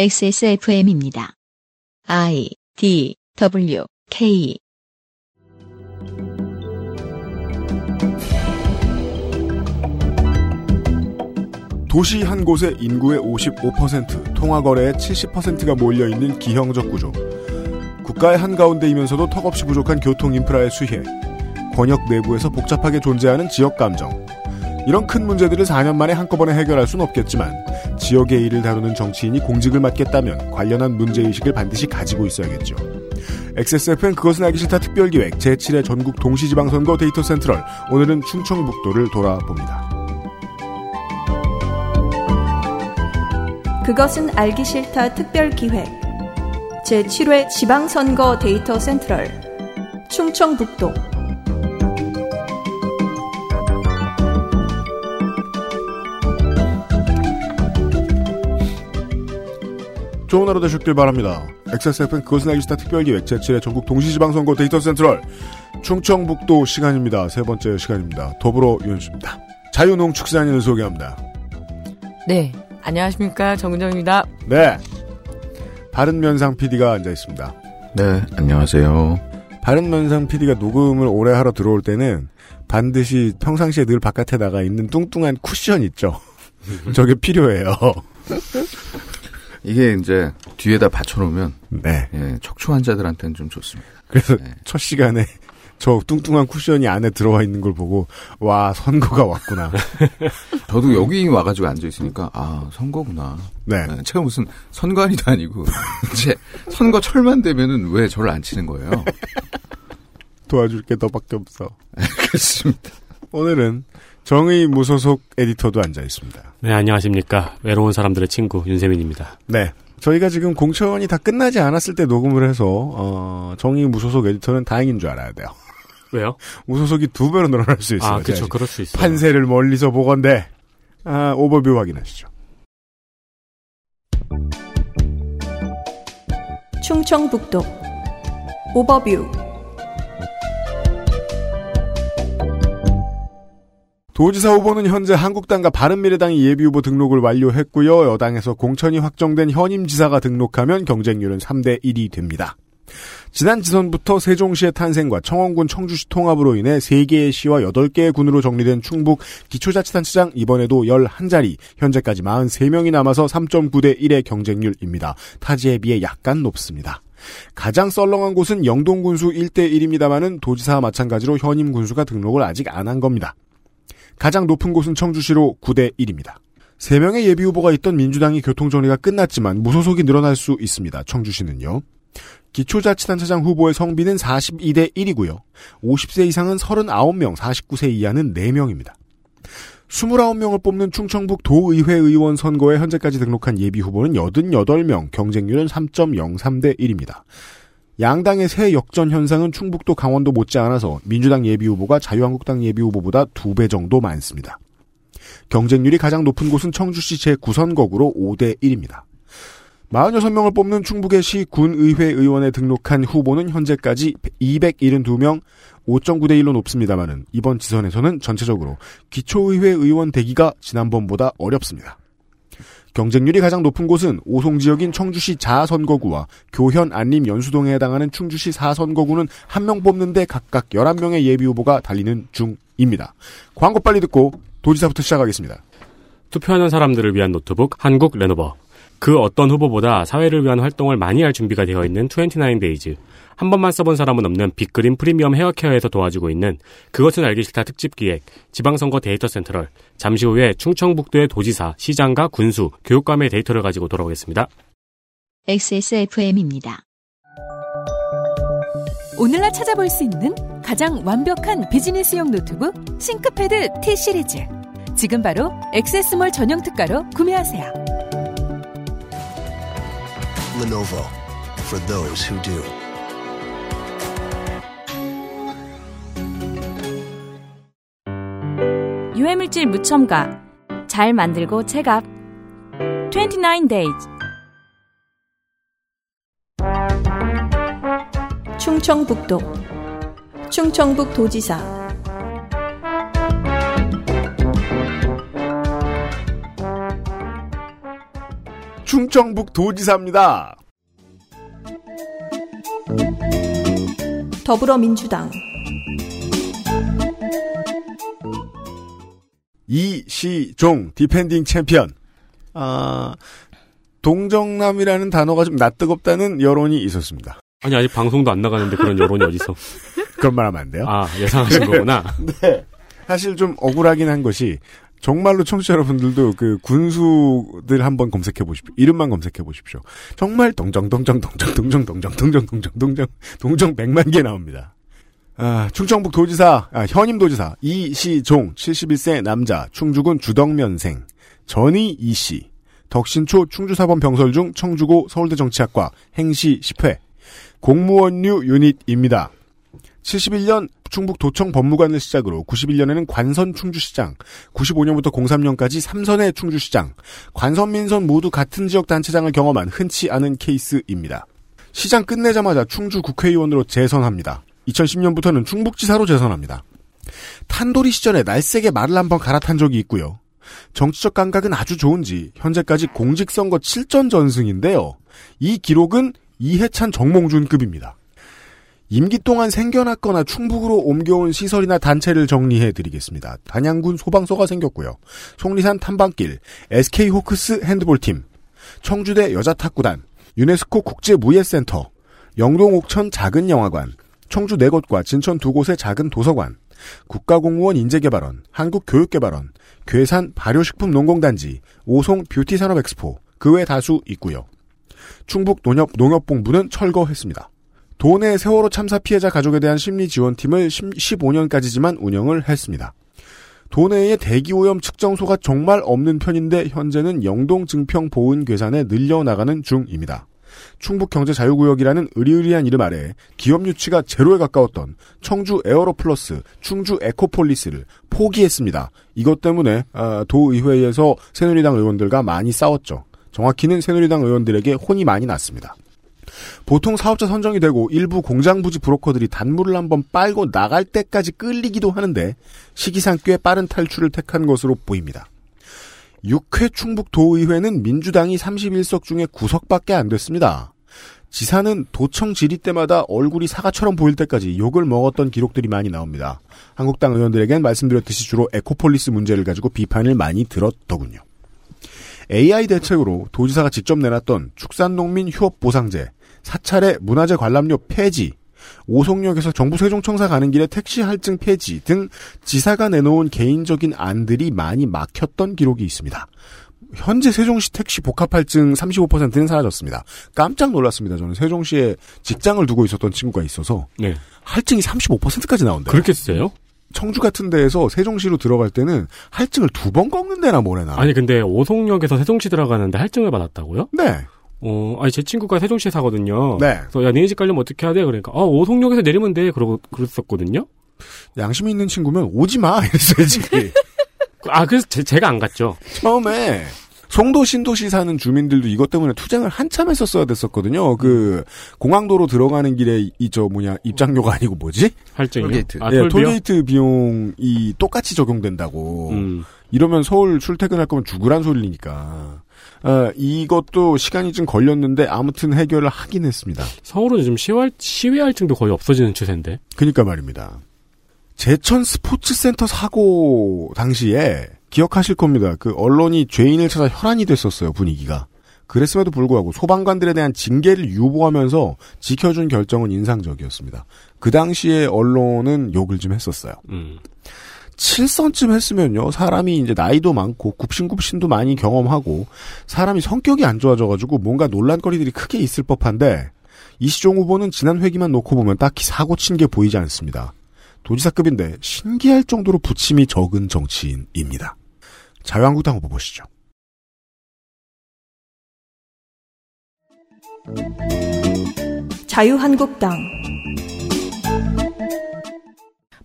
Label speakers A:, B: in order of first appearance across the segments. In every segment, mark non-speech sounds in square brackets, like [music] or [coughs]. A: XSFM입니다. I D W K
B: 도시 한 곳의 인구의 55%, 통화거래의 70%가 몰려있는 기형적 구조. 국가의 한가운데이면서도 턱없이 부족한 교통 인프라의 수혜. 권역 내부에서 복잡하게 존재하는 지역 감정. 이런 큰 문제들을 4년 만에 한꺼번에 해결할 순 없겠지만, 지역의 일을 다루는 정치인이 공직을 맡겠다면 관련한 문제의식을 반드시 가지고 있어야겠죠. XSFN 그것은 알기 싫다 특별기획 제7회 전국 동시지방선거 데이터 센트럴. 오늘은 충청북도를 돌아봅니다.
C: 그것은 알기 싫다 특별 기획 제7회 지방선거 데이터 센트럴 충청북도
B: 좋은 하루 되셨길 바랍니다. XSFN 그것은 알기 싫다 특별기획 제7회 전국 동시지방선거 데이터 센트럴 충청북도 시간입니다. 세 번째 시간입니다. 더불어 윤수입니다. 자유농축산인을 소개합니다.
D: 네, 안녕하십니까 정은정입니다.
B: 네. 바른면상 PD가 앉아 있습니다.
E: 네, 안녕하세요.
B: 바른면상 PD가 녹음을 오래 하러 들어올 때는 반드시 평상시에 늘 바깥에 나가 있는 뚱뚱한 쿠션 있죠. [laughs] 저게 필요해요. [laughs]
E: 이게 이제 뒤에다 받쳐놓으면
B: 네.
E: 예, 척추 환자들한테는 좀 좋습니다.
B: 그래서
E: 네.
B: 첫 시간에 저 뚱뚱한 쿠션이 안에 들어와 있는 걸 보고 와 선거가 왔구나.
E: 저도 여기 와가지고 앉아 있으니까 아 선거구나.
B: 네.
E: 예, 제가 무슨 선관위도 아니고 [laughs] 제 선거철만 되면은 왜 저를 안 치는 거예요?
B: 도와줄 게 너밖에 없어.
E: [laughs] 그렇습니다.
B: 오늘은 정의 무소속 에디터도 앉아 있습니다.
F: 네, 안녕하십니까. 외로운 사람들의 친구, 윤세민입니다.
B: 네. 저희가 지금 공천이 다 끝나지 않았을 때 녹음을 해서 어, 정의 무소속 에디터는 다행인 줄 알아야 돼요.
F: 왜요?
B: 무소속이 두 배로 늘어날 수 있어요.
F: 아, 그쵸.
B: 제가
F: 그럴 수 있어요.
B: 판세를 멀리서 보건데 아, 오버뷰 확인하시죠.
C: 충청북도 오버뷰
B: 도지사 후보는 현재 한국당과 바른미래당이 예비후보 등록을 완료했고요. 여당에서 공천이 확정된 현임 지사가 등록하면 경쟁률은 3대 1이 됩니다. 지난 지선부터 세종시의 탄생과 청원군 청주시 통합으로 인해 3개의 시와 8개의 군으로 정리된 충북 기초자치단체장 이번에도 11자리, 현재까지 43명이 남아서 3.9대 1의 경쟁률입니다. 타지에 비해 약간 높습니다. 가장 썰렁한 곳은 영동군수 1대 1입니다만은 도지사와 마찬가지로 현임 군수가 등록을 아직 안 한 겁니다. 가장 높은 곳은 청주시로 9대 1입니다. 3명의 예비후보가 있던 민주당이 교통정리가 끝났지만 무소속이 늘어날 수 있습니다. 청주시는요. 기초자치단체장 후보의 성비는 42대 1이고요. 50세 이상은 39명, 49세 이하는 4명입니다. 29명을 뽑는 충청북 도의회 의원 선거에 현재까지 등록한 예비후보는 88명, 경쟁률은 3.03대 1입니다. 양당의 새 역전 현상은 충북도 강원도 못지않아서 민주당 예비후보가 자유한국당 예비후보보다 두 배 정도 많습니다. 경쟁률이 가장 높은 곳은 청주시 제9선거구로 5대1입니다. 46명을 뽑는 충북의 시 군의회 의원에 등록한 후보는 현재까지 272명, 5.9대1로 높습니다만은 이번 지선에서는 전체적으로 기초의회 의원 대기가 지난번보다 어렵습니다. 경쟁률이 가장 높은 곳은 오송 지역인 청주시 자선거구와 교현 안림 연수동에 해당하는 충주시 4선거구는 한 명 뽑는데 각각 11명의 예비후보가 달리는 중입니다. 광고 빨리 듣고 도지사부터 시작하겠습니다.
F: 투표하는 사람들을 위한 노트북, 한국 레노버. 그 어떤 후보보다 사회를 위한 활동을 많이 할 준비가 되어 있는 29데이즈. 한 번만 써본 사람은 없는 빅그린 프리미엄 헤어케어에서 도와주고 있는 그것은 알기 싫다 특집 기획, 지방선거 데이터 센터럴. 잠시 후에 충청북도의 도지사, 시장과 군수, 교육감의 데이터를 가지고 돌아오겠습니다.
A: XSFM입니다.
G: 오늘날 찾아볼 수 있는 가장 완벽한 비즈니스용 노트북 싱크패드 T 시리즈. 지금 바로 액세스몰 전용 특가로 구매하세요.
H: Lenovo for those who do.
I: 유해물질 무첨가 잘 만들고 체갑 29 days
C: 충청북도 충청북 도지사
B: 충청북 도지사입니다.
C: 더불어민주당
B: 이시종 디펜딩 챔피언. 아, 동정남이라는 단어가 좀 낯뜨겁다는 여론이 있었습니다.
F: 아니 아직 방송도 안 나가는데 그런 여론이
B: [laughs]
F: 어디서?
B: 그런 말 하면 안 돼요?
F: 아 예상하신 거구나.
B: 사실 좀 억울하긴 한 것이 정말로 청취자 여러분들도 그 군수들 한번 검색해 보십시오. 이름만 검색해 보십시오. 정말 동정 동정 동정 동정 동정 동정 동정 동정 동정 100만 개 나옵니다. 아, 충청북 도지사, 아, 현임 도지사 이시종 71세 남자 충주군 주덕면생 전희 이씨 덕신초 충주사범 병설 중 청주고 서울대 정치학과 행시 10회 공무원류 유닛입니다. 71년 충북 도청 법무관을 시작으로 91년에는 관선 충주시장, 95년부터 03년까지 삼선의 충주시장, 관선 민선 모두 같은 지역 단체장을 경험한 흔치 않은 케이스입니다. 시장 끝내자마자 충주 국회의원으로 재선합니다. 2010년부터는 충북지사로 재선합니다. 탄도리 시절에 날쌔게 말을 한번 갈아탄 적이 있고요. 정치적 감각은 아주 좋은지 현재까지 공직선거 7전 전승인데요. 이 기록은 이해찬 정몽준급입니다. 임기 동안 생겨났거나 충북으로 옮겨온 시설이나 단체를 정리해 드리겠습니다. 단양군 소방서가 생겼고요. 속리산 탐방길, SK 호크스 핸드볼팀, 청주대 여자탁구단, 유네스코 국제무예센터, 영동 옥천 작은 영화관, 청주 네 곳과 진천 두 곳의 작은 도서관, 국가공무원 인재개발원, 한국교육개발원, 괴산 발효식품 농공단지, 오송 뷰티산업엑스포, 그 외 다수 있고요. 충북 농협 농협본부는 철거했습니다. 도내 세월호 참사 피해자 가족에 대한 심리 지원팀을 15년까지지만 운영을 했습니다. 도내에 대기오염 측정소가 정말 없는 편인데 현재는 영동 증평 보은 괴산에 늘려나가는 중입니다. 충북 경제 자유구역이라는 의리의리한 이름 아래 기업 유치가 제로에 가까웠던 청주 에어로 플러스, 충주 에코폴리스를 포기했습니다. 이것 때문에 아, 도의회에서 새누리당 의원들과 많이 싸웠죠. 정확히는 새누리당 의원들에게 혼이 많이 났습니다. 보통 사업자 선정이 되고 일부 공장 부지 브로커들이 단물을 한번 빨고 나갈 때까지 끌리기도 하는데 시기상 꽤 빠른 탈출을 택한 것으로 보입니다. 6회 충북도의회는 민주당이 31석 중에 9석밖에 안 됐습니다. 지사는 도청 질의 때마다 얼굴이 사과처럼 보일 때까지 욕을 먹었던 기록들이 많이 나옵니다. 한국당 의원들에겐 말씀드렸듯이 주로 에코폴리스 문제를 가지고 비판을 많이 들었더군요. AI 대책으로 도지사가 직접 내놨던 축산농민 휴업 보상제, 사찰의 문화재 관람료 폐지, 오송역에서 정부 세종청사 가는 길에 택시 할증 폐지 등 지사가 내놓은 개인적인 안들이 많이 막혔던 기록이 있습니다. 현재 세종시 택시 복합할증 35%는 사라졌습니다. 깜짝 놀랐습니다. 저는 세종시에 직장을 두고 있었던 친구가 있어서
F: 네.
B: 할증이 35%까지 나온대요.
F: 그렇게 쓰세요?
B: 청주 같은 데에서 세종시로 들어갈 때는 할증을 두 번 꺾는 데나 뭐래나.
F: 아니 근데 오송역에서 세종시 들어가는데 할증을 받았다고요?
B: 네.
F: 어, 아니 제 친구가 세종시에 사거든요.
B: 네.
F: 그래서 야, 니네 집 가려면 어떻게 해야 돼? 그러니까 어, 오송역에서 내리면 돼. 그러고 그랬었거든요.
B: 양심이 있는 친구면 오지 마 [laughs] 이랬어야지.
F: 아, 그래서 제, 가안 갔죠.
B: 처음에 송도 신도시 사는 주민들도 이것 때문에 투쟁을 한참 했었어야
F: 음.
B: 됐었거든요. 그 공항도로 들어가는 길에 이 저 뭐냐 입장료가 아니고 뭐지?
F: 할증이요.
E: 톨게이트.
F: 아,
B: 예,
F: 톨비요?
B: 톨게이트 비용이 똑같이 적용된다고.
F: 음.
B: 이러면 서울 출퇴근할 거면 죽으란 소리니까. 아, 이것도 시간이 좀 걸렸는데 아무튼 해결을 하긴 했습니다.
F: 서울은 요즘 시월, 시위 할증도 거의 없어지는 추세인데.
B: 그니까 그러니까 말입니다. 제천 스포츠센터 사고 당시에 기억하실 겁니다. 그 언론이 죄인을 찾아 혈안이 됐었어요, 분위기가. 그랬음에도 불구하고 소방관들에 대한 징계를 유보하면서 지켜준 결정은 인상적이었습니다. 그 당시에 언론은 욕을 좀 했었어요.
F: 음.
B: 7선쯤 했으면요, 사람이 이제 나이도 많고, 굽신굽신도 많이 경험하고, 사람이 성격이 안 좋아져가지고, 뭔가 논란거리들이 크게 있을 법한데, 이시종 후보는 지난 회기만 놓고 보면 딱히 사고 친 게 보이지 않습니다. 도지사급인데, 신기할 정도로 부침이 적은 정치인입니다. 자유한국당 후보 보시죠.
C: 자유한국당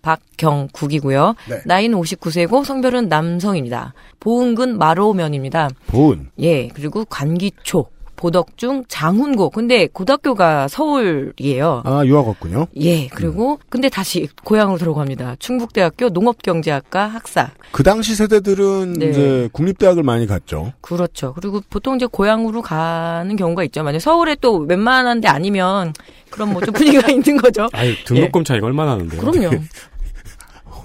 D: 박경국이고요.
B: 네.
D: 나이는 59세고 성별은 남성입니다. 보은근 마로면입니다.
B: 보은.
D: 예, 그리고 관기초. 보덕중, 장훈고. 근데 고등학교가 서울이에요.
B: 아, 유학 왔군요.
D: 예, 그리고 근데 다시 고향으로 들어갑니다. 충북대학교 농업경제학과 학사.
B: 그 당시 세대들은
D: 네.
B: 이제 국립대학을 많이 갔죠.
D: 그렇죠. 그리고 보통 이제 고향으로 가는 경우가 있죠. 만약 서울에 또 웬만한 데 아니면 그럼 뭐 좀 분위기가 [laughs] 있는 거죠.
F: 아유, 예. 등록금 차이가 얼마나 하는데요?
D: 예. 그럼요.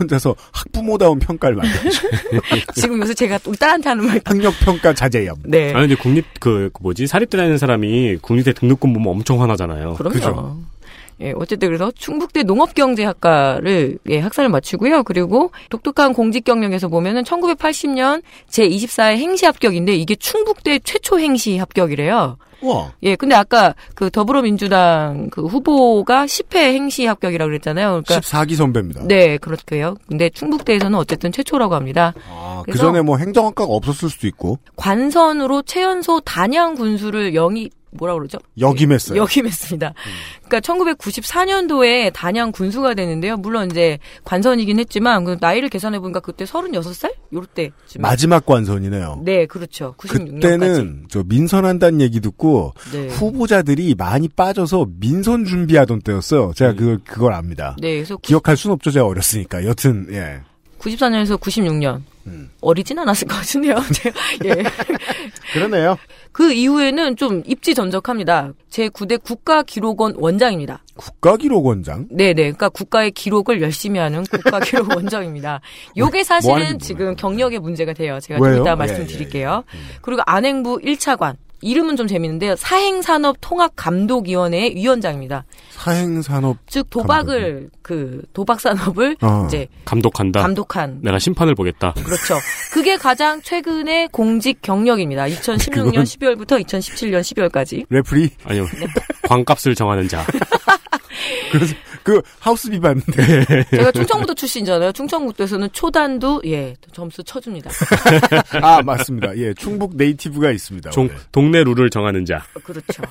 B: 혼자서 학부모다운 평가를 만들죠. [laughs]
D: 지금 요새 제가 우리 딸한테 하는 말.
B: 학력 평가 자제염.
D: 네.
F: 아니, 근데 국립, 그, 그 뭐지, 사립대 다니는 사람이 국립대 등록금 보면 엄청 화나잖아요.
D: 그럼요.
B: 그죠.
D: 예, 어쨌든 그래서 충북대 농업경제학과를 예, 학사를 마치고요. 그리고 독특한 공직 경력에서 보면은 1980년 제24회 행시 합격인데 이게 충북대 최초 행시 합격이래요.
B: 와,
D: 예, 근데 아까 그 더불어민주당 그 후보가 10회 행시 합격이라고 그랬잖아요. 그러니까
B: 14기 선배입니다.
D: 네, 그렇고요. 근데 충북대에서는 어쨌든 최초라고 합니다.
B: 아, 그
D: 그래서-
B: 전에 뭐 행정학과가 없었을 수도 있고
D: 관선으로 최연소 단양 군수를 영입 뭐라 그러죠?
B: 역임했어요.
D: 역임했습니다. 그러니까 1994년도에 단양 군수가 되는데요. 물론 이제 관선이긴 했지만 그 나이를 계산해 보니까 그때 36살? 요때
B: 마지막 관선이네요.
D: 네, 그렇죠. 96년까지.
B: 그때는 저 민선한다는 얘기 듣고
D: 네.
B: 후보자들이 많이 빠져서 민선 준비하던 때였어요. 제가 그걸 그걸 압니다.
D: 음. 네, 그래서
B: 기억할 순 없죠. 제가 어렸으니까. 여튼 예.
D: 94년에서 96년.
B: 음.
D: 어리진 않았을 것 같은데요. [laughs] 제가 예.
B: 그러네요.
D: 그 이후에는 좀 입지 전적합니다. 제9대 국가기록원 원장입니다.
B: 국가기록원장.
D: 네네. 그러니까 국가의 기록을 열심히 하는
B: [laughs]
D: 국가기록 원장입니다. 요게
B: 뭐
D: 사실은
B: 하는지
D: 지금 경력의 문제가 돼요. 제가
B: 왜요?
D: 좀 이따
B: 예,
D: 말씀드릴게요. 그리고 안행부 1차관. 이름은 좀 재밌는데요. 사행산업통합감독위원회의 위원장입니다.
B: 사행산업
D: 즉, 도박을, 그, 도박산업을
B: 어. 네.
D: 이제
F: 감독한다.
D: 감독한.
F: 내가 심판을 보겠다.
D: 그렇죠. 그게 가장 최근의 공직 경력입니다. 2016년 12월부터 2017년 12월까지.
B: 레프리
D: [laughs]
F: 아니요.
D: 네.
F: 광값을 정하는 자.
B: 그 하우스 [laughs] 비반인데
D: 제가 충청북도 출신이잖아요. 충청북도에서는 초단도, 예, 점수 쳐줍니다.
B: 아 맞습니다 예 충북 아, 네이티브가 있습니다 예.
F: 종,
B: 원래.
F: 동네 룰을 정하는 자.
D: 그렇죠.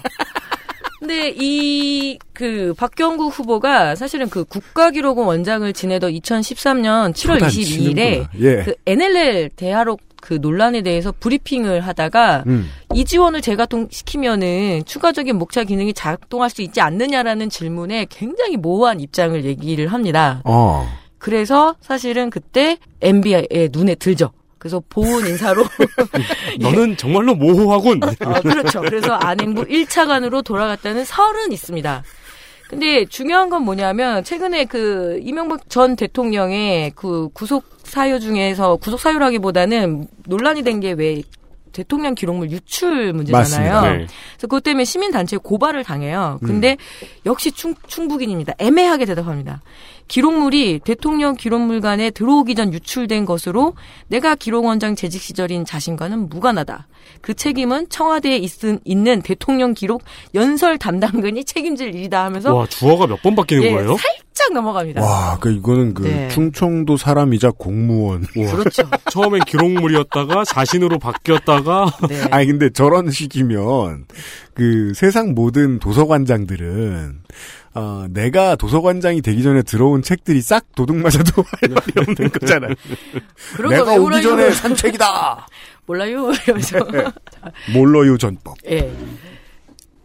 D: 근데 이 그 박경국 후보가 사실은 그 국가기록원 원장을 지내던 2013년 7월
B: 초단
D: 22일에
B: 치는구나. 예.
D: 그 NLL 대하록 그 논란에 대해서 브리핑을 하다가
B: 음.
D: 이 지원을 재가동시키면은 추가적인 목차 기능이 작동할 수 있지 않느냐라는 질문에 굉장히 모호한 입장을 얘기를 합니다.
B: 어.
D: 그래서 사실은 그때 MB의 눈에 들죠. 그래서 보훈 인사로
F: 예. 너는 정말로 모호하군. 네.
D: 어, 그렇죠. 그래서 안행부 1차관으로 돌아갔다는 설은 있습니다. 근데 중요한 건 뭐냐면 최근에 그 이명박 전 대통령의 그 구속 사유 중에서 구속 사유라기보다는 논란이 된 게 왜 대통령 기록물 유출 문제잖아요.
B: 맞습니다.
F: 네.
D: 그래서 그것 때문에 시민 단체에 고발을 당해요. 근데
B: 음.
D: 역시 충, 충북인입니다. 애매하게 대답합니다. 기록물이 대통령 기록물관에 들어오기 전 유출된 것으로 내가 기록원장 재직 시절인 자신과는 무관하다. 그 책임은 청와대에 있은, 있는 대통령 기록 연설 담당근이 책임질 일이다 하면서
F: 와, 주어가 몇 번 바뀌는
D: 예,
F: 거예요?
D: 살짝 넘어갑니다.
B: 와, 그 이거는 그
D: 네.
B: 충청도 사람이자 공무원.
D: 그렇죠.
F: 처음엔 기록물이었다가 자신으로 바뀌었다가
D: 네.
B: [laughs] 아니 근데 저런 식이면 그 세상 모든 도서관장들은 아 내가 도서관장이 되기 전에 들어온 책들이 싹 도둑 맞아도 [laughs] 할 말이 없는 거잖아요.
D: 그런
B: 내가
D: 거
B: 오기
D: 외우라요.
B: 전에 산 책이다.
D: 몰라요. 이러면서.
B: [laughs] 몰라요 전법.
D: 예.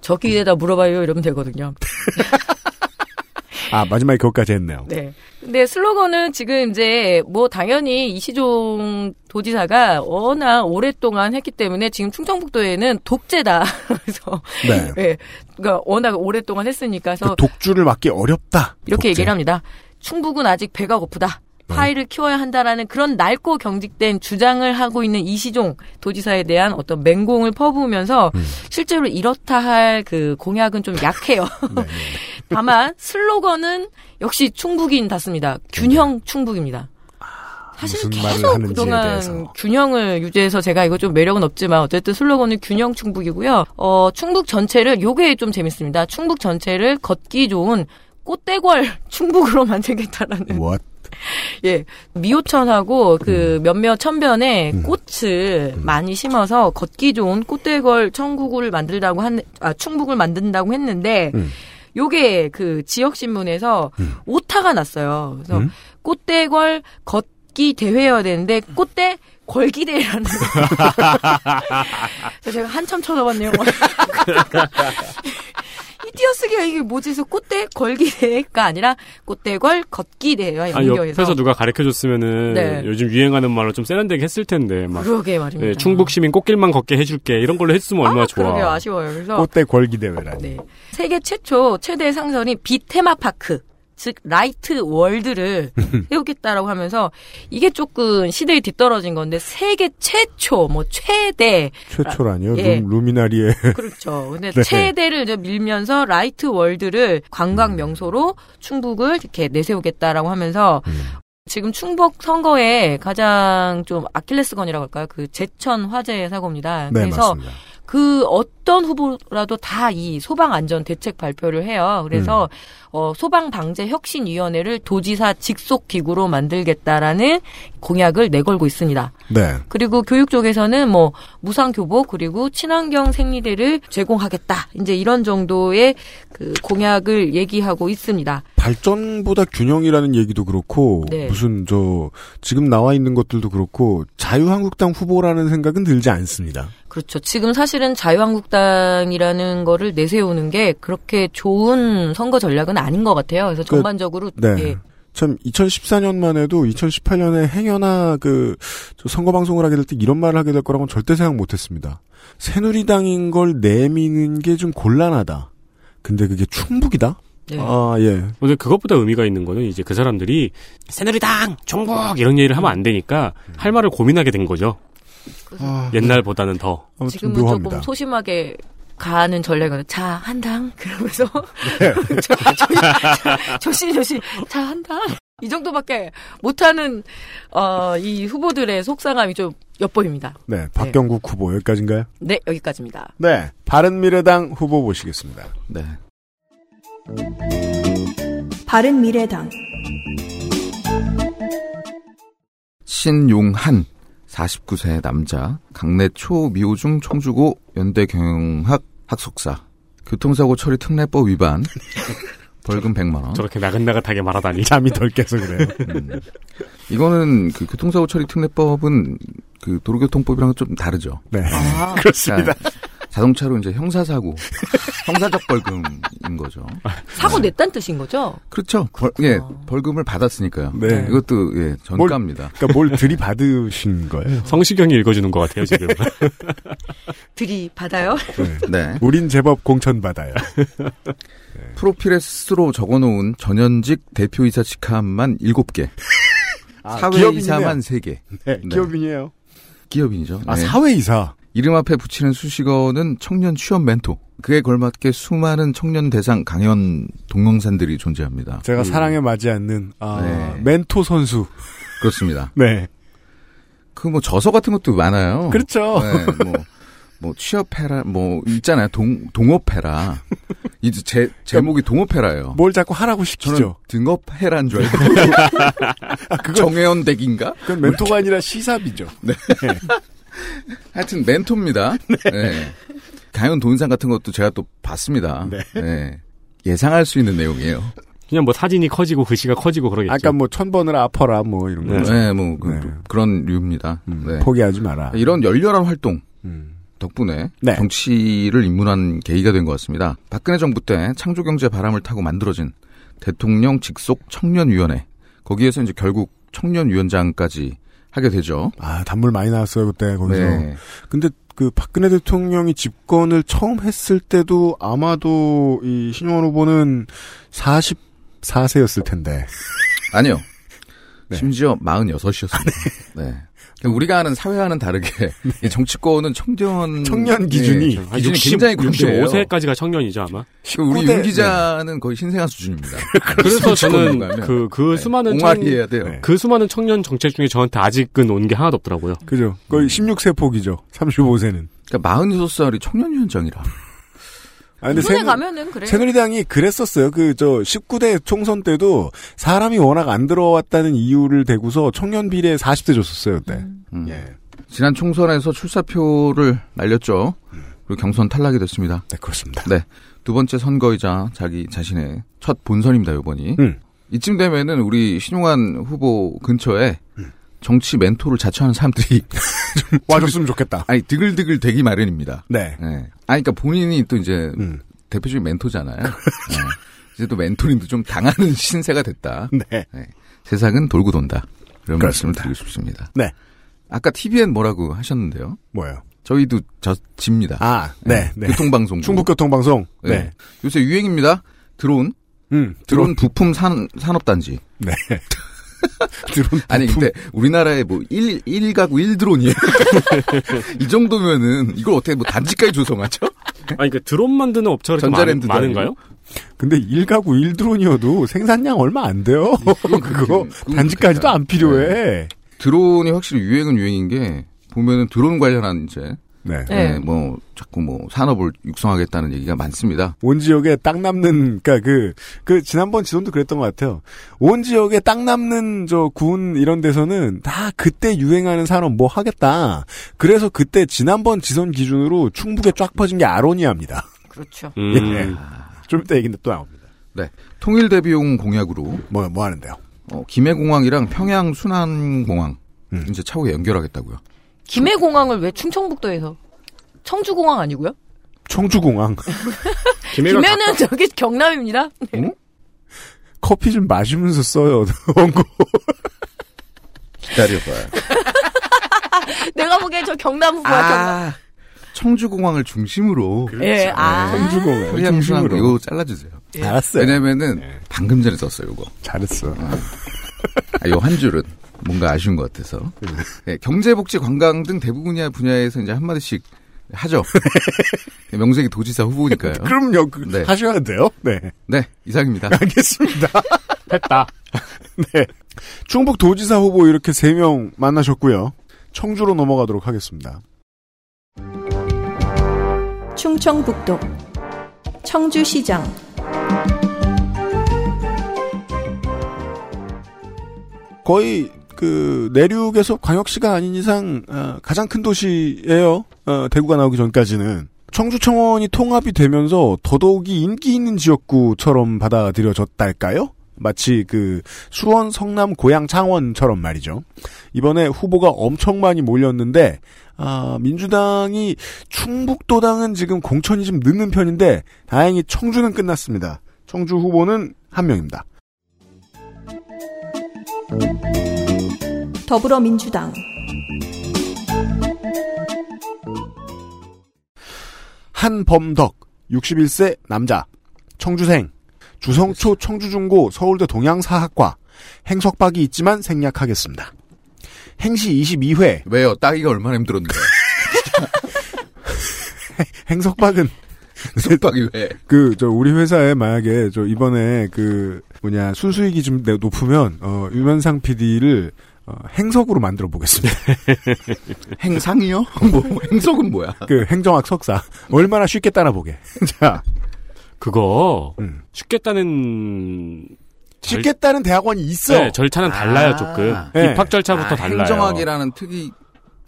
D: 저기에다 물어봐요. 이러면 되거든요.
B: 아 마지막에 그것까지 했네요.
D: 네. 근데 슬로건은 지금 이제 뭐 당연히 이시종 도지사가 워낙 오랫동안 했기 때문에 지금 충청북도에는 독재다. [laughs] 그래서
B: 네.
D: 예. 그러니까 워낙 오랫동안 했으니까
B: 그
D: 그래서
B: 독주를 막기 어렵다. 독재.
D: 이렇게 얘기를 합니다. 충북은 아직 배가 고프다.
B: 네.
D: 파이를 키워야 한다라는 그런 낡고 경직된 주장을 하고 있는 이시종 도지사에 대한 어떤 맹공을 퍼부으면서
B: 음.
D: 실제로 이렇다 할 그 공약은 좀
B: [laughs]
D: 약해요.
B: 네,
D: 다만 슬로건은 역시 충북인답습니다. 균형 충북입니다. 사실
B: 무슨 말을
D: 계속
B: 하는지에
D: 그동안
B: 대해서.
D: 균형을 유지해서 제가 이거 좀 매력은 없지만 어쨌든 슬로건은 균형 충북이고요. 어, 충북 전체를 요게 좀 재밌습니다. 충북 전체를 걷기 좋은 꽃대궐 [laughs] 충북으로 만들겠다라는
B: What?
D: 예 미호천하고 그 몇몇 천변에 꽃을 많이 심어서 걷기 좋은 꽃대궐 천국을 만들다고 한아 충북을 만든다고 했는데
B: 음.
D: 요게 그 지역 신문에서
B: 음.
D: 오타가 났어요. 그래서
B: 음?
D: 꽃대궐 걷기 대회여야 되는데 꽃대 걸기대라는. 그래서 제가 한참 쳐다봤네요. 뭐. [laughs] 이 띄어쓰기가 이게 뭐지? 그래서 꽃대 걸기대가 아니라 꽃대걸 걷기대와
F: 아,
D: 연결해서.
F: 옆에서 누가 가르쳐 줬으면은
D: 네.
F: 요즘 유행하는 말로 좀 세련되게 했을 텐데 막
D: 그러게 말입니다.
F: 예, 충북 시민 꽃길만 걷게 해줄게 이런 걸로 했으면 얼마나
D: 아,
F: 좋아.
D: 그러게요. 아쉬워요. 그래서
B: 꽃대 걸기 대회라니.
D: 네. 세계 최초 최대 상선인 빛 테마파크. 즉 라이트
F: [laughs]
D: 월드를 세우겠다라고 하면서 이게 조금 시대에 뒤떨어진 건데 세계 최초 뭐 최대
B: 최초라니요.
D: 예.
B: 룸, 루미나리에
D: 그렇죠.
F: [laughs]
D: 근데
B: 네.
D: 최대를 이제 밀면서 라이트 월드를
F: 음.
D: 관광 명소로 충북을 이렇게 내세우겠다라고 하면서
F: 음.
D: 지금 충북 선거에 가장 좀 아킬레스건이라고 할까요? 그 제천 화재 사고입니다.
B: 네
D: 아, 그래서
B: 맞습니다.
D: 그 어떤 후보라도 다 이 소방 안전 대책 발표를 해요. 그래서 어, 소방 방재 혁신 위원회를 도지사 직속 기구로 만들겠다라는 공약을 내걸고 있습니다.
B: 네.
D: 그리고 교육 쪽에서는 뭐 무상 교복 그리고 친환경 생리대를 제공하겠다. 이제 이런 정도의 그 공약을 얘기하고 있습니다.
B: 발전보다 균형이라는 얘기도 그렇고
D: 네.
B: 무슨 저 지금 나와 있는 것들도 그렇고 자유한국당 후보라는 생각은 들지 않습니다.
D: 그렇죠. 지금 사실은 자유한국당이라는 거를 내세우는 게 그렇게 좋은 선거 전략은 아닌 것 같아요. 그래서 전반적으로
B: 네.
D: 예,
B: 참 2014년만 해도 2018년에 행여나 그저 선거 방송을 하게 될 때 이런 말을 하게 될 거라고는 절대 생각 못했습니다. 새누리당인 걸 내미는 게 좀 곤란하다. 근데 그게 충북이다.
D: 네.
B: 아 예.
F: 근데 그것보다 의미가 있는 거는 이제 그 사람들이 새누리당, 종북 이런 얘기를 하면 안 되니까 할 말을 고민하게 된 거죠.
B: 아,
F: 옛날보다는 더.
B: 아무튼
D: 지금은
B: 묘합니다.
D: 조금 소심하게 가는 전략은 자 한당 [laughs] 그러면서
B: 네.
D: [laughs] 저, 조심 조심 자 한당 이 정도밖에 못하는 어, 이 후보들의 속상함이 좀 엿보입니다.
B: 네, 박경국 후보 여기까지인가요?
D: 네 여기까지입니다.
B: 네, 바른미래당 후보 보시겠습니다.
E: 네.
C: 바른미래당
E: 신용한 49세 남자 강내 초미호중 청주고 연대 경영학 학속사 교통사고 처리 특례법 [laughs] 위반 벌금 100만 원
F: 저렇게 나긋나긋하게 말하다니.
D: 음.
B: 잠이 덜 깨서 그래요.
E: 음. 이거는 그 교통사고 처리 특례법은 그 도로교통법이랑 좀 다르죠.
B: 네,
E: 그렇습니다. 자동차로 이제 형사사고, 형사적 벌금인 거죠.
D: 사고
B: 네.
D: 냈단 뜻인 거죠?
E: 그렇죠. 벌, 예, 벌금을 받았으니까요.
B: 네.
E: 이것도 예, 전가입니다.
B: 그러니까 뭘 들이받으신 거예요.
F: 성시경이 읽어주는 것 같아요, 지금. [laughs]
D: 들이받아요?
B: 네.
E: 네.
B: 우린 제법 공천 받아요.
E: 프로필에 스스로 적어놓은 전현직 대표이사 직함만 7개, 아, 사회이사만 3개.
B: 네,
E: 네.
B: 기업인이에요.
E: 기업인이죠.
B: 아
E: 네.
B: 사회이사.
E: 이름 앞에 붙이는 수식어는 청년 취업 멘토. 그에 걸맞게 수많은 청년 대상 강연 동영상들이 존재합니다.
B: 제가 사랑에 맞지 않는 아,
E: 음. 네.
B: 멘토 선수.
E: 그렇습니다.
B: 네,
E: 그 뭐 저서 같은 것도 많아요.
B: 그렇죠.
E: 네, 뭐, 뭐 취업해라, 뭐 있잖아요. 동 동업해라. 이제 제 제목이 동업해라예요.
B: 뭘 자꾸 하라고
E: 저는
B: 시키죠. 아,
E: 등업해라인 줄 알고 정혜원 댁인가?
B: 그건 멘토가 아니라 시삽이죠.
E: 그렇죠. 하여튼 멘토입니다. 네. 강연 동영상 같은 것도 제가 또 봤습니다.
B: 네.
E: 네. 예상할 수 있는 내용이에요.
F: 그냥 뭐 사진이 커지고 글씨가 커지고 그러겠죠.
B: 아까 뭐 천 번을 아퍼라 뭐 이런 거.
F: 네.
E: 네, 뭐 그,
B: 네.
E: 런 류입니다.
B: 음,
E: 네.
B: 포기하지 마라.
E: 이런 열렬한 활동
B: 음.
E: 덕분에
B: 네.
E: 정치를 입문한 계기가 된 것 같습니다. 박근혜 정부 때 창조경제 바람을 타고 만들어진 대통령 직속 청년위원회 거기에서 이제 결국 청년위원장까지 하게 되죠.
B: 아 단물 많이 나왔어요 그때 거기서.
E: 네,
B: 근데 그 박근혜 대통령이 집권을 처음 했을 때도 아마도 이 신용원 후보는 44세였을 텐데.
E: 아니요.
B: 네.
E: 심지어 46이었습니다. 네. 그러니까 우리가 아는 사회와는 다르게 이 정치권은 청년
B: 청년
E: 예,
B: 기준이
F: 한
E: 기준이
F: 60,
E: 굉장히 광대해요.
F: 65세까지가 청년이죠, 아마.
E: 그 우리
B: 19대
E: 윤 기자는 거의 신생아 수준입니다.
F: 그래서 저는
E: 정치권으로 가면.
F: 그, 그
E: 네,
F: 수많은 청,
E: 옹알이 해야 돼요.
B: 네.
F: 그 수많은 청년 정책 중에 저한테 아직은 온 게 하나도 없더라고요.
B: 그죠.
E: 음.
B: 거의 16세 폭이죠. 35세는.
E: 그러니까 46살이 청년위원장이라.
B: 아, 근데
D: [laughs] 손에
B: 새누,
D: 가면은 그래요.
B: 새누리당이 그랬었어요. 그, 저, 19대 총선 때도 사람이 워낙 안 들어왔다는 이유를 대고서 청년 비례 40대 줬었어요, 그때.
E: 음.
B: 예.
E: 지난 총선에서 출사표를 날렸죠. 그리고 경선 탈락이 됐습니다.
B: 네, 그렇습니다.
E: 두 번째 선거이자 자기 자신의 첫 본선입니다, 요번이.
B: 음.
E: 이쯤 되면은 우리 신용환 후보 근처에 정치 멘토를 자처하는 사람들이 [laughs]
B: 와줬으면 좋겠다.
E: 아니 드글드글 되기 마련입니다.
B: 네.
E: 예. 아니 그러니까 본인이 또 이제
B: 음.
E: 대표적인 멘토잖아요. 예. 이제 또 멘토님도 좀 당하는 [laughs] 신세가 됐다.
B: 네.
E: 세상은 돌고 돈다. 이런 말씀을
B: 그렇습니다.
E: 드리고 싶습니다.
B: 네.
E: 아까 TVN 뭐라고 하셨는데요.
B: 뭐예요?
E: 저희도 저 집니다.
B: 아, 네. 네.
E: 교통방송.
B: 충북교통방송. 네.
E: 네. 요새 유행입니다. 드론.
B: 음, 드론.
E: 드론 부품 산, 산업단지.
B: 네. 드론.
E: 아니,
B: 부품.
E: 근데 우리나라에 뭐 1, 일가구 1드론이에요.
B: [laughs]
E: 이 정도면은 이걸 어떻게 뭐 단지까지 조성하죠?
F: 아니 그 드론 만드는 업체가 이렇게
E: 네. 전자랜드도
F: 많, 많은가요?
B: 근데 1가구 1드론이어도 생산량 얼마 안 돼요. 그거
E: 그건 그건 그건
B: 단지까지도
E: 그렇겠다.
B: 안 필요해.
E: 드론이 확실히 유행은 유행인 게 보면은 드론 관련한 이제
B: 네.
D: 네.
E: 예, 뭐 자꾸 뭐 산업을 육성하겠다는 얘기가 많습니다.
B: 온 지역에 땅 남는 그러니까 그, 그 지난번 지선도 그랬던 것 같아요. 온 지역에 땅 남는 저 군 이런 데서는 다 그때 유행하는 산업 뭐 하겠다. 그래서 그때 지난번 지선 기준으로 충북에 쫙 퍼진 게 아로니아입니다. 예.
D: 그렇죠.
E: 예.
F: 음,
B: 좀 이따 얘기인데 또 나옵니다.
E: 네. 통일 대비용 공약으로
B: 뭐, 뭐 하는데요?
E: 어, 김해공항이랑 평양 순안공항
B: 음.
E: 이제 차후에 연결하겠다고요.
D: 김해공항을 왜 충청북도에서? 청주공항 아니고요?
B: 청주공항. [laughs]
F: 김해가 가-
D: 김해는 [laughs] 저기 경남입니다.
E: 어?
B: 커피 좀 마시면서 써요. [laughs] 원고.
E: 기다려봐요.
D: 내가 보기엔 저 경남 후보야 경남.
E: 아, 청주공항을 중심으로
B: 그렇죠.
D: 예, 아.
B: 청주공항.
E: 평양 순안공항
B: 중심으로.
E: 이거 잘라주세요.
B: 알았어요. 네.
E: 왜냐면은 방금 전에 썼어요, 이거.
B: 잘했어.
E: 아, 요한 줄은 뭔가 아쉬운 것 같아서.
B: 음.
E: 예, 경제복지 관광 등 대부분 분야- 분야에서 이제 한마디씩 하죠.
B: [laughs]
E: 예, 명색이 도지사 후보니까요.
B: 그럼요. 그-
E: 네.
B: 하셔야 돼요. 네.
E: 네,
B: [laughs]
E: 이상입니다.
B: 알겠습니다.
F: 했다.
B: [laughs] 네. 충북 도지사 후보 이렇게 세 명 만나셨고요. 청주로 넘어가도록 하겠습니다.
C: 충청북도 청주시장
B: 거의 그 내륙에서 광역시가 아닌 이상 어, 가장 큰 도시예요. 어, 대구가 나오기 전까지는 청주청원이 통합이 되면서 더더욱이 인기 있는 지역구처럼 받아들여졌달까요? 마치 그 수원, 성남, 고양, 창원처럼 말이죠. 이번에 후보가 엄청 많이 몰렸는데 아, 민주당이 충북도당은 지금 공천이 좀 늦는 편인데 다행히 청주는 끝났습니다. 청주 후보는 한 명입니다.
C: 더불어민주당
B: 한범덕 61세 남자 청주생 주성초 청주중고 서울대 동양사학과 행석박이 있지만 생략하겠습니다. 행시 22회
E: 왜요? 따기가 얼마나
B: [laughs]
E: 힘들었는데.
B: 행석박은
E: 속박이 왜?
B: [laughs] 그 저 우리 회사에 만약에 저 이번에 그 뭐냐 순수익이 좀 내- 높으면 어 유면상 PD를 어, 행석으로 만들어 [laughs] 보겠습니다.
E: 행상이요? 뭐, 행석은 뭐야?
B: 그 행정학 석사 얼마나 쉽게 따라보게. 자
F: 그거
B: 음.
F: 쉽겠다는
B: 쉽게 따는 대학원이 있어.
F: 네, 절차는 달라요
E: 아.
F: 조금
B: 네.
F: 입학 절차부터
E: 아,
F: 달라요.
E: 행정학이라는 특이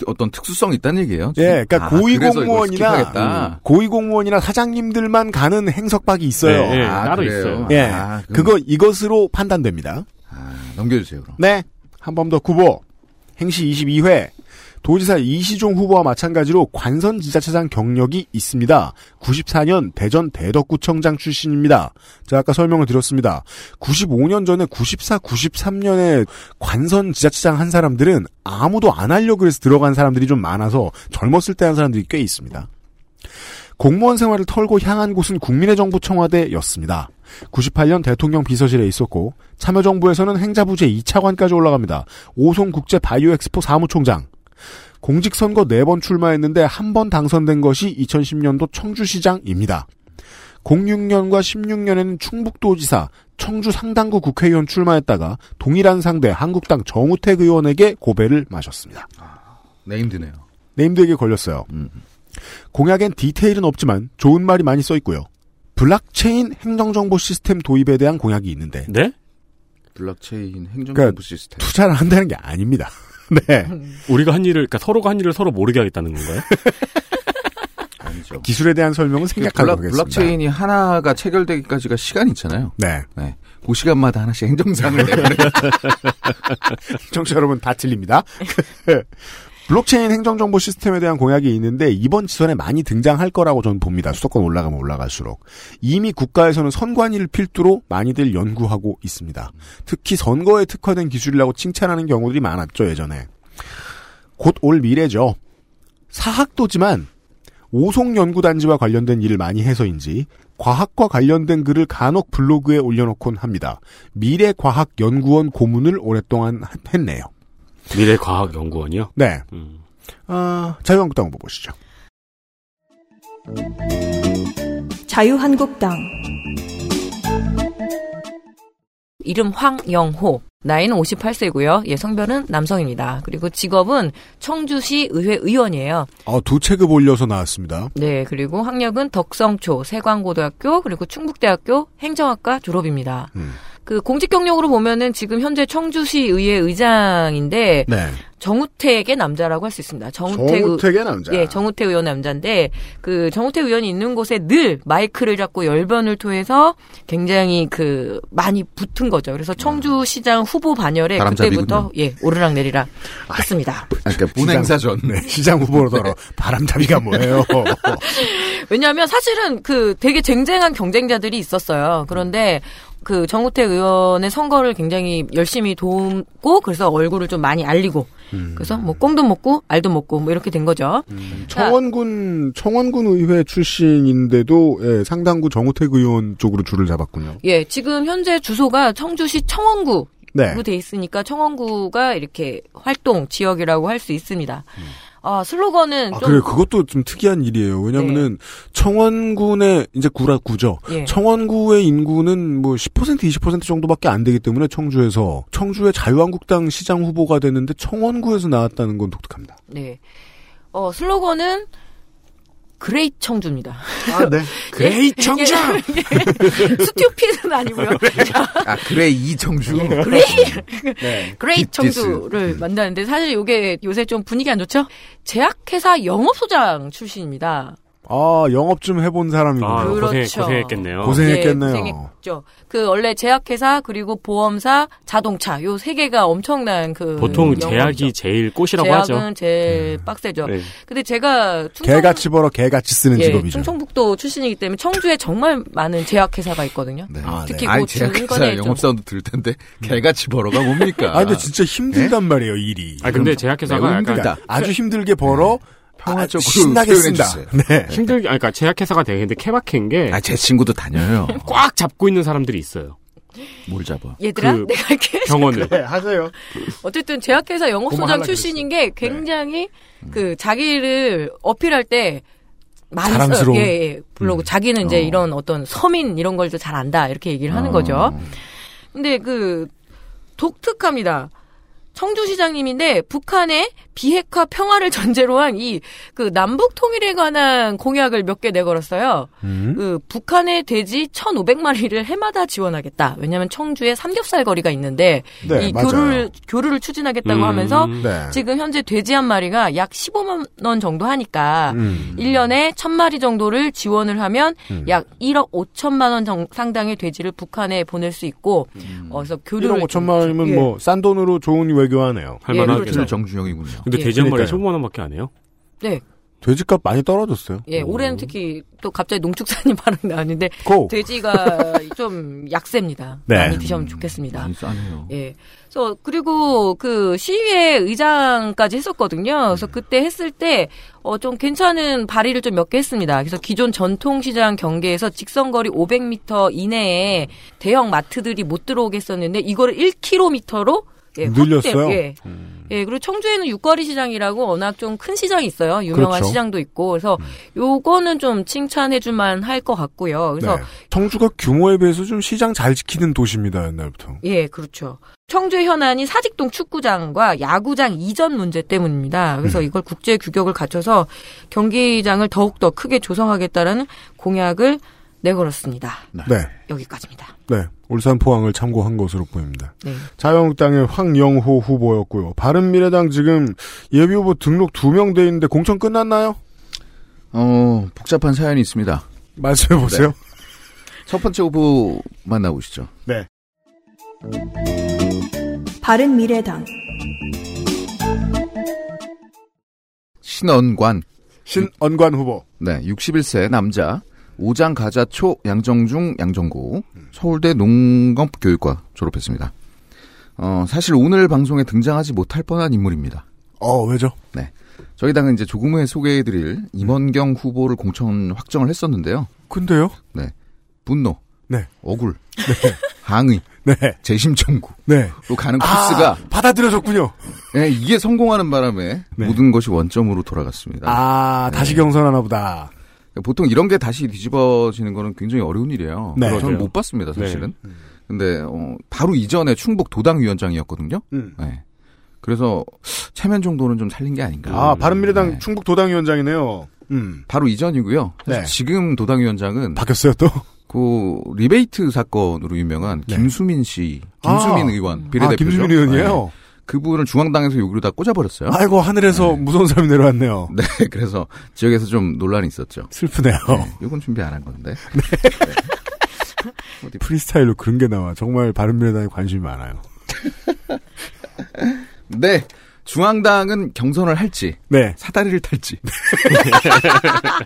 E: 어떤 특수성이 있다는 얘기예요.
B: 예, 그러니까
E: 아, 그래서 이걸
B: 고위공무원이나
E: 스킵하겠다.
B: 음, 고위공무원이나 사장님들만 가는 행석박이 있어요.
F: 네, 예, 따로
E: 아, 그래요?
F: 있어요.
B: 예,
E: 아, 그럼-
B: 그거 이것으로 판단됩니다.
E: 아, 넘겨주세요. 그럼.
B: 네, 한 번 더 후보 행시 22회 도지사 이시종 후보와 마찬가지로 관선 지자체장 경력이 있습니다. 94년 대전 대덕구청장 출신입니다. 제가 아까 설명을 드렸습니다. 95년 전에 94, 93년에 관선 지자체장 한 사람들은 아무도 안 하려고 그래서 들어간 사람들이 좀 많아서 젊었을 때 한 사람들이 꽤 있습니다. 공무원 생활을 털고 향한 곳은 국민의 정부 청와대였습니다. 98년 대통령 비서실에 있었고 참여정부에서는 행자부 제2차관까지 올라갑니다. 오송국제 바이오엑스포 사무총장. 공직선거 4번 출마했는데 한 번 당선된 것이 2010년도 청주시장입니다. 06년과 16년에는 충북도지사, 청주 상당구 국회의원 출마했다가 동일한 상대 한국당 정우택 의원에게 고배를 마셨습니다.
E: 네, 힘드네요.
B: 네임드에게 걸렸어요.
E: 음.
B: 공약엔 디테일은 없지만 좋은 말이 많이 써 있고요. 블록체인 행정정보 시스템 도입에 대한 공약이 있는데
F: 네?
E: 블록체인 행정정부
B: 그러니까
E: 시스템.
B: 투자를 한다는 게 아닙니다. [laughs] 네.
E: 음.
F: 우리가 한 일을 그러니까 서로가 한 일을 서로 모르게 하겠다는 건가요?
E: 아니죠.
B: 기술에 대한 설명은
E: 그
B: 생략하도록
E: 블록-
B: 하겠습니다.
E: 블록체인이 하나가 체결되기까지가 시간이 있잖아요.
B: 네.
E: 네. 그 시간마다 하나씩 행정상을
B: [laughs]
E: 내보내.
B: 청취자 여러분 다 틀립니다. [laughs] 블록체인 행정정보 시스템에 대한 공약이 있는데 이번 지선에 많이 등장할 거라고 저는 봅니다. 수도권 올라가면 올라갈수록 이미 국가에서는 선관위를 필두로 많이들 연구하고 있습니다. 특히 선거에 특화된 기술이라고 칭찬하는 경우들이 많았죠 예전에. 곧 올 미래죠. 사학도지만 오송연구단지와 관련된 일을 많이 해서인지 과학과 관련된 글을 간혹 블로그에 올려놓곤 합니다. 미래과학연구원 고문을 오랫동안 했네요.
F: 미래과학연구원이요.
B: 네.
F: 음.
B: 아, 자유한국당 후보 보시죠.
C: 자유한국당
D: 이름 황영호. 나이는 58세고요. 예, 성별은 남성입니다. 그리고 직업은 청주시 의회 의원이에요.
B: 아, 두 체급 올려서 나왔습니다.
D: 네, 그리고 학력은 덕성초, 세광고등학교, 그리고 충북대학교 행정학과 졸업입니다.
B: 음.
D: 그 공직 경력으로 보면은 지금 현재 청주시 의회 의장인데
B: 네.
D: 정우택의 남자라고 할 수 있습니다. 정우택 의-
B: 정우택의 남자.
D: 예, 정우태 의원 남자인데 그 정우태 의원이 있는 곳에 늘 마이크를 잡고 열변을 통해서 굉장히 그 많이 붙은 거죠. 그래서 청주시장 후보 반열에
E: 바람잡이군요.
D: 그때부터 예 오르락 내리락 했습니다.
E: 아, 그러니까 분행사전.
B: 네, 시장 후보로더러 바람잡이가 뭐예요?
D: 왜냐하면 사실은 그 되게 쟁쟁한 경쟁자들이 있었어요. 그런데 그 정우태 의원의 선거를 굉장히 열심히 돕고 그래서 얼굴을 좀 많이 알리고
E: 음.
D: 그래서 뭐 꽁도 먹고 알도 먹고 뭐 이렇게 된 거죠.
B: 청원군 청원군 의회 출신인데도 예, 상당구 정우택 의원 쪽으로 줄을 잡았군요.
D: 예, 지금 현재 주소가 청주시 청원구
B: 네.
D: 로돼 있으니까 청원구가 이렇게 활동 지역이라고 할 수 있습니다. 아, 슬로건은
B: 아,
D: 좀 네.
B: 그래 그것도 좀 특이한 일이에요. 왜냐면은 청원군의 이제 구라 구죠.
D: 예.
B: 청원구의 인구는 뭐 10% 20% 정도밖에 안 되기 때문에 청주에서 청주의 자유한국당 시장 후보가 됐는데 청원구에서 나왔다는 건 독특합니다.
D: 네. 어, 슬로건은 그레이 청주입니다. [laughs]
B: 아, 네.
D: 그레이 청주. 스튜피드는
B: [laughs]
D: 아니고요.
E: 아, 그래, 이정주.
D: 그레이
B: 네.
D: 그레이
E: 딥 디스.
B: 음.
D: 청주를 만나는데 사실 요게 요새 좀 분위기 안 좋죠? 제약회사 영업소장 출신입니다.
B: 아, 영업 좀 해본 사람이군요.
F: 아, 고생,
D: 그렇죠.
F: 고생했겠네요.
B: 고생- 고생했겠네요.
D: 예, 고생했죠. 그 원래 제약회사 그리고 보험사, 자동차 요 세 개가 엄청난 그
F: 보통
D: 영업이죠.
F: 제약이 제일 꽃이라고
D: 제약은
F: 하죠.
D: 제일 빡세죠.
F: 네.
D: 근데 제가 충청,
B: 개같이 벌어 개같이 쓰는
D: 예,
B: 직업이죠.
D: 충청북도 출신이기 때문에 청주에 정말 많은 제약회사가 있거든요.
E: 네.
B: 아,
D: 특히
E: 아니,
D: 고
E: 제약회사 영업사운드 들 텐데, 개같이 벌어가 뭡니까?
B: 음. 아 근데 진짜 힘들단 말이에요 일이.
F: 아, 근데 제약회사가
E: 매우
F: 약간
E: 힘들다.
B: 그러니까 네? 아주 힘들게 벌어
E: 평화적으로
B: 아, 신나게
E: 표현해
B: 쓴다.
E: 주세요.
B: 네.
F: 힘들게, 아니, 그러니까 제약회사가 되게 케바케인 게 꽉
E: 아, 제 친구도
B: [laughs]
E: 다녀요.
F: 잡고 있는 사람들이 있어요.
E: 뭘 잡아.
D: 얘들아,
F: 그-
D: [laughs] 내가 이렇게
F: 병원을.
B: 하세요.
D: 어쨌든 제약회사 영업소장
B: 고마워하려고
D: 출신인 게
E: 네.
D: 굉장히
E: 음.
D: 그 자기를 어필할 때 많이 써요.
B: 자랑스러운. 음.
D: 예, 예. 블로그 자기는 이제
E: 어.
D: 이런 어떤 서민 이런 걸 잘 안다 이렇게 얘기를 하는 거죠.
B: 어.
D: 근데 그 독특합니다. 청주시장님인데 북한의 비핵화 평화를 전제로 한 이 그 남북 통일에 관한 공약을 몇 개 내걸었어요.
B: 음.
D: 그 북한의 돼지 1,500마리를 해마다 지원하겠다. 왜냐하면 청주에 삼겹살 거리가 있는데
B: 네,
D: 이
B: 맞아요.
D: 교류를 교류를 추진하겠다고
F: 음.
D: 하면서
B: 네.
D: 지금 현재 돼지 한 마리가 약 15만 원 정도 하니까
B: 음.
D: 1년에 1000마리 정도를 지원을 하면 약 1억 5천만 원 정- 상당의 돼지를 북한에 보낼 수 있고 어, 그래서
B: 1억
D: 교류를
B: 5천만 음. 원이면
D: 예.
B: 뭐 싼 돈으로 좋은 외교하네요.
F: 할
D: 예,
F: 만하게.
D: 그렇죠.
E: 틀 정준영이군요.
F: 근데
D: 예,
F: 돼지 한 마리
B: 그러니까요.
F: 15만 원밖에 안 해요.
D: 네.
B: 돼지값 많이 떨어졌어요.
D: 예, 올해는 특히 또 갑자기 농축산이 [laughs] 발언 나왔는데
B: 고.
D: 돼지가 좀 약셉니다.
B: 네.
D: 많이 드시면 좋겠습니다.
E: 많이 싸네요.
D: 예. 그래서 그리고 그 시위회 의장까지 했었거든요.
B: 네.
D: 그래서 그때 했을 때 어 좀 괜찮은 발의를 좀 몇 개 했습니다. 그래서 기존 전통 시장 경계에서 직선 거리 500m 이내에 대형 마트들이 못 들어오게 했었는데 이거를 1km로 예, 확대-
B: 늘렸어요? 음.
D: 예. 예, 그리고 청주에는 육거리 시장이라고 워낙 좀 큰 시장이 있어요. 유명한
B: 그렇죠.
D: 시장도 있고. 그래서 요거는 좀 칭찬해 줄만 할 것 같고요. 그래서
B: 네. 청주가 규모에 비해서 좀 시장 잘 지키는 도시입니다 옛날부터.
D: 예, 그렇죠. 청주 현안이 사직동 축구장과 야구장 이전 문제 때문입니다. 그래서 이걸 국제 규격을 갖춰서 경기장을 더욱더 크게 조성하겠다라는 공약을 내걸었습니다.
B: 네.
D: 여기까지입니다.
B: 네. 울산 포항을 참고한 것으로 보입니다.
D: 네.
B: 자유한국당의 황영호 후보였고요. 바른미래당 지금 예비 후보 등록 두 명 돼 있는데 공천 끝났나요?
E: 어, 복잡한 사연이 있습니다.
B: 말씀해 보세요.
E: 첫 번째 후보 만나보시죠.
B: 네.
C: 바른미래당
E: 신원관.
B: 신언관 후보.
E: 네, 61세 남자. 우장 가자초 양정중 양정고 서울대 농업교육과 졸업했습니다. 어, 사실 오늘 방송에 등장하지 못할 뻔한 인물입니다.
B: 어, 왜죠?
E: 저희 당은 이제 조금 후에 소개해드릴 임원경 후보를 공천 확정을 했었는데요.
B: 근데요?
E: 분노,
B: 네.
E: 억울, 항의,
B: 네.
E: 재심 청구로
B: 네.
E: 가는 코스가
B: 아, 받아들여졌군요.
E: 예, 이게 성공하는 바람에
B: 네.
E: 모든 것이 원점으로 돌아갔습니다.
B: 아, 다시 경선하나 보다.
E: 보통 이런 게 다시 뒤집어지는 거는 굉장히 어려운 일이에요.
B: 네. 음.
E: 저는
F: 그러게요.
E: 못 봤습니다,
F: 네.
E: 사실은. 근데 어, 바로 이전에 충북 도당위원장이었거든요.
B: 음.
E: 예. 그래서 체면 정도는 좀 살린 게 아닌가.
B: 아, 바른미래당
E: 그 네.
B: 충북 도당위원장이네요. 음.
E: 바로 이전이고요. 사실
B: 네.
E: 지금 도당위원장은
B: 바뀌었어요, 또?
E: 그 리베이트 사건으로 유명한
B: 네.
E: 김수민 씨, 김수민
B: 아.
E: 의원 비례대표죠.
B: 아, 김수민
E: 네.
B: 의원이에요?
E: 그분을 중앙당에서 여기로 다 꽂아버렸어요.
B: 아이고, 하늘에서
E: 네.
B: 무서운 사람이 내려왔네요.
E: 네, [laughs] 그래서 지역에서 좀 논란이 있었죠.
B: 슬프네요.
E: 네, 이건 준비 안 한 건데.
B: [laughs] 프리스타일로 그런 게 나와. 정말 바른미래당에 관심이 많아요.
E: 네, 중앙당은 경선을 할지
B: 네. [laughs]
E: 사다리를 탈지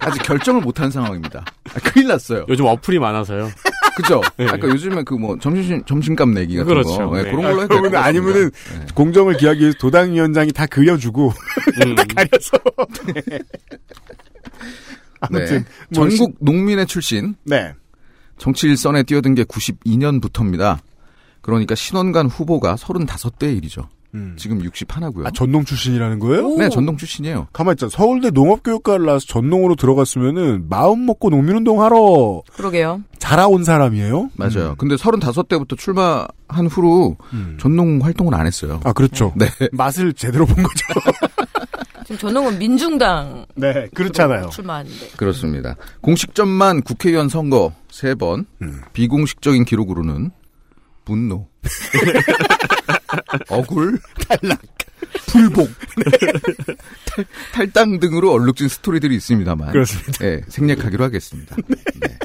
E: 아직 결정을 못한 상황입니다. 아, 큰일 났어요.
F: 요즘 어플이 많아서요.
E: 그죠? 아까 요즘에 그 뭐 점심 점심값 내기 같은
F: 그렇죠.
E: 거 네,
F: 네.
E: 그런 걸로
B: 네. 아,
E: 해도 될것
B: 그러면
E: 같습니다.
B: 아니면은
E: 네.
B: 공정을 기하기 위해서 도당위원장이 다 그려주고, [laughs]
F: 음.
B: 가려서. 네. 아무튼.
E: 네.
B: 뭐
E: 전국 농민의 출신
B: 네.
E: 정치 일선에 뛰어든 게 92년부터입니다. 그러니까 신원관 후보가 35대 일이죠
B: 음.
E: 지금 61고요.
B: 아, 전농 출신이라는 거예요?
E: 네, 전동 출신이에요.
B: 가만 있자. 서울대 농업교육과를 나와서 전농으로 들어갔으면은 마음 먹고 농민운동 하러
D: 그러게요.
B: 자라온 사람이에요.
E: 맞아요. 근데 35대부터 출마한 후로
B: 음.
E: 전농 활동을 안 했어요.
B: 아 그렇죠.
E: 네.
B: 맛을 제대로 본 거죠.
D: 지금 전홍은 민중당
B: [laughs] 네, 그렇잖아요.
D: 출마하는데.
E: 그렇습니다. 공식점만 국회의원 선거 3번,
B: 음.
E: 비공식적인 기록으로는 [laughs] 분노, 억울, 탈락, 불복, 탈- 탈당 등으로 얼룩진 스토리들이 있습니다만
B: 그렇습니다.
E: 예, 생략하기로 하겠습니다. [laughs] 네.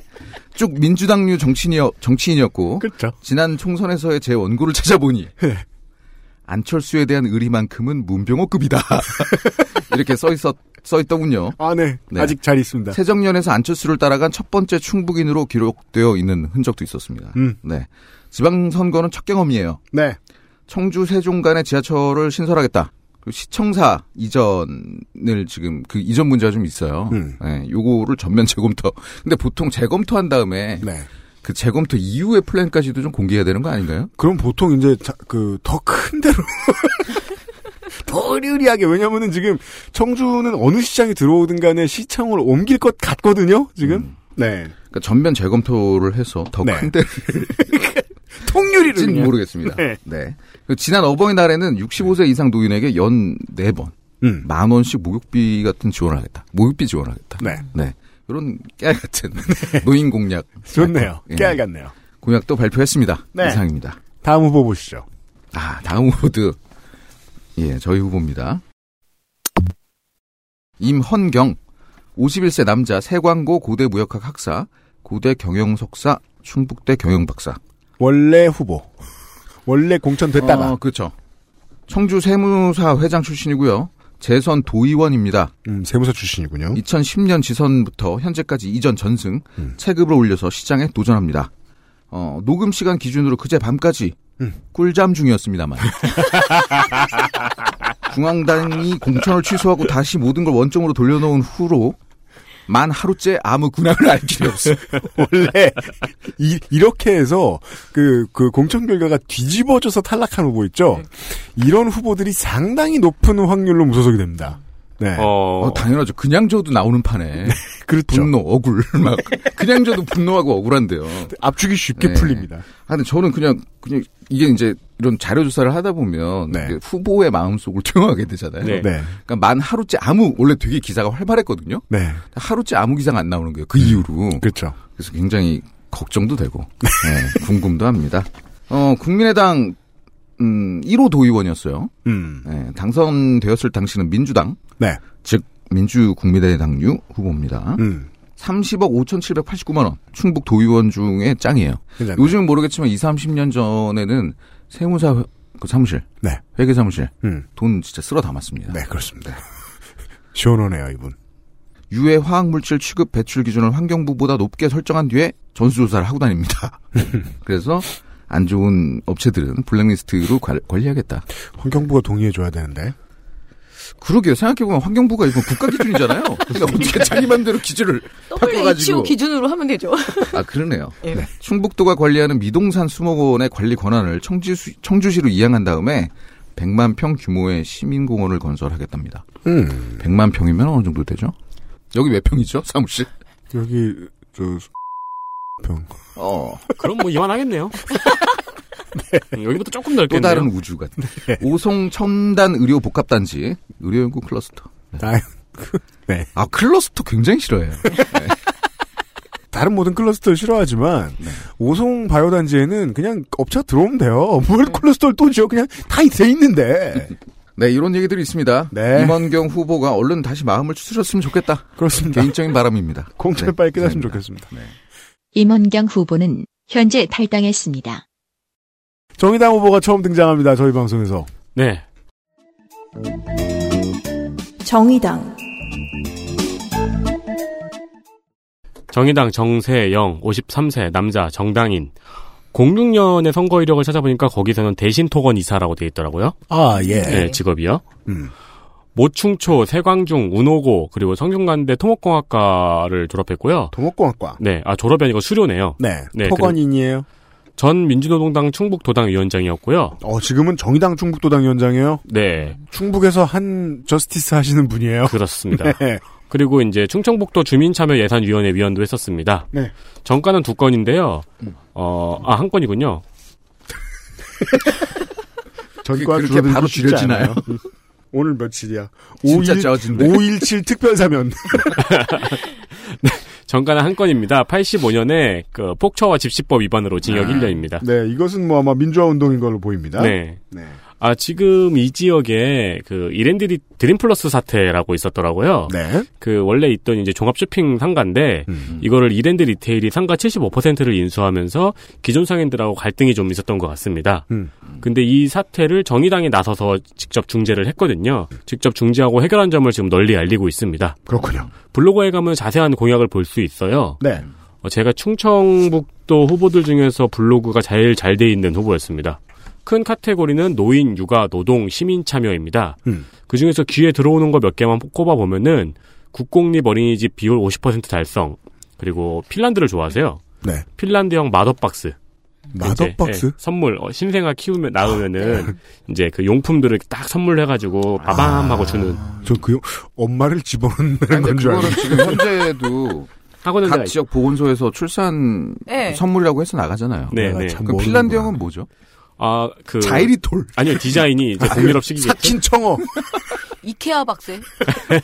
E: 쭉 민주당류 정치인이었, 정치인이었고
B: 그렇죠.
E: 지난 총선에서의 제 원고를 찾아보니 안철수에 대한 의리만큼은 [laughs] 문병호급이다. 이렇게 써 있었 써 있더군요.
B: 아 네.
E: 네.
B: 아직 잘 있습니다.
E: 세정년에서 안철수를 따라간 첫 번째 충북인으로 기록되어 있는 흔적도 있었습니다.
B: 음.
E: 네. 지방선거는 첫 경험이에요.
B: 네.
E: 청주 세종 간의 지하철을 신설하겠다. 그리고 시청사 이전을 지금 그 이전 문제가 좀 있어요.
B: 음.
E: 네, 요거를 전면 재검토. 근데 보통 재검토한 다음에
B: 네.
E: 그 재검토 이후의 플랜까지도 좀 공개해야 되는 거 아닌가요?
B: 그럼 보통 이제 그 더 큰 데로 [laughs] 더 으리으리하게 왜냐면은 지금 청주는 어느 시장이 들어오든 간에 시청을 옮길 것 같거든요. 지금. 네.
E: 그러니까 전면 재검토를 해서 더
B: 네.
E: 큰 데를
B: 통유리를
E: 진
B: 그냥.
E: 모르겠습니다.
B: 네.
E: 네. 그리고 지난 어버이날에는 65세 이상 노인에게 연 4번
B: 음.
E: 만 원씩 목욕비 같은 지원을 하겠다. 목욕비 지원하겠다.
B: 네.
E: 네. 이런 깨알 같은 [laughs] 노인 공약
B: 좋네요.
E: 예.
B: 깨알 같네요.
E: 공약도 발표했습니다.
B: 네.
E: 이상입니다.
B: 다음 후보 보시죠.
E: 아 다음 후보드 예 저희 후보입니다. 임헌경 51세 남자 세광고 고대 무역학 학사 고대 경영 석사 충북대 경영 박사
B: 원래 후보. [laughs] 원래 공천됐다가.
E: 어, 그렇죠. 청주 세무사 회장 출신이고요. 재선 도의원입니다.
B: 음, 세무사 출신이군요.
E: 2010년 지선부터 현재까지 이전 전승
B: 음.
E: 체급을 올려서 시장에 도전합니다. 어, 녹음 시간 기준으로 그제 밤까지
B: 음.
E: 꿀잠 중이었습니다만 [laughs] 중앙당이 공천을 취소하고 다시 모든 걸 원점으로 돌려놓은 후로 만 하루째 아무 군함을 알 길이 없어.
B: [laughs] 원래 이, 이렇게 해서 그, 그 공천 결과가 뒤집어져서 탈락한 후보 있죠.
F: 네.
B: 이런 후보들이 상당히 높은 확률로 무소속이 됩니다. 네,
F: 어,
E: 어, 당연하죠. 그냥 저도 나오는 판에
B: 그렇죠.
E: 분노, 억울 막 그냥 저도 분노하고 억울한데요.
B: 압축이 쉽게
E: 네.
B: 풀립니다.
E: 아, 근데 저는 그냥, 그냥, 이게 이제 이런 자료 조사를 하다 보면
B: 네.
E: 그 후보의 마음속을 [laughs] 투영하게 되잖아요.
F: 네.
B: 네,
E: 그러니까 만 하루째 아무, 원래 되게 기사가 활발했거든요.
B: 네,
E: 하루째 아무 기사가 안 나오는 거예요. 그 이후로.
B: 그렇죠.
E: 그래서 굉장히 걱정도 되고, 네, 궁금도 합니다. 어, 국민의당, 음, 1호 도의원이었어요.
B: 음,
E: 네, 당선되었을 당시는 민주당.
B: 네.
E: 즉, 민주국민의당류 후보입니다.
B: 음,
E: 30억 5,789만 원. 충북 도의원 중에 짱이에요.
B: 괜찮네.
E: 요즘은 모르겠지만 20, 30년 전에는 세무사 회- 그 사무실,
B: 네.
E: 회계 사무실
B: 음.
E: 돈 진짜 쓸어 담았습니다.
B: 네, 그렇습니다. [laughs] 시원하네요, 이분.
E: 유해 화학 물질 취급 배출 기준을 환경부보다 높게 설정한 뒤에 전수조사를 하고 다닙니다. [laughs] 그래서 안 좋은 업체들은 블랙리스트로 관- 관리하겠다.
B: 환경부가 동의해줘야 되는데.
E: 그러게요. 생각해보면 환경부가 이건 국가
B: [laughs]
E: 기준이잖아요. 근데 어떻게 자기 맘대로 기준을
D: WHO
E: 바꿔가지고.
D: 기준으로 하면 되죠.
E: 아, 그러네요.
D: 예.
E: 네. 충북도가 관리하는 미동산 수목원의 관리 권한을 청주시, 청주시로 이양한 다음에 100만 평 규모의 시민공원을 건설하겠답니다.
B: 음.
E: 100만 평이면 어느 정도 되죠? 여기 몇 평이죠? 사무실?
B: 여기, 저, 수- 병.
E: 어.
F: 그럼 뭐 이만하겠네요. 음, 여기부터 조금 넓겠네요.
E: 네. 또 다른 우주 같은. 오송 첨단 의료 복합단지 의료 연구 클러스터.
B: 아,
E: 아 클러스터 굉장히 싫어해요.
B: 다른 모든 클러스터를 싫어하지만, 오송 바이오단지에는 그냥 업체가 들어오면 돼요. [laughs] 뭘 클러스터를 또 지어? 그냥 다 돼 [laughs] 있는데.
E: 네 이런 얘기들이 있습니다.
B: 네.
E: 임원경 후보가 얼른 다시 마음을 추스렸으면 좋겠다.
B: 그렇습니다.
E: 개인적인 바람입니다.
B: 공채를
E: 네,
B: 빨리 깨닫으면
E: 감사합니다.
B: 좋겠습니다. 네.
A: 임원경 후보는 현재 탈당했습니다.
B: 정의당 후보가 처음 등장합니다, 저희 방송에서.
F: 네.
C: 정의당,
F: 정의당 정세영 53세 남자 정당인 06년의 선거 이력을 찾아보니까 거기서는 대신 토건 이사라고 돼 있더라고요.
B: 아, 예.
F: 네, 직업이요.
B: 음.
F: 모충초, 세광중, 운호고 그리고 성균관대 토목공학과를 졸업했고요.
B: 도목공학과.
F: 네, 아 졸업이 아니고 수료네요.
B: 네.
F: 네,
B: 토건인이에요.
F: 전 민주노동당 충북도당 위원장이었고요.
B: 어, 지금은 정의당 충북도당 위원장이에요.
F: 네,
B: 충북에서 한 저스티스 하시는 분이에요. [laughs]
F: 그렇습니다.
B: 네.
F: 그리고 이제 충청북도 주민참여예산위원회 위원도 했었습니다.
B: 네.
F: 정가는 두 건인데요. 어, 아, 한 건이군요.
B: 전과
E: 그렇게
B: 줄어들기
E: 바로
B: 쉽지
E: 줄여지나요?
B: 않아요. [laughs] 오늘 며칠이야?
E: 진짜
B: 5일,
E: 짜증나.
B: 517 특별사면.
F: 정가는 한 건입니다. 85년에 그 폭처와 집시법 위반으로 징역
E: 아,
B: [laughs]
F: 1년입니다.
B: 네, 이것은 뭐 아마 민주화 운동인 걸로 보입니다.
F: 네.
B: 네.
F: 아, 지금 이 지역에 그 이랜드 드림플러스 사태라고 있었더라고요.
B: 네.
F: 그 원래 있던 이제 종합 쇼핑 상가인데
B: 음.
F: 이거를 이랜드 리테일이 상가 75%를 인수하면서 기존 상인들하고 갈등이 좀 있었던 것 같습니다.
B: 음.
F: 근데 이 사태를 정의당이 나서서 직접 중재를 했거든요. 직접 중재하고 해결한 점을 지금 널리 알리고 있습니다.
B: 그렇군요.
F: 블로그에 가면 자세한 공약을 볼 수 있어요.
B: 네.
F: 어, 제가 충청북도 후보들 중에서 블로그가 제일 잘 돼 있는 후보였습니다. 큰 카테고리는 노인, 육아, 노동, 시민 참여입니다.
B: 음.
F: 그 중에서 귀에 들어오는 거 몇 개만 꼽아 보면은 국공립 어린이집 비율 50% 달성. 그리고 핀란드를 좋아하세요.
B: 네.
F: 핀란드형 마더박스.
B: 마더박스? 아, 네.
F: 이제, 예, 선물 어, 신생아 키우면 나오면은 이제 그 용품들을 딱 선물해가지고
B: 아.
F: 빠밤 하고 주는
B: 저그 엄마를 집어넣는
E: 근데
B: 건 줄 알고.
E: 그거는 지금 현재도
F: 학원은
E: 각 지역 보건소에서 출산
D: 네.
E: 선물이라고 해서 나가잖아요.
F: 네,
B: 내가
F: 네.
B: 참
E: 그럼
B: 모르는구나.
E: 핀란드 형은 뭐죠?
F: 아그
B: 자이리톨.
F: 아니요 디자인이
B: [laughs]
F: 이제
B: 그
F: 동유럽 식이겠죠.
B: 사킨 [laughs] 청어.
D: [laughs] 이케아 박스.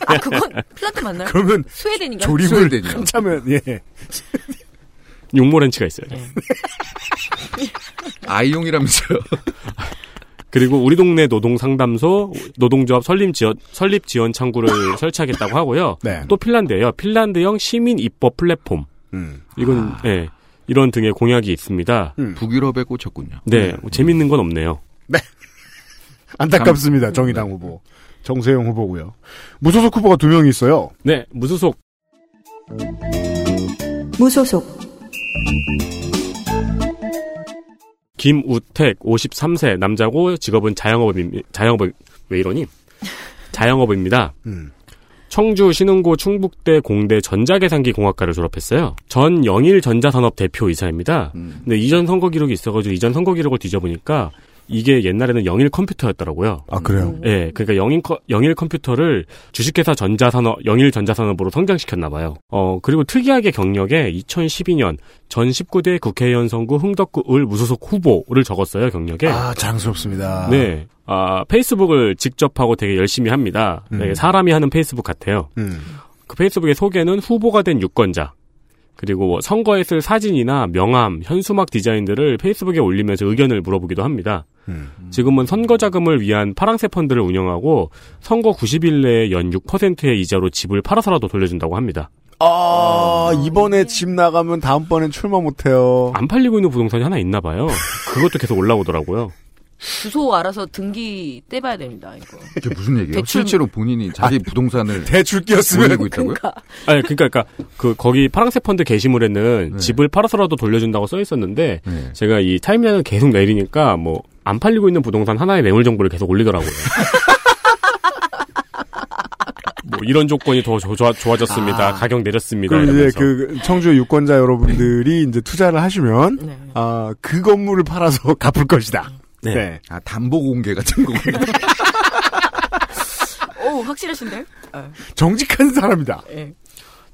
D: 아 그건 플란트 맞나요?
B: 그러면
D: 스웨덴인가? 요
B: 조립을
E: 스웨덴이요.
B: 한참은 예.
F: 용모렌치가 있어요.
E: 아이용이라면서요.
F: 그리고 우리 동네 노동 상담소 노동조합 설립 지원 설립 지원 [laughs] 창구를 설치하겠다고 하고요.
B: 네.
F: 또 핀란드예요. 핀란드형 시민 입법 플랫폼.
B: 음.
F: 이건 예. 이런 등의 공약이 있습니다.
E: [laughs] 북유럽에 꽂혔군요.
F: 네, 뭐 재밌는 건 없네요.
B: 안타깝습니다. 정의당 후보. 정세영 후보고요. 무소속 후보가 두 명이 있어요.
F: 네, 무소속
C: 무소속,
F: 김우택 53세 남자고 직업은 자영업입니다. 자영업 왜 [laughs] 이러니? 자영업입니다.
B: 음.
F: 청주 신흥고 충북대 공대 전자계산기공학과를 졸업했어요. 전 영일 전자산업 대표이사입니다.
E: 음.
F: 근데 이전 선거 기록이 있어가지고 이전 선거 기록을 뒤져보니까 이게 옛날에는 영일 컴퓨터였더라고요.
B: 아, 그래요?
F: 예, 그러니까 영일, 컴- 영일 컴퓨터를 주식회사 전자산업, 영일 전자산업으로 성장시켰나봐요. 어, 그리고 특이하게 경력에 2012년 전 19대 국회의원 선거 흥덕구 을 무소속 후보를 적었어요, 경력에.
B: 아, 장스럽습니다.
F: 네. 아, 페이스북을 직접 하고 되게 열심히 합니다.
B: 음.
F: 되게 사람이 하는 페이스북 같아요.
B: 음.
F: 그 페이스북의 소개는 후보가 된 유권자. 그리고 뭐 선거에 쓸 사진이나 명함, 현수막 디자인들을 페이스북에 올리면서 의견을 물어보기도 합니다.
B: 음.
F: 지금은 선거 자금을 위한 파랑새 펀드를 운영하고 선거 90일 내에 연 6%의 이자로 집을 팔아서라도 돌려준다고 합니다.
B: 아, 이번에 집 나가면 다음번엔 출마 못해요.
F: 안 팔리고 있는 부동산이 하나 있나 봐요. 그것도 계속 올라오더라고요.
D: 주소 알아서 등기 떼봐야 됩니다. 이거.
E: 이게 무슨 얘기예요?
D: 대출-
E: 실제로 본인이 자기 부동산을
B: 아, 대출 끼었으면
E: 올리고 있다고요?
F: 아니 그러니까 그러니까 그 거기 파랑새 펀드 게시물에는 집을 팔아서라도 돌려준다고 써 있었는데
E: 네.
F: 제가 이 타임라인을 계속 내리니까 뭐 안 팔리고 있는 부동산 하나의 매물 정보를 계속 올리더라고요. 뭐 이런 조건이 더 조- 좋아, 좋아졌습니다. 가격 내렸습니다.
B: 그럼 이제
F: 이러면서. 네.
B: 그 청주 유권자 여러분들이 이제 투자를 하시면
D: 네.
B: 아, 그 건물을 팔아서 [laughs] 갚을 것이다.
F: 네.
E: 아 담보 공개
B: [laughs]
E: 같은 거군요.
D: 오 확실하신데요? 아,
B: 정직한 사람이다.
D: 예.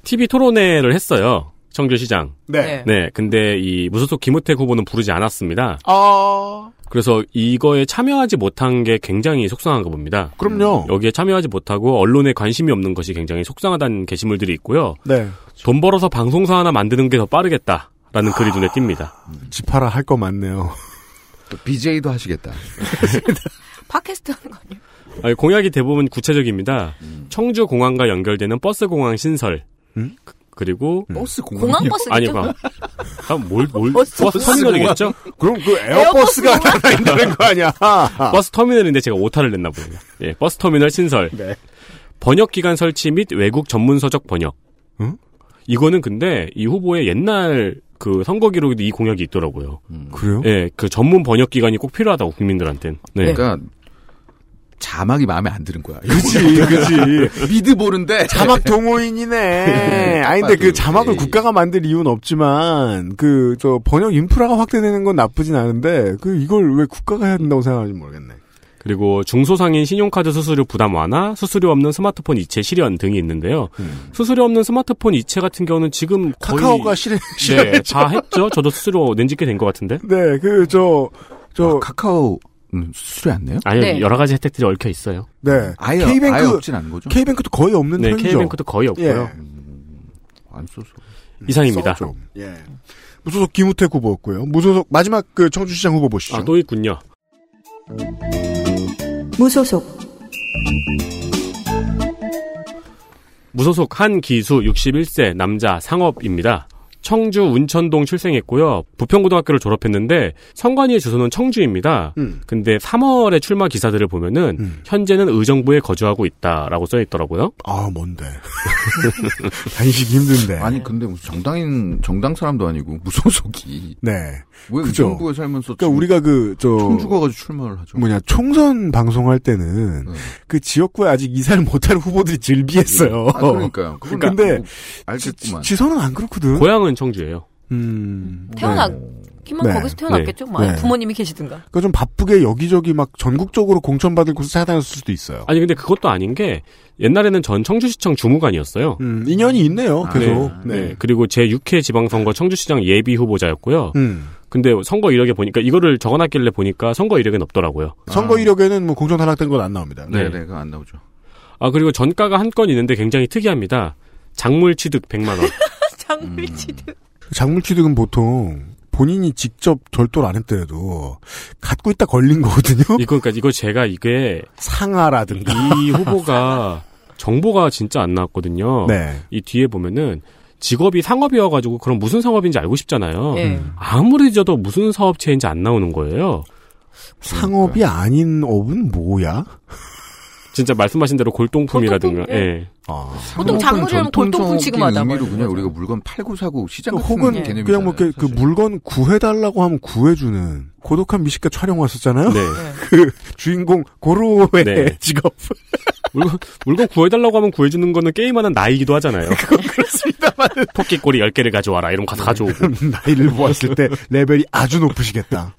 F: TV 토론회를 했어요. 청주시장.
B: 네.
D: 네.
F: 네. 근데 이 무소속 김우택 후보는 부르지 않았습니다.
B: 아,
F: 그래서 이거에 참여하지 못한 게 굉장히 속상한가 봅니다.
B: 그럼요.
F: 음. 여기에 참여하지 못하고 언론에 관심이 없는 것이 굉장히 속상하다는 게시물들이 있고요.
B: 네.
F: 돈 벌어서 방송사 하나 만드는 게 더 빠르겠다라는 글이 눈에 띕니다.
B: 집하라 할 거 많네요.
E: 또 BJ도 하시겠다.
D: 팟캐스트 하는 거 아니에요?
F: 아니, 공약이 대부분 구체적입니다. 청주 공항과 연결되는 버스 공항 신설.
B: 음?
F: 그- 그리고
E: 버스 공항.
D: 공항 버스
F: 아니 봐.
B: 어,
F: 뭘뭘
D: 버스 뭐?
F: 버스 터미널이겠죠?
B: 그럼 그 에어버스가 하나 있다는 거 아니야.
F: 버스 터미널인데 제가 오타를 냈나 보네요. 예, 버스 터미널 신설.
B: 네.
F: 번역 기관 설치 및 외국 전문 서적 번역.
B: 응?
F: 이거는 근데 이 후보의 옛날 그 선거 기록에도 이 공약이 있더라고요.
B: 아, 그래요?
F: 예, 그 전문 번역 기관이 꼭 필요하다고 국민들한테는. 네.
E: 그러니까 자막이 마음에 안 드는 거야.
B: 그지, [laughs] 그지.
E: 미드 보는데
B: 자막 동호인이네. 아니, 근데 그 자막을 국가가 만들 이유는 없지만, 그, 저, 번역 인프라가 확대되는 건 나쁘진 않은데, 그, 이걸 왜 국가가 해야 된다고 생각하는지 모르겠네.
F: 그리고 중소상인 신용카드 수수료 부담 완화, 수수료 없는 스마트폰 이체 실현 등이 있는데요. 수수료 없는 스마트폰 이체 같은 경우는 지금 거의
B: 음. 카카오가 실행, 실행.
F: 네, 다 했죠. 저도 스스로 낸지게 된 것 같은데.
B: 네, 그, 저, 저,
E: 아, 카카오 음, 수수료 안 내요?
F: 아니요,
D: 네.
F: 여러 가지 혜택들이 얽혀 있어요.
B: 네.
E: 아예 아예
B: K뱅크,
E: 없진 않은 거죠?
B: K뱅크도 거의 없는
F: 네,
B: 편이죠.
F: K뱅크도 거의 없고요.
B: 예.
E: 안 써서.
F: 이상입니다.
B: 좀. 예. 무소속 김우택 후보였고요. 무소속, 마지막 그 청주시장 후보 보시죠.
F: 아, 또 있군요.
C: 무소속,
F: 무소속 한기수 61세 남자 상업입니다. 청주 운천동 출생했고요. 부평고등학교를 졸업했는데 선관위의 주소는 청주입니다.
B: 음.
F: 근데 3월에 출마 기사들을 보면은
B: 음.
F: 현재는 의정부에 거주하고 있다라고 써 있더라고요.
B: 아, 뭔데. [laughs] 다니시기 힘든데.
E: 아니 근데 무슨 정당인 정당 사람도 아니고 무소속이
B: 네.
E: 왜
B: 그죠.
E: 의정부에 살면서
B: 그러니까 우리가 그, 저,
E: 청주가 가지고 출마를 하죠?
B: 뭐냐 총선 방송할 때는
E: 네.
B: 그 지역구에 아직 이사를 못하는 후보들이 즐비했어요.
E: 아, 그러니까요. 그걸
B: 그러니까- 근데
E: 보고 알겠구만.
B: 지, 선은안 그렇거든.
F: 고향은 청주예요.
B: 음.
D: 태어나 기만
B: 네.
D: 거기서 태어났겠죠? 뭐
B: 네.
D: 부모님이 계시든가.
B: 그러니까 좀 바쁘게 여기저기 막 전국적으로 공천받을 곳을 찾아다녔을 수도 있어요.
F: 아니 근데 그것도 아닌 게 옛날에는 전 청주시청 주무관이었어요.
B: 음, 인연이 있네요.
E: 아,
B: 계속. 네.
F: 네. 그리고 제 6회 지방선거 청주시장 예비 후보자였고요.
B: 음.
F: 근데 선거 이력에 보니까 이거를 적어놨길래 보니까 선거 이력엔 없더라고요.
B: 선거 이력에는 뭐 공천 탈락된 건 안 나옵니다.
E: 네,
F: 네.
E: 네, 그안 나오죠.
F: 아 그리고 전가가 한 건 있는데 굉장히 특이합니다. 작물 취득 100만 [laughs] 원.
D: 장물치드.
B: 작물 취득은 보통 본인이 직접 절도를 안 했더라도 갖고 있다 걸린 거거든요.
F: 이거 그러니까 이거 제가 이게
B: 상하라든가.
F: 이 후보가 정보가 진짜 안 나왔거든요.
B: 네.
F: 이 뒤에 보면은 직업이 상업이어가지고 그럼 무슨 상업인지 알고 싶잖아요.
D: 예.
F: 아무리 져도 무슨 사업체인지 안 나오는 거예요.
B: 그러니까. 상업이 아닌 업은 뭐야?
F: 진짜 말씀하신 대로 골동품이라든가,
D: 골동품?
F: 예.
B: 아.
D: 보통 작물이라면 골동품 취급하다
E: 의미로
D: 말이죠.
E: 그냥 우리가 물건 팔고 사고 시장 같은
B: 혹은
E: 개념이잖아요.
B: 그냥 뭐 그
E: 사실.
B: 물건 구해달라고 하면 구해주는 고독한 미식가 촬영 왔었잖아요. [laughs] 그
F: 네.
B: 주인공 고로의 [laughs]
F: 네.
B: 직업.
F: 물건, 물건 구해달라고 하면 구해주는 거는 게임하는 나이기도 하잖아요. [laughs] 그건 그렇습니다만. 토끼 꼬리 10개를 가져와라. 이러면 가서 가져오고.
B: [laughs] 나이를 보았을 때 레벨이 아주 높으시겠다.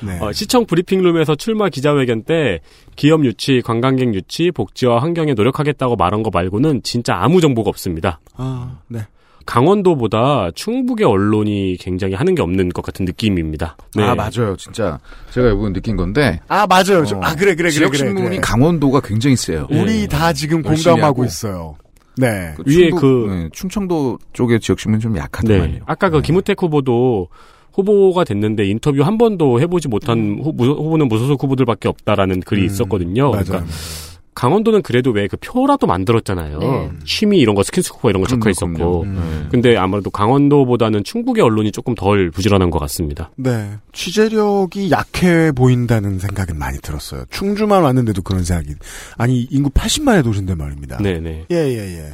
B: 네.
F: 어, 시청 브리핑룸에서 출마 기자회견 때 기업 유치, 관광객 유치, 복지와 환경에 노력하겠다고 말한 거 말고는 진짜 아무 정보가 없습니다.
B: 아, 네.
F: 강원도보다 충북의 언론이 굉장히 하는 게 없는 것 같은 느낌입니다. 네.
E: 아 맞아요, 진짜 제가 이번 느낀 건데
B: 아 맞아요. 저-
E: 어.
B: 아 그래 그래 그래
E: 지역
B: 그래.
E: 신문이
B: 그래.
E: 강원도가 굉장히 세요.
F: 예.
B: 우리 다 지금
E: 열심히
B: 공감하고
E: 하고.
B: 있어요. 네.
E: 그
F: 위에
E: 충북,
F: 그-
E: 네, 충청도 쪽의 지역 신문 좀
F: 네.
E: 약하더만요.
F: 아까 그 김우택 후보도 후보가 됐는데 인터뷰 한 번도 해보지 못한 후보, 후보는 무소속 후보들밖에 없다라는 글이
B: 음,
F: 있었거든요.
B: 맞아요.
F: 그러니까 강원도는 그래도 왜 그 표라도 만들었잖아요.
D: 네.
F: 취미 이런 거 스킨스쿠버 이런 거 적혀 있었고.
B: 음.
F: 근데 아무래도 강원도보다는 충북의 언론이 조금 덜 부지런한 것 같습니다.
B: 네. 취재력이 약해 보인다는 생각은 많이 들었어요. 충주만 왔는데도 그런 생각이. 아니, 인구 80만의 도시인데 말입니다.
F: 네네.
B: 예, 예, 예.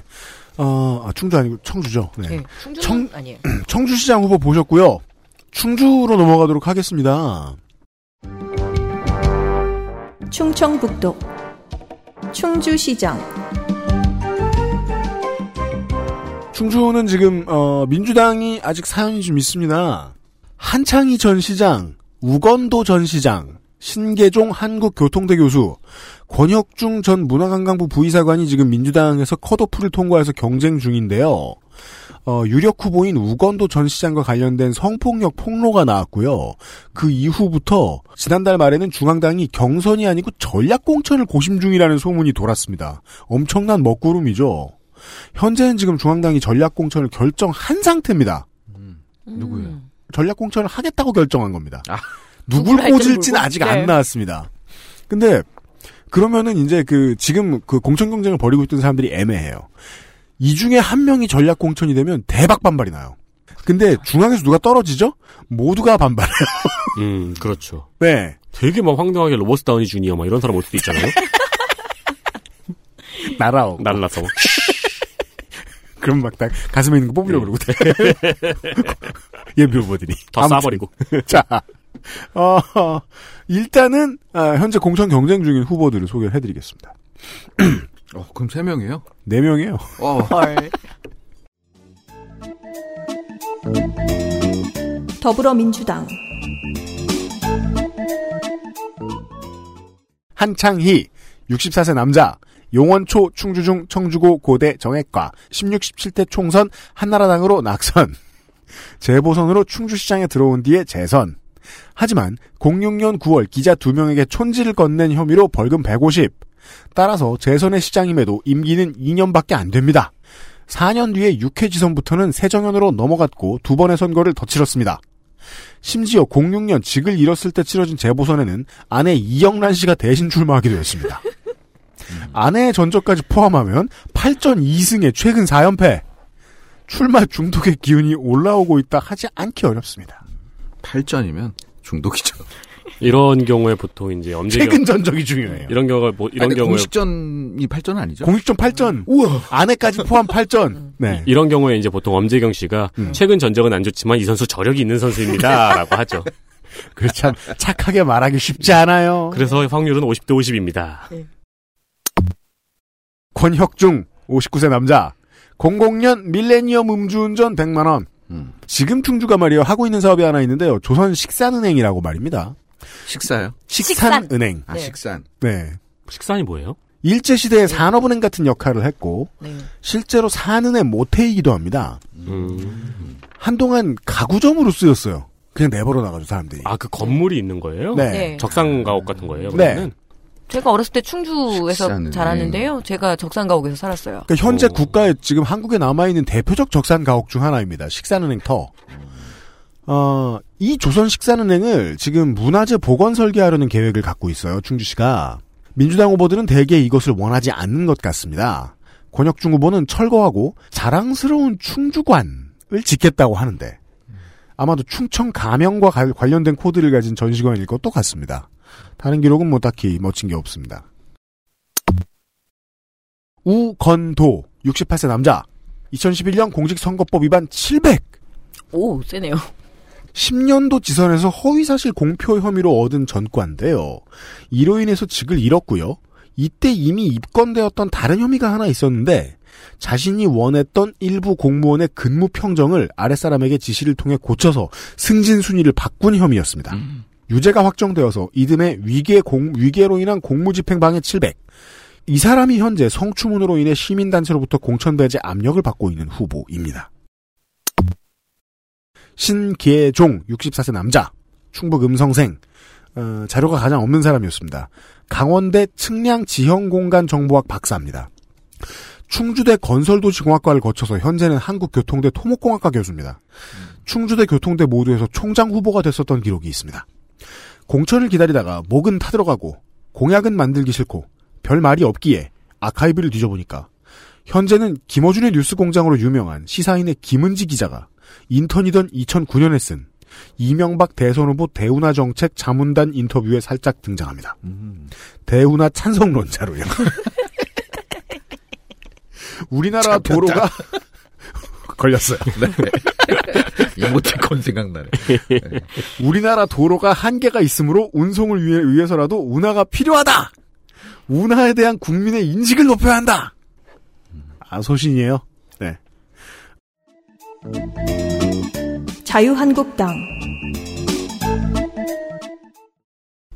B: 어, 아, 충주 아니고 청주죠. 네.
D: 네. 충주는
B: 청-
D: 아니에요.
B: 청주시장 후보 보셨고요. 충주로 넘어가도록 하겠습니다.
C: 충청북도 충주시장
B: 충주는 지금 어, 민주당이 아직 사연이 좀 있습니다. 한창희 전 시장, 우건도 전 시장, 신계종 한국교통대 교수, 권혁중 전 문화관광부 부의사관이 지금 민주당에서 컷오프를 통과해서 경쟁 중인데요. 어, 유력 후보인 우건도 전 시장과 관련된 성폭력 폭로가 나왔고요. 그 이후부터 지난달 말에는 중앙당이 경선이 아니고 전략공천을 고심 중이라는 소문이 돌았습니다. 엄청난 먹구름이죠. 현재는 지금 중앙당이 전략공천을 결정한 상태입니다.
E: 누구예요?
D: 음.
B: 전략공천을 하겠다고 결정한 겁니다.
E: 아.
B: 누굴
D: 누굴 할지
B: 꽂을지는
D: 모르고.
B: 아직
D: 네.
B: 안 나왔습니다. 근데 그러면은 이제 그 지금 그 공천 경쟁을 벌이고 있던 사람들이 애매해요. 이 중에 한 명이 전략 공천이 되면 대박 반발이 나요. 근데 중앙에서 누가 떨어지죠? 모두가 반발해요. [laughs]
F: 음, 그렇죠.
B: 네.
F: 되게 막 황당하게 로버스 다우니 주니어 막 이런 사람 올
B: [laughs]
F: 수도 있잖아요.
B: 날아오고.
F: 날라서.
B: 그럼 막다 가슴에 있는 거 뽑으려고 그러고. [laughs] 예비 후보들이.
F: 다
B: 아무튼.
F: 싸버리고.
B: [laughs] 자, 어, 일단은 아, 현재 공천 경쟁 중인 후보들을 소개를 해드리겠습니다.
E: 어, 그럼 세 명이에요?
B: 네 명이에요.
E: 어.
C: 더불어민주당
B: 한창희 64세 남자 용원초 충주중 청주고 고대 정액과 16, 17대 총선 한나라당으로 낙선 [laughs] 재보선으로 충주시장에 들어온 뒤에 재선 하지만 06년 9월 기자 2명에게 촌지를 건넨 혐의로 벌금 150 따라서 재선의 시장임에도 임기는 2년밖에 안 됩니다 4년 뒤에 육회 지선부터는 새정연으로 넘어갔고 두 번의 선거를 더 치렀습니다 심지어 06년 직을 잃었을 때 치러진 재보선에는 아내 이영란 씨가 대신 출마하기도 했습니다. 아내의 전적까지 포함하면 8전 2승의 최근 4연패. 출마 중독의 기운이 올라오고 있다 하지 않기 어렵습니다.
E: 8전이면 중독이죠.
F: 이런 경우에 보통 이제 엄지경
B: 최근 전적이 중요해요.
F: 이런 경우가 뭐- 이런
E: 아니,
F: 경우에
E: 공식전이 8전 아니죠?
B: 공식점 8전. 아내까지 포함 8전. 네.
F: 이런 경우에 이제 보통 엄재경 씨가
B: 음.
F: 최근 전적은 안 좋지만 이 선수 저력이 있는 선수입니다라고
B: [laughs]
F: 하죠.
B: 그렇지 않- 착하게 말하기 쉽지 않아요.
F: 그래서 확률은 50대 50입니다.
B: 권혁중 59세 남자 00년 밀레니엄 음주운전 100만 원
E: 음.
B: 지금 충주가 말이요 하고 있는 사업이 하나 있는데요 조선 식산은행이라고 말입니다
E: 식사요?
B: 식산은행
E: 아,
D: 네.
E: 식산.
B: 네
F: 식산이 뭐예요?
B: 일제 시대의 산업은행 같은 역할을 했고
D: 네.
B: 실제로 산은의 모태이기도 합니다
F: 음.
B: 한동안 가구점으로 쓰였어요 그냥 내버려 나가죠 사람들이
F: 아 그 건물이 있는 거예요?
B: 네.
D: 네.
F: 적상가옥 같은 거예요.
B: 네.
F: 그러면
D: 제가 어렸을 때 충주에서
E: 식사는,
D: 자랐는데요. 제가 적산가옥에서 살았어요.
B: 그러니까 현재
F: 오.
B: 국가에 지금 한국에 남아있는 대표적 적산 가옥 중 하나입니다. 식산은행터. 어, 이 조선 식산은행을 지금 문화재 복원 설계하려는 계획을 갖고 있어요. 충주시가. 민주당 후보들은 대개 이것을 원하지 않는 것 같습니다. 권혁중 후보는 철거하고 자랑스러운 충주관을 짓겠다고 하는데 아마도 충청 가명과 갈- 관련된 코드를 가진 전시관일 것도 같습니다. 다른 기록은 뭐 딱히 멋진 게 없습니다. 우건도 68세 남자 2011년 공직선거법 위반 700
D: 오, 세네요.
B: 10년도 지선에서 허위사실 공표 혐의로 얻은 전과인데요. 이로 인해서 직을 잃었고요. 이때 이미 입건되었던 다른 혐의가 하나 있었는데 자신이 원했던 일부 공무원의 근무 평정을 아랫사람에게 지시를 통해 고쳐서 승진 순위를 바꾼 혐의였습니다. 유죄가 확정되어서 이듬해 위계 공, 위계로 인한 공무집행방해 700. 이 사람이 현재 성추문으로 인해 시민단체로부터 공천배제 압력을 받고 있는 후보입니다. 신계종 64세 남자 충북 음성생 어, 자료가 가장 없는 사람이었습니다. 강원대 측량 지형공간 정보학 박사입니다. 충주대 건설도시공학과를 거쳐서 현재는 한국교통대 토목공학과 교수입니다. 충주대 교통대 모두에서 총장 후보가 됐었던 기록이 있습니다. 공천을 기다리다가 목은 타들어가고 공약은 만들기 싫고 별 말이 없기에 아카이브를 뒤져보니까 현재는 김어준의 뉴스 공장으로 유명한 시사인의 김은지 기자가 인턴이던 2009년에 쓴 이명박 대선 후보 대우나 정책 자문단 인터뷰에 살짝 등장합니다. 대우나 찬성론자로요. [laughs] 우리나라 도로가 [laughs] 걸렸어요.
E: 네. [laughs] 이모티콘 생각나네.
B: 우리나라 도로가 한계가 있으므로 운송을 위해, 위해서라도 운하가 필요하다. 운하에 대한 국민의 인식을 높여야 한다. 아 소신이에요.
D: 어?
B: 네.
C: 자유한국당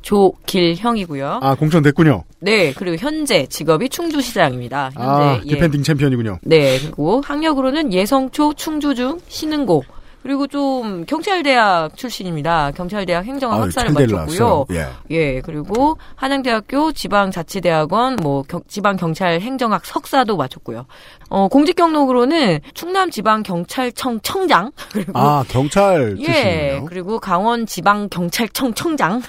D: 조길형이고요.
B: 아 공천 됐군요.
D: 네, 그리고 현재 직업이 충주시장입니다. 현재
B: 아
D: 예.
B: 디펜딩 챔피언이군요.
D: 네, 그리고 학력으로는 예성초, 충주중, 신흥고 그리고 좀 경찰대학 출신입니다. 경찰대학 어, 행정학
B: 아,
D: 학사를
B: 찰대를
D: 마쳤고요.
B: 나왔어요. 예.
D: 예, 그리고 한양대학교 지방자치대학원 뭐 경- 지방경찰 행정학 석사도 마쳤고요. 어, 공직 경력으로는 충남 지방 경찰청 청장 그리고
B: 아 경찰
D: 예,
B: 출신이군요.
D: 그리고 강원 지방 경찰청 청장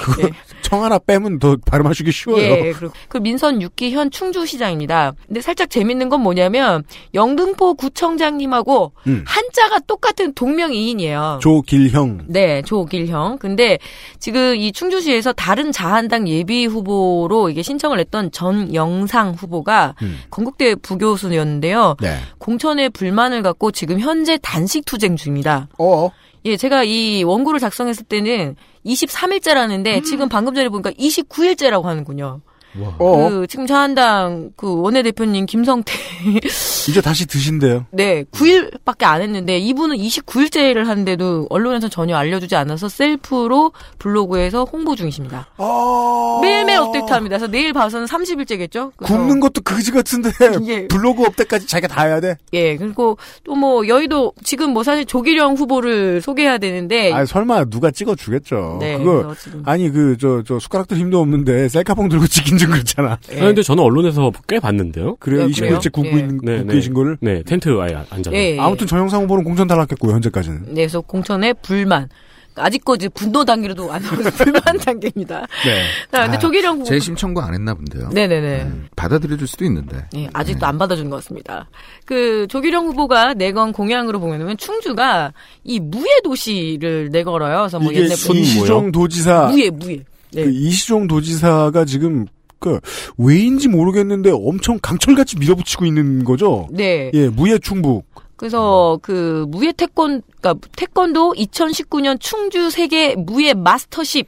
B: 그거 청 하나 빼면 더 발음하시기 쉬워요.
D: 예, 그리고 그 민선 6기현 충주시장입니다. 근데 살짝 재밌는 건 뭐냐면 영등포 구청장님하고
B: 음.
D: 한자가 똑같은 동명이인이에요.
B: 조길형.
D: 네, 조길형. 근데 지금 이 충주시에서 다른 자한당 예비 후보로 이게 신청을 했던 전영상 후보가
B: 음.
D: 건국대 부교수였는데요.
B: 네.
D: 공천에 불만을 갖고 지금 현재 단식 투쟁 중입니다.
B: 어.
D: 예, 제가 이 원고를 작성했을 때는 23일째라는데 지금 방금 전에 보니까 29일째라고 하는군요.
B: 어.
D: 그 지금 자한당 그 원내대표님 김성태
B: 이제 다시 드신대요.
D: 네 9일밖에 안 했는데 이분은 29일째를 하는데도 언론에서 전혀 알려주지 않아서 셀프로 블로그에서 홍보 중이십니다.
B: 아.
D: 매일매일 업데이트합니다. 그래서 내일 봐서는 30일째겠죠.
B: 굽는 것도 그지 같은데
D: [laughs] 예.
B: 블로그 업데이트까지 자기가 다 해야 돼.
D: 예 그리고 또 뭐 여의도 지금 뭐 사실 조기령 후보를 소개해야 되는데
B: 아 설마 누가 찍어 주겠죠.
D: 예. 네
B: 그거
D: 그래서 지금
B: 아니 그 저 저 숟가락도 힘도 없는데 셀카봉 들고 찍긴 좀 그렇잖아.
D: 예.
F: 아니, 근데 저는 언론에서 꽤 봤는데요.
B: 그래요?
D: 네,
B: 29일째 굶고
D: 그래요?
B: 있는
F: 네,
B: 굶고
F: 네.
B: 계신 거를.
F: 네, 텐트 아예 안- 앉아서.
D: 예, 예.
B: 아무튼 정영상 후보는 공천 탈락했고 요 현재까지는.
D: 네, 그래서 공천에 불만 아직까지 분노 단계로도 안 하고 [laughs] 불만 단계입니다.
B: 네.
D: 자, 근데
B: 아,
D: 조기령 후보
E: 제 심청구 안 했나 본데요.
D: 네네네.
E: 음, 받아들여줄 수도 있는데.
B: 음.
D: 예, 아직도
B: 네.
D: 안 받아준 것 같습니다. 그 조기령 후보가 내건 공약으로 보면 충주가 이 무예 도시를 내걸어요. 그래서 뭐
B: 이게
D: 옛날 보면
B: 이시종 도지사
D: 무예 무예. 네.
B: 그 이시종 도지사가 지금 그 왜인지 모르겠는데 엄청 강철같이 밀어붙이고 있는 거죠.
D: 네.
B: 예, 무예 충북.
D: 그래서 그 무예 태권 그러니까 태권도 2019년 충주 세계 무예 마스터십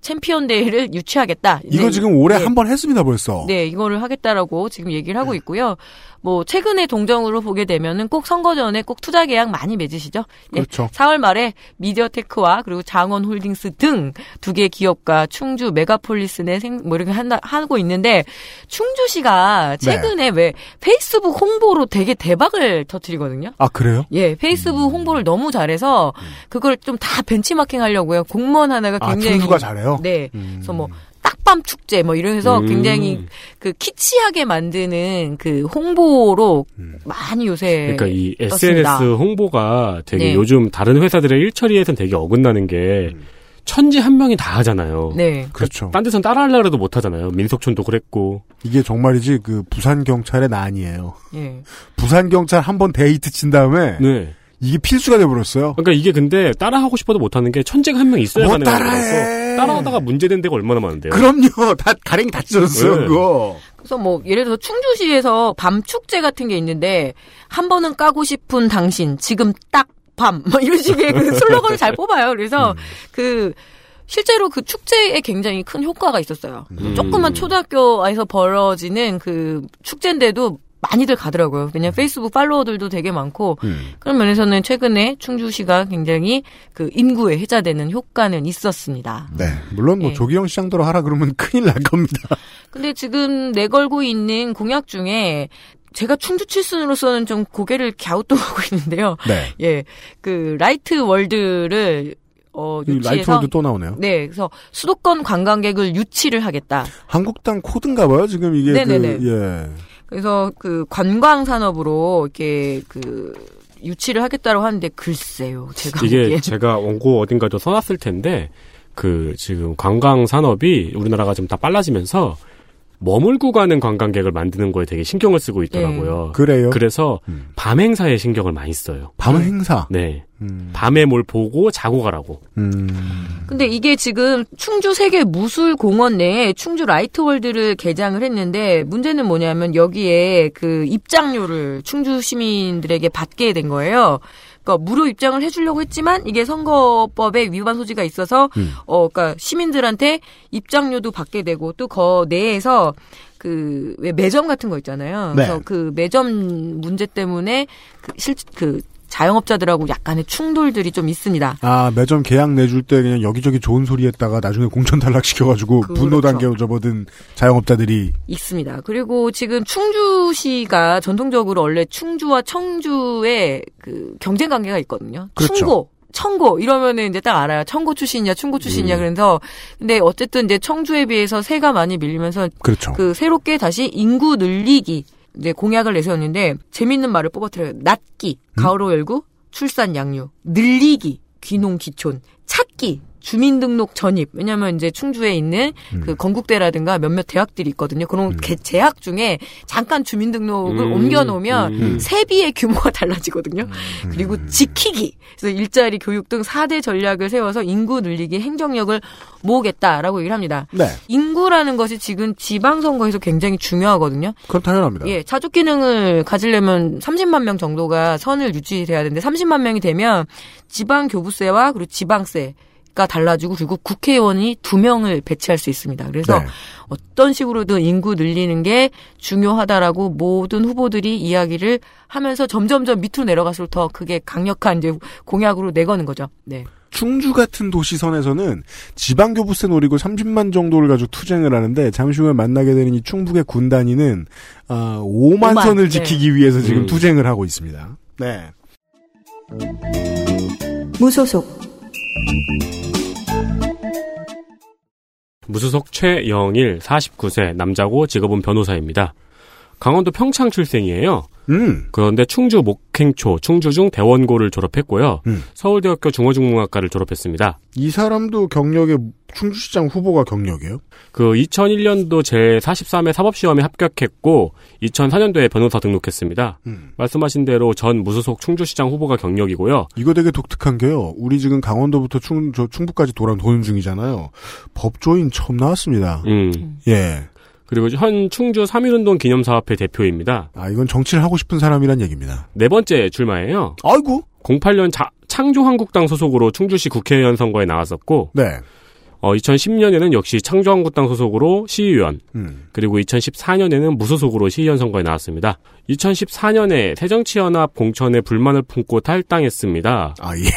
D: 챔피언 대회를 유치하겠다.
B: 이거
D: 네.
B: 지금 올해
D: 네.
B: 한 번 했습니다 벌써.
D: 네, 이거를 하겠다라고 지금 얘기를
B: 네.
D: 하고 있고요. 뭐 최근에 동정으로 보게 되면은 꼭 선거 전에 꼭 투자 계약 많이 맺으시죠. 예,
B: 그렇죠.
D: 4월 말에 미디어테크와 그리고 장원홀딩스 등 두 개 기업과 충주 메가폴리스 내생뭐 이렇게 한다 하고 있는데
B: 네.
D: 충주시가 최근에 왜 페이스북 홍보로 되게 대박을 터뜨리거든요.
B: 아 그래요?
D: 예,
B: 음.
D: 페이스북 홍보를 너무 잘해서 그걸 좀 다 benchmarking 하려고요. 공무원 하나가
B: 아
D: 굉장히
B: 충주가 잘해요.
D: 네.
B: 음.
D: 그래서 뭐 딱밤 축제 뭐 이러면서
F: 음.
D: 굉장히 그 키치하게 만드는 그 홍보로
B: 음.
D: 많이 요새
F: 그러니까 이 SNS
D: 네. 떴습니다.
F: 홍보가 되게
D: 네.
F: 요즘 다른 회사들의 일처리에선 되게 어긋나는 게 천지 한 명이 다 하잖아요.
D: 네.
B: 그렇죠.
F: 딴 데선 따라 하려고 해도 못 하잖아요. 민속촌도 그랬고.
B: 이게 정말이지 그 부산 경찰의 난이에요.
D: 예.
B: 부산 경찰 한 번 데이트 친 다음에
F: 네.
B: 이게 필수가 돼버렸어요.
F: 그러니까 이게 근데 따라하고 싶어도 못하는 게 천재가 한 명 있어야
B: 못
F: 가능한
B: 따라해.
F: 거라서 따라하다가 문제된 데가 얼마나 많은데요.
B: 그럼요. [laughs] 다 가랭이 다 찢어졌어요.
F: 네.
B: 그거.
D: 그래서 뭐 예를 들어 충주시에서 밤 축제 같은 게 있는데 한 번은 까고 싶은 당신 지금 딱밤뭐 [laughs] 이런 식의 그 슬로건을 잘 뽑아요. 그래서 그 실제로 그 축제에 굉장히 큰 효과가 있었어요.
F: 음.
D: 조그만 초등학교에서 벌어지는 그 축제인데도 많이들 가더라고요. 왜냐 면 페이스북 팔로워들도 되게 많고 그런 면에서는 최근에 충주시가 굉장히 그 인구에 해자되는 효과는 있었습니다.
B: 네. 물론 뭐
D: 예.
B: 조기영 시장대로 하라 그러면 [laughs] 큰일 날 겁니다.
D: 근데 지금 내걸고 있는 공약 중에 제가 충주 칠순으로서는 좀 고개를 갸우뚱하고 [laughs] 있는데요.
B: 네.
D: 예, 그 라이트 월드를 어
B: 이
D: 유치해서
B: 라이트월드 또 나오네요.
D: 네, 그래서 수도권 관광객을 유치를 하겠다.
B: 한국당 코드인가 봐요. 지금 이게
D: 네네네.
B: 그 예.
D: 그래서 그 관광 산업으로 이렇게 그 유치를 하겠다고 하는데 글쎄요. 제가
F: 이게
D: 보기엔.
F: 제가 원고 어딘가도 써놨을 텐데 그 지금 관광 산업이 우리나라가 좀 다 빨라지면서 머물고 가는 관광객을 만드는 거에 되게 신경을 쓰고
D: 예.
F: 있더라고요.
B: 어. 그래요.
F: 그래서
B: 음.
F: 밤 행사에 신경을 많이 써요.
B: 밤 행사.
F: 네.
B: 음.
F: 밤에 뭘 보고 자고 가라고.
B: 음.
D: 근데 이게 지금 충주 세계 무술 공원 내에 충주 라이트 월드를 개장을 했는데 문제는 뭐냐면 여기에 그 입장료를 충주 시민들에게 받게 된 거예요. 그러니까 무료 입장을 해주려고 했지만 이게 선거법에 위반 소지가 있어서 어, 그러니까 시민들한테 입장료도 받게 되고 또 거 내에서 그 왜 매점 같은 거 있잖아요.
B: 네.
D: 그래서 그 매점 문제 때문에 그 실 그 자영업자들하고 약간의 충돌들이 좀 있습니다.
B: 아 매점 계약 내줄 때 그냥 여기저기 좋은 소리 했다가 나중에 공천 탈락 시켜가지고
D: 그렇죠.
B: 분노 단계로 접어든 자영업자들이
D: 있습니다. 그리고 지금 충주시가 전통적으로 원래 충주와 청주의 그 경쟁 관계가 있거든요.
B: 그렇죠.
D: 충고. 청고 이러면은 이제 딱 알아요. 청고 출신이냐, 충고
B: 음.
D: 출신이냐. 그래서 근데 어쨌든 이제 청주에 비해서 새가 많이 밀리면서
B: 그렇죠.
D: 그 새롭게 다시 인구 늘리기 이제 공약을 내세웠는데 재밌는 말을 뽑아트려요. 낫기,
B: 음?
D: 가을호 열구, 출산 양육, 늘리기, 귀농 기촌, 찾기, 주민등록 전입. 왜냐하면 이제 충주에 있는
B: 음.
D: 그 건국대라든가 몇몇 대학들이 있거든요. 그런 개- 재학 중에 잠깐 주민등록을
F: 음.
D: 뭐 옮겨놓으면
F: 음.
D: 세비의 규모가 달라지거든요. 그리고 지키기. 그래서 일자리 교육 등 4대 전략을 세워서 인구 늘리기 행정력을 모으겠다라고 얘기를 합니다.
B: 네,
D: 인구라는 것이 지금 지방선거에서 굉장히 중요하거든요.
B: 그건 당연합니다.
D: 예, 자족 기능을 가지려면 30만 명 정도가 선을 유지돼야 되는데 30만 명이 되면 지방 교부세와 그리고 지방세가 달라지고 그리고 국회의원이 두 명을 배치할 수 있습니다. 그래서
B: 네.
D: 어떤 식으로든 인구 늘리는 게 중요하다라고 모든 후보들이 이야기를 하면서 점점점 밑으로 내려갈수록 더 그게 강력한 이제 공약으로 내거는 거죠. 네.
B: 충주 같은 도시선에서는 지방교부세 노리고 30만 정도를 가지고 투쟁을 하는데 잠시 후에 만나게 되는 이 충북의 군단위는 아, 5만,
D: 오만,
B: 선을
D: 네.
B: 지키기 위해서 지금
F: 음.
B: 투쟁을 하고 있습니다. 네.
C: 무소속
F: 무소속 최영일 49세 남자고 직업은 변호사입니다. 강원도 평창 출생이에요.
B: 음.
F: 그런데 충주 목행초, 충주중 대원고를 졸업했고요.
B: 음.
F: 서울대학교 중어중문학과를 졸업했습니다.
B: 이 사람도 경력에 충주시장 후보가 경력이에요.
F: 그 2001년도 제43회 사법시험에 합격했고 2004년도에 변호사 등록했습니다.
B: 음.
F: 말씀하신 대로 전 무소속 충주시장 후보가 경력이고요.
B: 이거 되게 독특한 게요. 우리 지금 강원도부터 충, 저 충북까지 돌아 도는 중이잖아요. 법조인 처음 나왔습니다.
F: 음.
B: 예.
F: 그리고 현 충주 3.1운동 기념사업회 대표입니다.
B: 아, 이건 정치를 하고 싶은 사람이란 얘기입니다.
F: 네 번째 출마예요.
B: 아이고.
F: 08년 자- 창조한국당 소속으로 충주시 국회의원 선거에 나왔었고
B: 네.
F: 어, 2010년에는 역시 창조한국당 소속으로 시의원,
B: 음.
F: 그리고 2014년에는 무소속으로 시의원 선거에 나왔습니다. 2014년에 새정치연합 공천에 불만을 품고 탈당했습니다.
B: 아,
F: [laughs]
B: 예.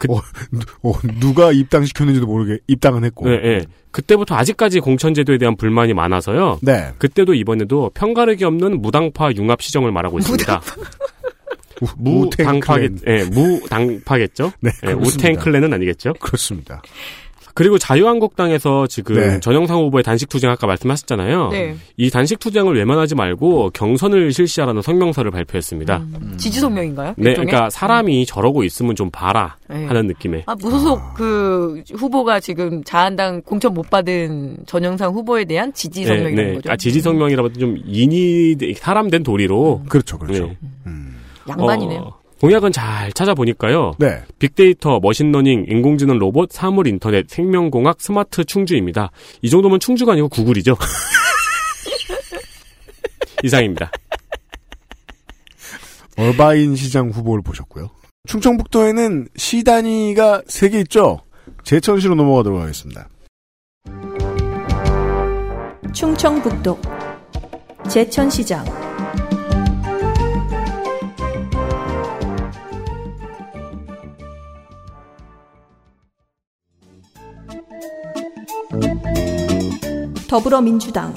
F: 그-
B: 어, 누- 어, 누가 입당시켰는지도 모르게 입당은 했고.
F: 네, 네. 그때부터 아직까지 공천제도에 대한 불만이 많아서요.
B: 네.
F: 그때도 이번에도 편가르기 없는 무당파 융합 시정을 말하고 있습니다.
B: [laughs] 우- 우탱
F: 무당파겠,
B: 클랜.
F: 예, 무당파겠죠?
B: [laughs] 네,
F: 예,
B: 그렇습니다.
F: 우탱 클랜은 아니겠죠?
B: 그렇습니다.
F: 그리고 자유한국당에서 지금
B: 네.
F: 전영상 후보의 단식 투쟁 아까 말씀하셨잖아요.
D: 네.
F: 이 단식 투쟁을 외면하지 말고 경선을 실시하라는 성명서를 발표했습니다.
B: 음.
D: 지지 성명인가요?
F: 네,
D: 일종의?
F: 그러니까 사람이 저러고 있으면 좀 봐라
D: 음. 네.
F: 하는 느낌의
D: 아, 무소속 그 후보가 지금 자한당 공천 못 받은 전영상 후보에 대한 지지 성명인 거죠. 음.
F: 아, 지지 성명이라고 좀 인이 사람 된 도리로
B: 그렇죠, 그렇죠.
F: 네.
B: 음.
D: 양반이네요.
F: 어, 공약은 잘 찾아보니까요.
B: 네.
F: 빅데이터, 머신러닝, 인공지능 로봇, 사물 인터넷, 생명공학, 스마트 충주입니다. 이 정도면 충주가 아니고 구글이죠. [laughs] 이상입니다.
B: 얼바인 시장 후보를 보셨고요. 충청북도에는 시 단위가 세 개 있죠. 제천시로 넘어가도록 하겠습니다.
C: 충청북도 제천시장 더불어민주당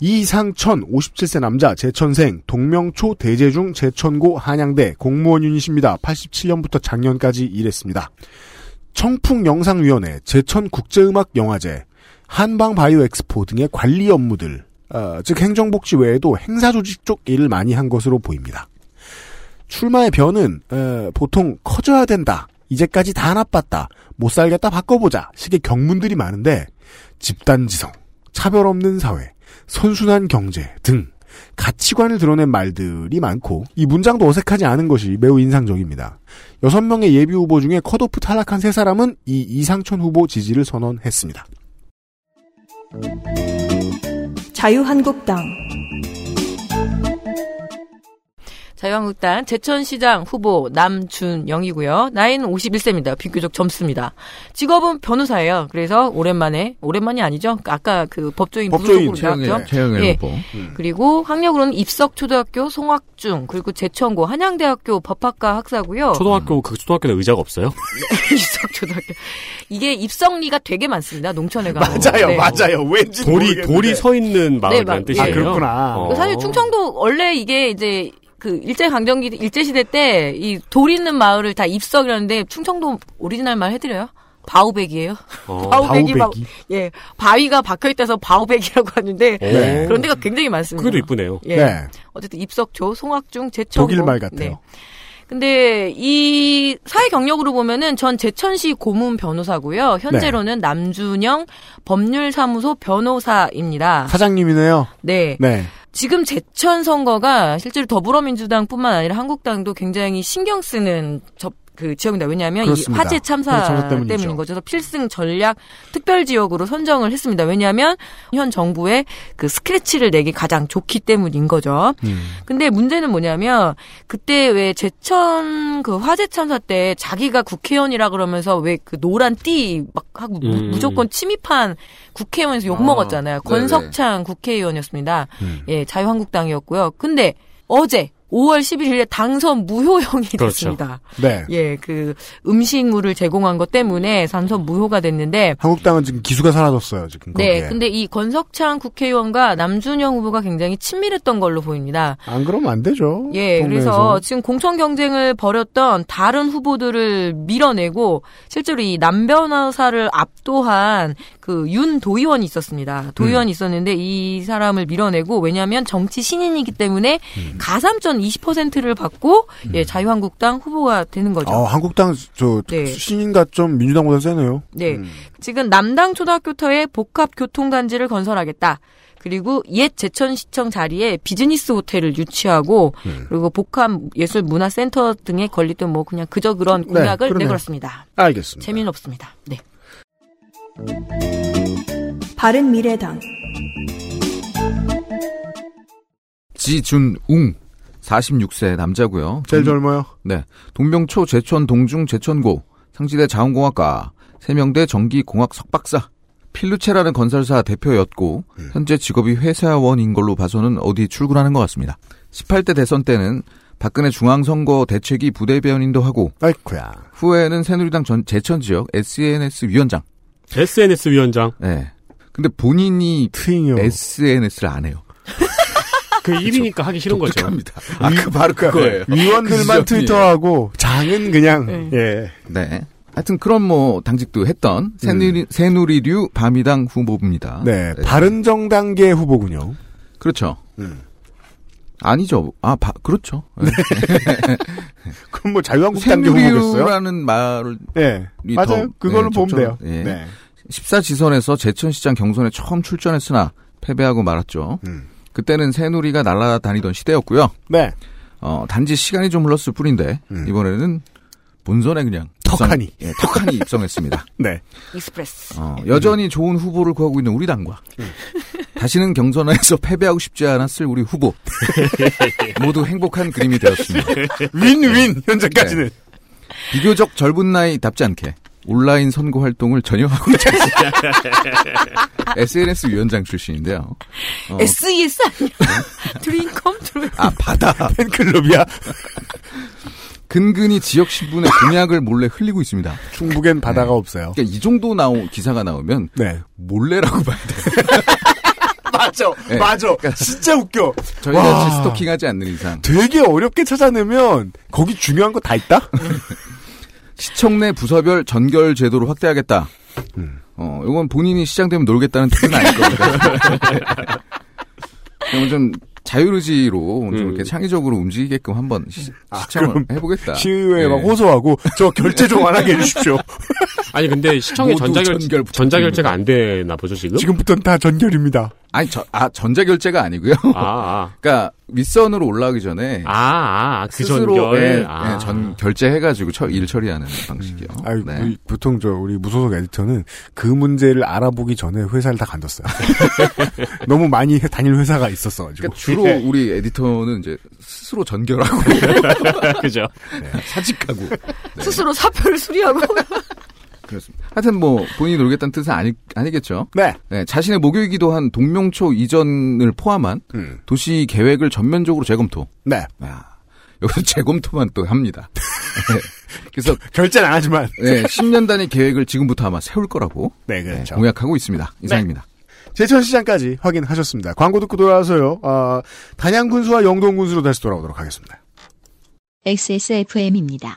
B: 이상천 57세 남자 제천생 동명초 대제중 제천고 한양대 공무원 유닛입니다. 87년부터 작년까지 일했습니다. 청풍영상위원회 제천국제음악영화제 한방 바이오 엑스포 등의 관리 업무들, 아, 즉 행정복지 외에도 행사 조직 쪽 일을 많이 한 것으로 보입니다. 출마의 변은 에, 보통 커져야 된다. 이제까지 다 나빴다. 못 살겠다 바꿔보자. 식의 경문들이 많은데 집단지성, 차별 없는 사회, 선순환 경제 등 가치관을 드러낸 말들이 많고 이 문장도 어색하지 않은 것이 매우 인상적입니다. 여섯 명의 예비 후보 중에 컷오프 탈락한 세 사람은 이 이상천 후보 지지를 선언했습니다.
C: 자유한국당
D: 자유한국당 제천시장 후보 남준영이고요. 나이는 51세입니다. 비교적 젊습니다. 직업은 변호사예요. 그래서 오랜만에 오랜만이 아니죠. 아까 그 법조인
B: 법조인
D: 무소속으로 나왔죠.
E: 최영일
D: 예.
E: 후보.
D: 그리고 학력으로는 입석초등학교, 송학중, 그리고 제천고 한양대학교 법학과 학사고요.
F: 초등학교 그 초등학교는 의자가 없어요?
D: [laughs] 입석초등학교. 이게 입석리가 되게 많습니다. 농촌에 가면.
B: 맞아요,
D: 네.
B: 맞아요. 왠지
F: 돌이
B: 모르겠는데.
F: 돌이 서 있는 마을이라는
D: 마-
F: 뜻이에요.
D: 예. 아,
B: 그렇구나.
F: 어.
D: 그리고 사실 충청도 원래 이게 이제 그 일제 강점기 일제 시대 때 이 돌 있는 마을을 다 입석이라는데 충청도 오리지널 말 해드려요. 바우백이에요.
F: 어.
D: 바우백이 막
B: 바우백이?
D: 예, 바위가 박혀 있다서 바우백이라고 하는데
B: 네.
D: 그런 데가 굉장히 많습니다.
F: 어. 그게도 이쁘네요.
D: 예.
B: 네.
D: 어쨌든 입석초, 송악중, 제천.
B: 독일 말 같아요.
D: 근데 이 사회 경력으로 보면은 전 제천시 고문 변호사고요.
B: 네.
D: 현재로는 남준영 법률사무소 변호사입니다.
B: 사장님이네요.
D: 네.
B: 네.
D: 지금 제천 선거가 실제로 더불어민주당뿐만 아니라 한국당도 굉장히 신경 쓰는 접, 그 지역입니다. 왜냐하면 이
B: 그렇습니다.
D: 화재 참사
B: 화재 참사 때문이죠.
D: 때문인 거죠. 그래서 필승 전략 특별 지역으로 선정을 했습니다. 왜냐하면 현 정부의 그 스크래치를 내기 가장 좋기 때문인 거죠.
B: 음.
D: 근데 문제는 뭐냐면 그때 왜 제천 그 화재 참사 때 자기가 국회의원이라 그러면서 왜 그 노란 띠 막 하고 무-
F: 음.
D: 무조건 침입한 국회의원에서 욕
E: 아,
D: 먹었잖아요.
E: 네네.
D: 권석찬 국회의원이었습니다.
B: 음.
D: 예, 자유한국당이었고요. 근데 어제 5월 11일에 당선 무효형이
F: 그렇죠.
D: 됐습니다.
B: 네.
D: 예, 그 음식물을 제공한 것 때문에 당선 무효가 됐는데
B: 한국당은 지금 기수가 사라졌어요. 지금 거기에.
D: 네, 근데 이 권석찬 국회의원과 남준영 후보가 굉장히 친밀했던 걸로 보입니다.
B: 안 그러면 안 되죠.
D: 예,
B: 동네에서.
D: 그래서 지금 공천 경쟁을 벌였던 다른 후보들을 밀어내고 실제로 이 남변호사를 압도한 그 윤 도의원이 있었습니다.
B: 음.
D: 도의원이 있었는데 이 사람을 밀어내고 왜냐하면 정치 신인이기 때문에
B: 음.
D: 가삼전 20%를 받고 예 자유한국당 후보가 되는 거죠.
B: 아, 한국당 저
D: 네.
B: 신인가 좀 민주당보다 세네요.
D: 네.
B: 음.
D: 지금 남당 초등학교터에 복합 교통단지를 건설하겠다. 그리고 옛 제천시청 자리에 비즈니스 호텔을 유치하고
B: 네.
D: 그리고 복합 예술 문화 센터 등의 건립도 뭐 그냥 그저 그런 공약을
B: 그러네요.
D: 내걸었습니다.
B: 알겠습니다.
D: 재미는 없습니다. 네.
C: 바른미래당
E: 지준웅 46세 남자고요.
B: 제일 젊어요.
E: 네. 동명초 제천 동중 제천고 상지대 자원공학과 세명대 전기공학 석박사 필루체라는 건설사 대표였고 현재 직업이 회사원인 걸로 봐서는 어디 출근하는 것 같습니다. 18대 대선 때는 박근혜 중앙선거 대책위 부대변인도 하고
B: 아이쿠야.
E: 후에는 새누리당 전 제천 지역 SNS 위원장.
F: SNS 위원장
E: 네. 근데 본인이
B: 트잉요.
E: 네, SNS를 안 해요.
F: 그 일이니까 하기 싫은 거죠.
E: 독특합니다. 아, 그 바로 그거예요.
B: 위원들만
E: 그 지점이에요.
B: 트위터하고 장은 그냥 예.
E: 네. 하여튼 그런 뭐 당직도 했던 새누리, 새누리류 바미당 후보입니다.
B: 음. 네. 바른정당계 후보군요.
E: 그렇죠.
B: 음.
E: 아니죠. 아, 바, 그렇죠.
B: 그럼 뭐 자유한국당계 후보겠어요?
E: 새누리류라는 말을
B: 예.
E: 이
B: 맞아요.
E: 더-
B: 그걸로
E: 네,
B: 보면 돼요.
E: 적절한- 예.
B: 네.
E: 14지선에서 제천시장 경선에 처음 출전했으나 패배하고 말았죠.
B: 음.
E: 그때는 새누리가 날아다니던 시대였고요.
B: 네.
E: 어, 단지 시간이 좀 흘렀을 뿐인데
B: 음.
E: 이번에는 본선에 그냥
B: 턱하니.
E: 입성- 예, 턱하니 입성했습니다.
B: 네.
D: 익스프레스.
E: 어, 여전히 좋은 후보를 구하고 있는 우리 당과 다시는 경선에서 패배하고 싶지 않았을
B: [laughs]
E: 우리 후보 모두 행복한 그림이 되었습니다.
B: 윈윈 현재까지는.
E: 비교적 젊은 나이답지 않게 온라인 선거 활동을 전혀 하고
B: [laughs]
E: 있지 않습니다. SNS 위원장 출신인데요. 어,
D: SES E 아니야?
B: 네.
D: 드림컴 트루.
E: 아 바다
B: [laughs] 팬클럽이야.
E: 근근히 지역 신문에 공약을 몰래 흘리고 있습니다.
B: 충북엔 바다가 없어요.
E: 그러니까 이 정도 나오 기사가 나오면
B: 네.
E: 몰래라고 봐야 돼요.
B: 맞아.
E: 네.
B: 맞아. 진짜 웃겨.
E: 저희가
B: 와.
E: 같이 스토킹하지 않는 이상
B: 되게 어렵게 찾아내면 거기 중요한 거 다 있다?
E: 시청 내 부서별 전결 제도를 확대하겠다. 어, 이건 본인이 시장되면 놀겠다는 뜻은 아닐 겁니다. 그럼 좀 자유의지로 좀
F: 음.
E: 이렇게 창의적으로 움직이게끔 한번 시,
B: 아, [laughs]
E: 시청을
B: 그럼
E: 해보겠다.
B: 시의회에
E: 예.
B: 막 호소하고 저 결제 [laughs] 좀 안 하게 해주십시오.
F: 아니 근데 시청에
E: 모두
F: 전자결
E: 전결 부탁드립니다.
F: 전자결제가 안 되나 보죠 지금?
B: 지금부터는 다 전결입니다.
E: 아니, 저, 아, 전자결제가 아니고요. [laughs]
F: 아아아그
E: 그러니까 윗선으로 올라가기 전에
F: 아, 아, 그
E: 스스로
F: 전결
E: 예,
F: 아.
E: 예, 전 결제해가지고 처, 일 처리하는 방식이요.
B: 아유,
E: 네.
B: 우리 보통 저 우리 무소속 에디터는 그 문제를 알아보기 전에 회사를 다 간뒀어요. [laughs] 너무 많이 해- 단일 회사가 있었어가지고
E: 그러니까 주로 우리 에디터는 이제 스스로 전결하고
F: [laughs] 그죠?
E: 사직하고
B: 네.
D: [laughs] 스스로 사표를 수리하고
E: 그렇습니다. 하여튼 뭐 본인이 놀겠다는 뜻은 아니 아니겠죠.
B: 네.
E: 네, 자신의 목요이기도 한 동명초 이전을 포함한
B: 음.
E: 도시 계획을 전면적으로 재검토.
B: 네.
E: 아, 여기서 [laughs] 재검토만 또 합니다. 네. 그래서
B: 결제는 안 하지만.
E: 네, 10년 단위 계획을 지금부터 아마 세울 거라고
B: 네,
E: 네,
B: 그렇죠.
E: 공약하고 있습니다. 이상입니다.
B: 제천 시장까지 확인하셨습니다. 광고 듣고 돌아와서요. 아, 단양 군수와 영동 군수로 다시 돌아오도록 하겠습니다.
A: XSFM입니다.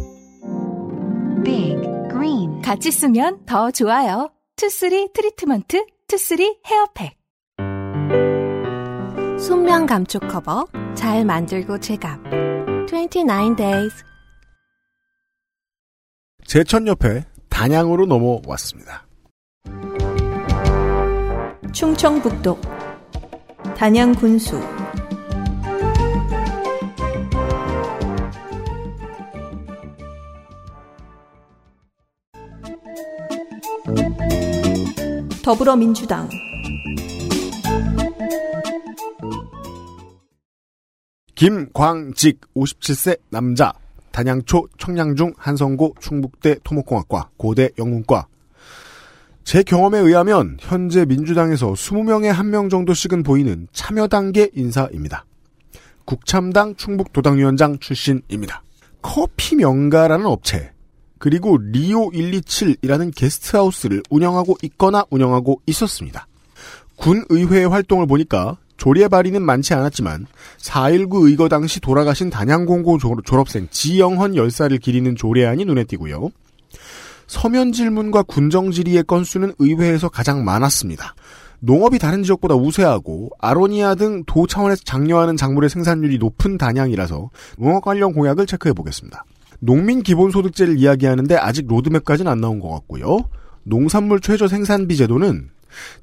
G: 같이 쓰면 더 좋아요. 투쓰리 트리트먼트, 투쓰리 헤어팩.
J: 순면 감촉 커버 잘 만들고 제갑 29 days
B: 제천 옆에 단양으로 넘어왔습니다.
C: 충청북도 단양군수 더불어민주당
B: 김광직 57세 남자 단양초 청량중 한성고 충북대 토목공학과 고대 영문과 제 경험에 의하면 현재 민주당에서 20명에 1명 정도씩은 보이는 참여단계 인사입니다. 국참당 충북도당위원장 출신입니다. 커피 명가라는 업체 그리고 리오 127이라는 게스트하우스를 운영하고 있거나 운영하고 있었습니다. 군의회의 활동을 보니까 조리의 발의는 많지 않았지만 4.19 의거 당시 돌아가신 단양공고 졸- 졸업생 지영헌 열사를 기리는 조례안이 눈에 띄고요. 서면 질문과 군정 질의의 건수는 의회에서 가장 많았습니다. 농업이 다른 지역보다 우세하고 아로니아 등 도 차원에서 장려하는 작물의 생산률이 높은 단양이라서 농업 관련 공약을 체크해 보겠습니다. 농민 기본소득제를 이야기하는데 아직 로드맵까지는 안 나온 것 같고요. 농산물 최저 생산비 제도는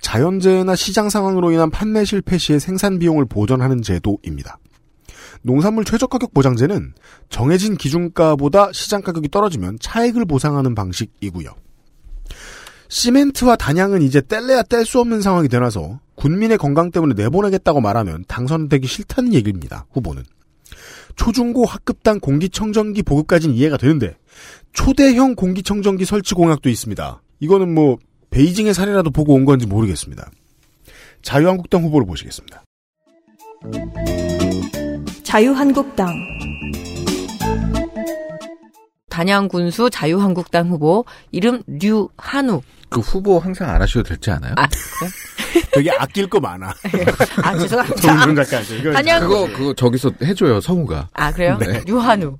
B: 자연재해나 시장 상황으로 인한 판매 실패 시의 생산 비용을 보전하는 제도입니다. 농산물 최저가격 보장제는 정해진 기준가보다 시장 가격이 떨어지면 차익을 보상하는 방식이고요. 시멘트와 단양은 이제 뗄래야 뗄 수 없는 상황이 되나서 군민의 건강 때문에 내보내겠다고 말하면 당선되기 싫다는 얘기입니다. 후보는. 초중고 학급당 공기청정기 보급까지는 이해가 되는데 초대형 공기청정기 설치 공약도 있습니다. 이거는 뭐 베이징의 산이라도 보고 온 건지 모르겠습니다. 자유한국당 후보를 보시겠습니다.
C: 자유한국당
D: 단양군수 자유한국당 후보 이름 류한우
E: 그 후보 항상 안 하셔도 되지 않아요?
D: 아 그래?
B: 되게 아낄 거 [laughs] 많아.
D: 아 죄송합니다
B: 정준 작가한테. 이거
D: 단양
E: 그거 그거 저기서 해줘요 성우가.
D: 아 그래요?
E: 네.
D: 류한우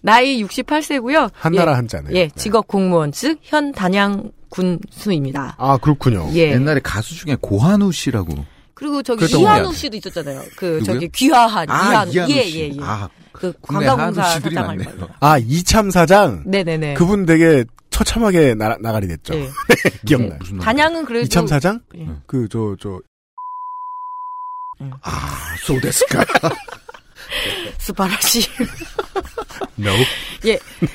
D: 나이 68세고요
B: 한나라 한자네요.
D: 예, 예, 직업 공무원 즉 현 단양군수입니다
B: 아 그렇군요.
D: 예
E: 옛날에 가수 중에 고한우 씨라고.
D: 그리고 저기
E: 그랬던 것
D: 이한우
E: 같아요.
D: 씨도 있었잖아요 그
E: 누구요?
D: 저기 귀화한
E: 아
D: 이한우
E: 이한우
D: 예예예
E: 씨. 아
D: 그
E: 국내
D: 관광공사
E: 한우 씨들이
D: 사장할
E: 많네요.
D: 거예요
B: 아 이참 사장
D: 네네네
B: 그분 되게 처참하게 나, 나가리 됐죠.
D: 예.
B: 기억나요.
E: 무슨 말?
D: 단양은 그래도
B: 이참 사장?
D: 예.
B: 그 저 저
E: 아
D: [laughs]
E: 소데스카.
D: 스파라시
B: no.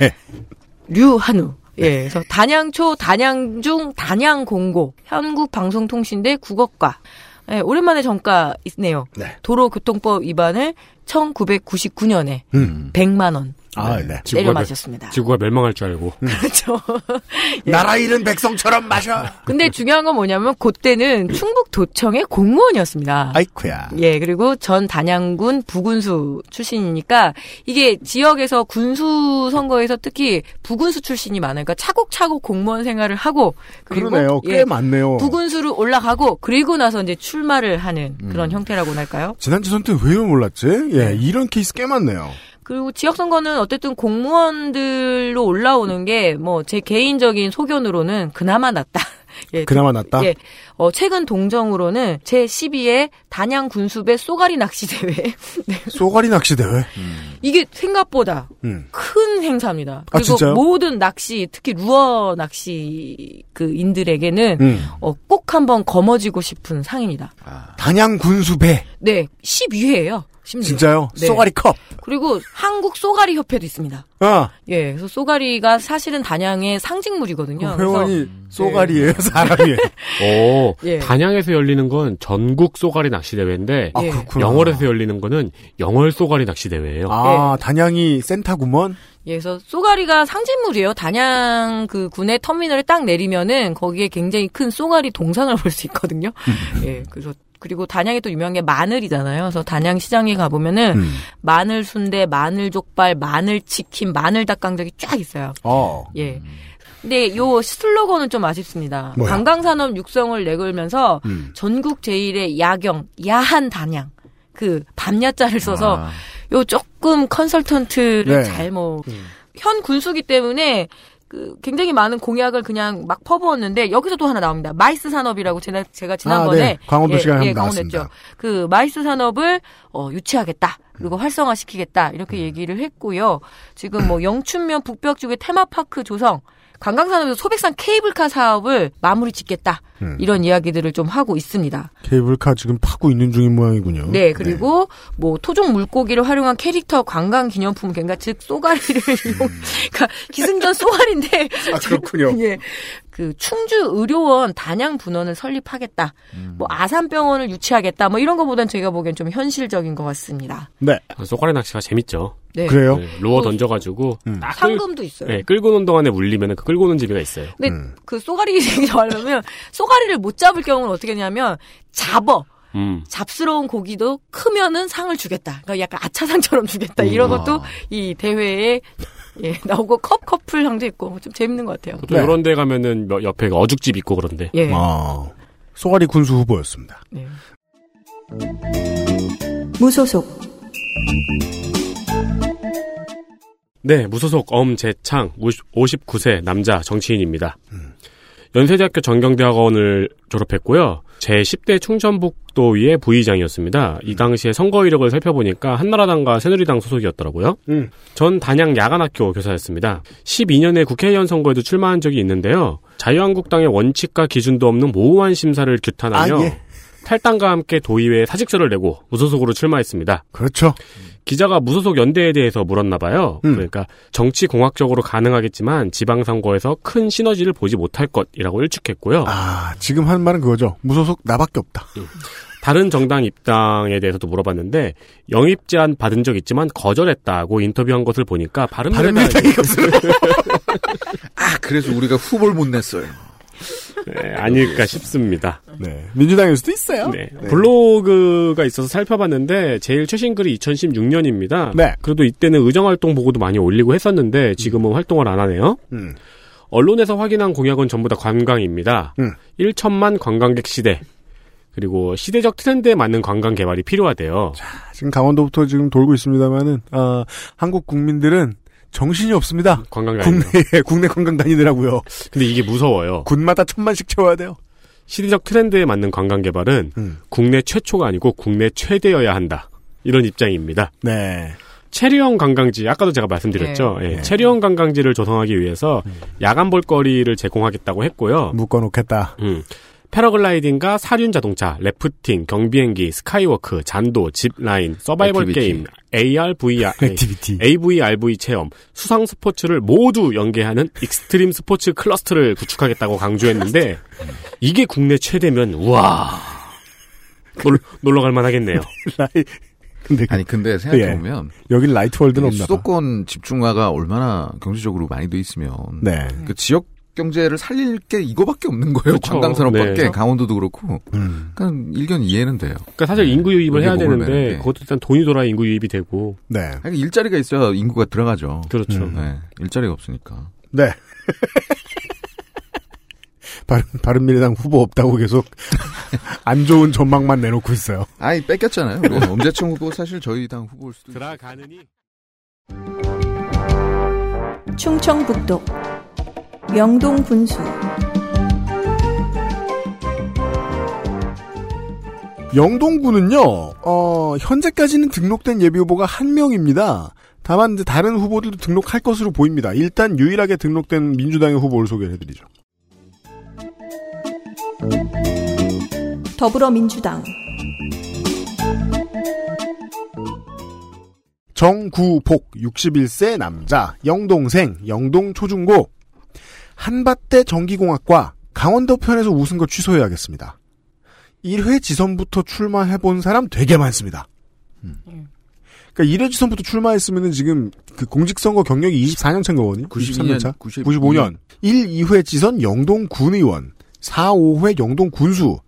D: [laughs] 류한우. 예, 그래서 단양초, 단양중, 단양공고, 한국방송통신대 국어과. 예, 오랜만에 정가 있네요.
B: 네.
D: 도로교통법 위반을 1999년에
B: 음.
D: 100만 원.
B: 아, 네.
F: 지구가
D: 내려
F: 멸-
D: 마셨습니다.
F: 지구가 멸망할 줄 알고.
D: [laughs] 그렇죠.
B: 나라 잃은 백성처럼 마셔.
D: 근데 중요한 건 뭐냐면 그때는 충북 도청의 공무원이었습니다.
B: 아이쿠야.
D: 예, 그리고 전 단양군 부군수 출신이니까 이게 지역에서 군수 선거에서 특히 부군수 출신이 많으니까 차곡차곡 공무원 생활을 하고 그리고
B: 그러네요. 꽤
D: 예,
B: 많네요.
D: 부군수로 올라가고 그리고 나서 이제 출마를 하는
B: 음.
D: 그런 형태라고 할까요?
B: 지난 지선 때 왜 이걸 몰랐지? 예, 이런 케이스 꽤 많네요.
D: 그리고 지역 선거는 어쨌든 공무원들로 올라오는 게 뭐 제 개인적인 소견으로는 그나마 낫다. 예,
B: 그나마 낫다.
D: 예. 어, 최근 동정으로는 제12회 단양 군수배 쏘가리 낚시 대회. [laughs]
B: 쏘가리 낚시 대회.
D: 이게 생각보다
B: 음.
D: 큰 행사입니다.
B: 아,
D: 그리고
B: 진짜요?
D: 모든 낚시, 특히 루어 낚시 그 인들에게는
B: 음.
D: 어, 꼭 한번 거머쥐고 싶은 상입니다.
B: 단양 군수배.
D: 네, 12회예요. 심지어.
B: 진짜요?
D: 네.
B: 쏘가리 컵.
D: 그리고 한국 쏘가리 협회도 있습니다.
B: 아,
D: 예, 그래서 쏘가리가 사실은 단양의 상징물이거든요. 그래서
B: 어,
D: 음. 네.
B: 회원이 쏘가리예요,
D: [laughs]
B: 사람이.
F: 오,
D: 예.
F: 단양에서 열리는 건 전국 쏘가리 낚시 대회인데
B: 아,
D: 예.
B: 그렇구나.
F: 영월에서 열리는 거는 영월 쏘가리 낚시 대회예요.
B: 아, 단양이 센타구먼?
D: 예, 그래서 쏘가리가 상징물이에요. 단양 그 군의 터미널에 딱 내리면은 거기에 굉장히 큰 쏘가리 동상을 [laughs] 볼 수 있거든요.
B: 음.
D: 예, 그래서 그리고 단양이 또 유명한 게 마늘이잖아요. 그래서 단양 시장에 가보면은
B: 음.
D: 마늘 순대, 마늘 족발, 마늘 치킨, 마늘 닭강정이 쫙 있어요.
B: 어.
D: 예. 근데 요 슬로건은 좀 아쉽습니다.
B: 뭐야?
D: 관광산업 육성을 내걸면서
B: 음.
D: 전국 제일의 야경, 야한 단양. 그 밤야자를 써서
E: 아,
D: 요 조금 컨설턴트를
B: 네.
D: 잘못 뭐 현 군수기 때문에 그 굉장히 많은 공약을 그냥 막 퍼부었는데 여기서 또 하나 나옵니다. 마이스 산업이라고 제가, 제가 지난번에
B: 아, 네. 광원도
D: 예,
B: 시간에
D: 예,
B: 한번
D: 광원했죠.
B: 나왔습니다.
D: 그 마이스 산업을 어, 유치하겠다. 그리고
B: 음.
D: 활성화시키겠다. 이렇게 얘기를 했고요. 지금 뭐 영춘면 북벽 쪽에 테마파크 조성 관광산업에서 소백산 케이블카 사업을 마무리 짓겠다.
B: 음.
D: 이런 이야기들을 좀 하고 있습니다.
B: 케이블카 지금 파고 있는 중인 모양이군요.
D: 네, 그리고 뭐 토종 물고기를 활용한 캐릭터 관광 기념품 그러니까 즉 쏘가리를
B: 음.
D: 이용 그러니까
B: [laughs]
D: 기승전 쏘가리인데
B: 네. 아, 그렇군요.
D: 예. 그 충주 의료원 단양 분원을 설립하겠다.
B: 음.
D: 뭐 아산병원을 유치하겠다. 뭐 이런 거보단 제가 보기엔 좀 현실적인 것 같습니다.
B: 네.
F: 아, 쏘가리 낚시가 재밌죠.
D: 네.
B: 그래요?
F: 네, 루어 던져가지고
B: 음.
F: 딱 끌,
D: 상금도 있어요.
F: 네, 끌고 노는 동안에 물리면 그 끌고 노는 재미가 있어요.
D: 근데
B: 음.
D: 그 쏘가리 [laughs] 얘기 나오려면 쏘가리를 못 잡을 경우는 어떻게 하냐면 잡어.
F: 음.
D: 잡스러운 고기도 크면은 상을 주겠다. 그러니까 약간 아차상처럼 주겠다. 이런 것도 이 대회에 예, 나오고 컵 커플 상도 있고 뭐 좀 재밌는 것 같아요.
F: 또
B: 네.
F: 이런 데 가면은 몇- 옆에 그 어죽집 있고 그런데.
D: 예.
B: 아, 쏘가리 군수 후보였습니다.
D: 네.
C: 무소속
F: 네, 무소속 엄재창 59세 남자 정치인입니다.
B: 음.
F: 연세대학교 전경대학원을 졸업했고요. 제10대 충청북도의회 부의장이었습니다.
B: 음.
F: 이 당시에 선거 이력을 살펴보니까 한나라당과 새누리당 소속이었더라고요.
B: 음.
F: 전 단양 야간학교 교사였습니다. 12년에 국회의원 선거에도 출마한 적이 있는데요. 자유한국당의 원칙과 기준도 없는 모호한 심사를 규탄하며
B: 아, 예.
F: 탈당과 함께 도의회에 사직서를 내고 무소속으로 출마했습니다.
B: 그렇죠.
F: 기자가 무소속 연대에 대해서 물었나 봐요.
B: 음.
F: 그러니까 정치 공학적으로 가능하겠지만 지방선거에서 큰 시너지를 보지 못할 것이라고 일축했고요.
B: 아, 지금 하는 말은 그거죠. 무소속 나밖에 없다.
F: 다른 정당 입당에 대해서도 물어봤는데 영입 제안 받은 적 있지만 거절했다고 인터뷰한 것을 보니까 바른미래당
B: 바른미래당이 없어요.
E: 아, 그래서 우리가 후보를 못 냈어요.
F: 네, 아닐까 싶습니다.
B: [laughs] 네. 민주당일 수도 있어요.
F: 네. 블로그가 있어서 살펴봤는데 제일 최신 글이 2016년입니다.
B: 네.
F: 그래도 이때는 의정활동 보고도 많이 올리고 했었는데 지금은 활동을 안 하네요.
B: 음.
F: 언론에서 확인한 공약은 전부 다 관광입니다.
B: 음.
F: 1천만 관광객 시대. 그리고 시대적 트렌드에 맞는 관광 개발이 필요하대요.
B: 아, 지금 강원도부터 지금 돌고 있습니다만은 아, 한국 국민들은 정신이 없습니다.
E: 그
F: 관광 개발.
B: 국내에 [laughs] 국내 관광 다니더라고요.
F: 근데 이게 무서워요.
B: 군마다 천만씩 채워야 돼요.
F: 시대적 트렌드에 맞는 관광 개발은
B: 음.
F: 국내 최초가 아니고 국내 최대여야 한다. 이런 입장입니다.
B: 네.
F: 체류형 관광지, 아까도 제가 말씀드렸죠. 예, 체류형 관광지를 조성하기 위해서
E: 네.
F: 야간 볼거리를 제공하겠다고 했고요.
B: 묶어 놓겠다.
F: 음. 패러글라이딩과 사륜 자동차, 래프팅, 경비행기, 스카이워크, 잔도, 짚라인, 서바이벌
E: 액티비티.
F: 게임, AR, VR,
E: 예.
B: 액티비티.
F: AV, RV 체험, 수상 스포츠를 모두 연계하는 익스트림 스포츠 클러스터를 구축하겠다고 강조했는데
E: [laughs]
F: 이게 국내 최대면 우와 놀, 놀러 갈 만하겠네요.
B: 라이 근데
E: 아니 근데 생각해보면
B: 여긴 라이트월드는
E: 이
B: 예. 없나 봐.
E: 수도권 집중화가 얼마나 경제적으로 많이 돼 있으면
B: 네.
E: 그 지역 경제를 살릴 게 이거밖에 없는 거예요.
B: 그렇죠.
F: 그쵸.
E: 광당산업밖에
F: 네.
E: 강원도도 그렇고.
B: 음.
E: 그러니까 일견 이해는 돼요.
F: 그러니까 사실 인구 유입을
E: 여기에
F: 해야
E: 목을 매는
F: 되는데
E: 게. 네.
F: 그것도 일단 돈이 돌아야 인구 유입이 되고
B: 네.
E: 그러니까 일자리가 있어야 인구가 들어가죠.
F: 그렇죠.
B: 음.
E: 네, 일자리가 없으니까.
B: 네. [laughs] 바른, 바른미래당 후보 없다고 계속 [laughs] 안 좋은 전망만 내놓고 있어요.
E: 아니 뺏겼잖아요.
B: 네.
E: 우리 엄재청 후보 사실 저희 당 후보일 수도 있고.
F: 네. 들어가느니
C: 충청북도 명동군수
B: 영동구는요, 어, 현재까지는 등록된 예비 후보가 한 명입니다. 다만 이제 다른 후보들도 등록할 것으로 보입니다. 일단 유일하게 등록된 민주당의 후보를 소개해드리죠.
C: 더불어민주당
B: 정구복 61세 남자 영동생 영동 초중고 한밭대 전기공학과 강원도 편에서 우승거 취소해야겠습니다. 1회 지선부터 출마해본 사람 되게 많습니다. 음. 그러니까 1회 지선부터 출마했으면은 지금 그 공직선거 경력이 24년 차인 거거든요.
E: 92년,
B: 93년 차.
E: 92년.
B: 95년. 1, 2회 지선 영동군의원 4, 5회 영동군수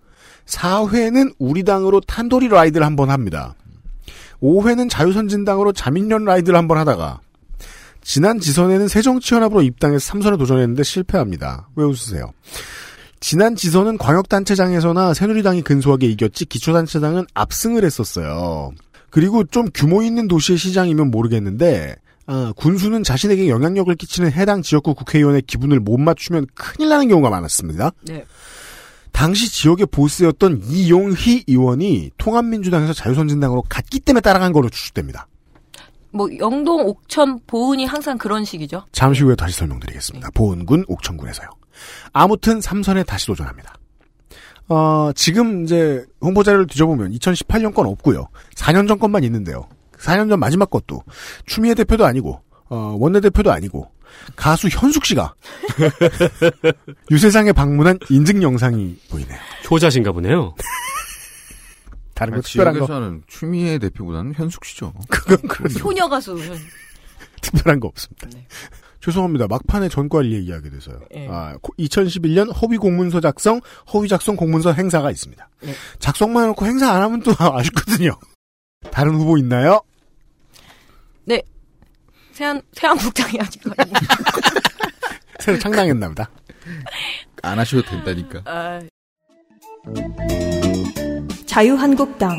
B: 4회는 우리 당으로 탄도리 라이드를 한 번 합니다. 5회는 자유선진당으로 자민련 라이드를 한 번 하다가 지난 지선에는 새정치연합으로 입당해서 삼선에 도전했는데 실패합니다. 왜 웃으세요? 지난 지선은 광역단체장에서나 새누리당이 근소하게 이겼지 기초단체장은 압승을 했었어요. 그리고 좀 규모 있는 도시의 시장이면 모르겠는데 아, 군수는 자신에게 영향력을 끼치는 해당 지역구 국회의원의 기분을 못 맞추면 큰일 나는 경우가 많았습니다.
D: 네.
B: 당시 지역의 보스였던 이용희 의원이 통합민주당에서 자유선진당으로 갔기 때문에 따라간 걸로 추측됩니다.
D: 뭐 영동 옥천 보은이 항상 그런 식이죠.
B: 잠시 후에 다시 설명드리겠습니다. 보은군, 옥천군에서요. 아무튼 삼선에 다시 도전합니다. 어, 지금 이제 홍보 자료를 뒤져보면 2018년 건 없고요. 4년 전 것만 있는데요. 4년 전 마지막 것도 추미애 대표도 아니고 어, 원내 대표도 아니고 가수 현숙 씨가 [laughs] 유세장에 방문한 인증 영상이 보이네요.
F: 효자신가 보네요.
B: 다른 거
E: 아,
B: 특별한 거
E: 지역에서는 추미애 대표보다는 현숙 씨죠.
B: 그건 그렇습니다.
D: 효녀 가수.
B: 특별한 거 없습니다.
D: 네.
B: [laughs] 죄송합니다. 막판에 전과를 얘기하게 돼서요.
D: 예.
B: 아, 2011년 허위 공문서 작성, 허위 작성 공문서 행사가 있습니다.
D: 네.
B: 작성만 해놓고 행사 안 하면 또 [laughs] 아쉽거든요. 다른 후보 있나요?
D: 세안 세안국장이 아직까지.
B: 새로 창당했나보다.
E: 안 하셔도 된다니까.
D: 아,
C: 자유한국당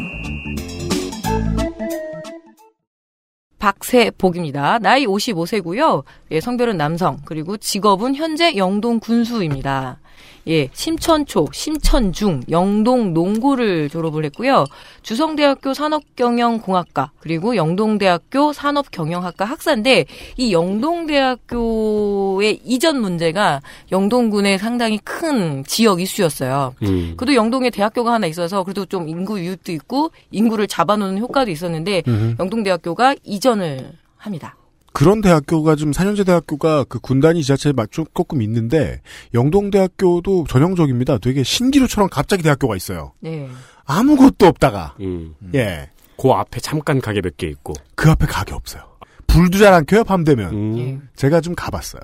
D: 박세복입니다. 나이 55세고요. 예, 성별은 남성. 그리고 직업은 현재 영동 군수입니다. 예, 심천초, 심천중, 영동 농고를 졸업을 했고요. 주성대학교 산업경영공학과 그리고 영동대학교 산업경영학과 학사인데 이 영동대학교의 이전 문제가 영동군에 상당히 큰 지역 이슈였어요.
F: 음.
D: 그래도 영동에 대학교가 하나 있어서 그래도 좀 인구 유입도 있고 인구를 잡아놓는 효과도 있었는데 영동대학교가 이전을 합니다.
B: 그런 대학교가 지금 사년제 대학교가 그 군단이 지자체에 맞춰 조금 있는데 영동대학교도 전형적입니다. 되게 신기루처럼 갑자기 대학교가 있어요.
D: 네.
B: 아무것도 없다가
F: 음.
B: 예 그
F: 그 앞에 잠깐 가게 몇 개 있고.
B: 앞에 가게 없어요. 불도 잘 안 켜요 밤 되면.
F: 음.
D: 예.
B: 제가 좀 가봤어요.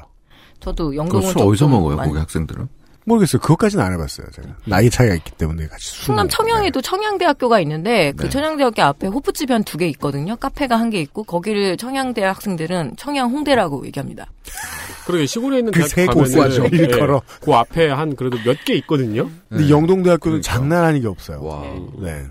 D: 저도
E: 그거
D: 영동을
E: 술
D: 조금
E: 어디서 먹어요?
D: 많이-
E: 거기 학생들은?
B: 모르겠어요. 그것까지는 안 해봤어요. 제가 나이 차이가 있기 때문에 같이 술
D: 네. 충남
B: 먹고.
D: 청양에도 청양대학교가 있는데 그
E: 네.
D: 청양대학교 앞에 호프집이 한 두 개 있거든요. 카페가 한 개 있고 거기를 청양대 학생들은 청양홍대라고 얘기합니다.
F: 그러게 시골에 있는
B: 그세 곳을 일컬어.
F: 그 앞에 한 그래도 몇 개 있거든요.
B: 근데
E: 네.
B: 영동대학교는
E: 그러니까.
B: 장난 아니게 없어요.
E: 와.
B: 네.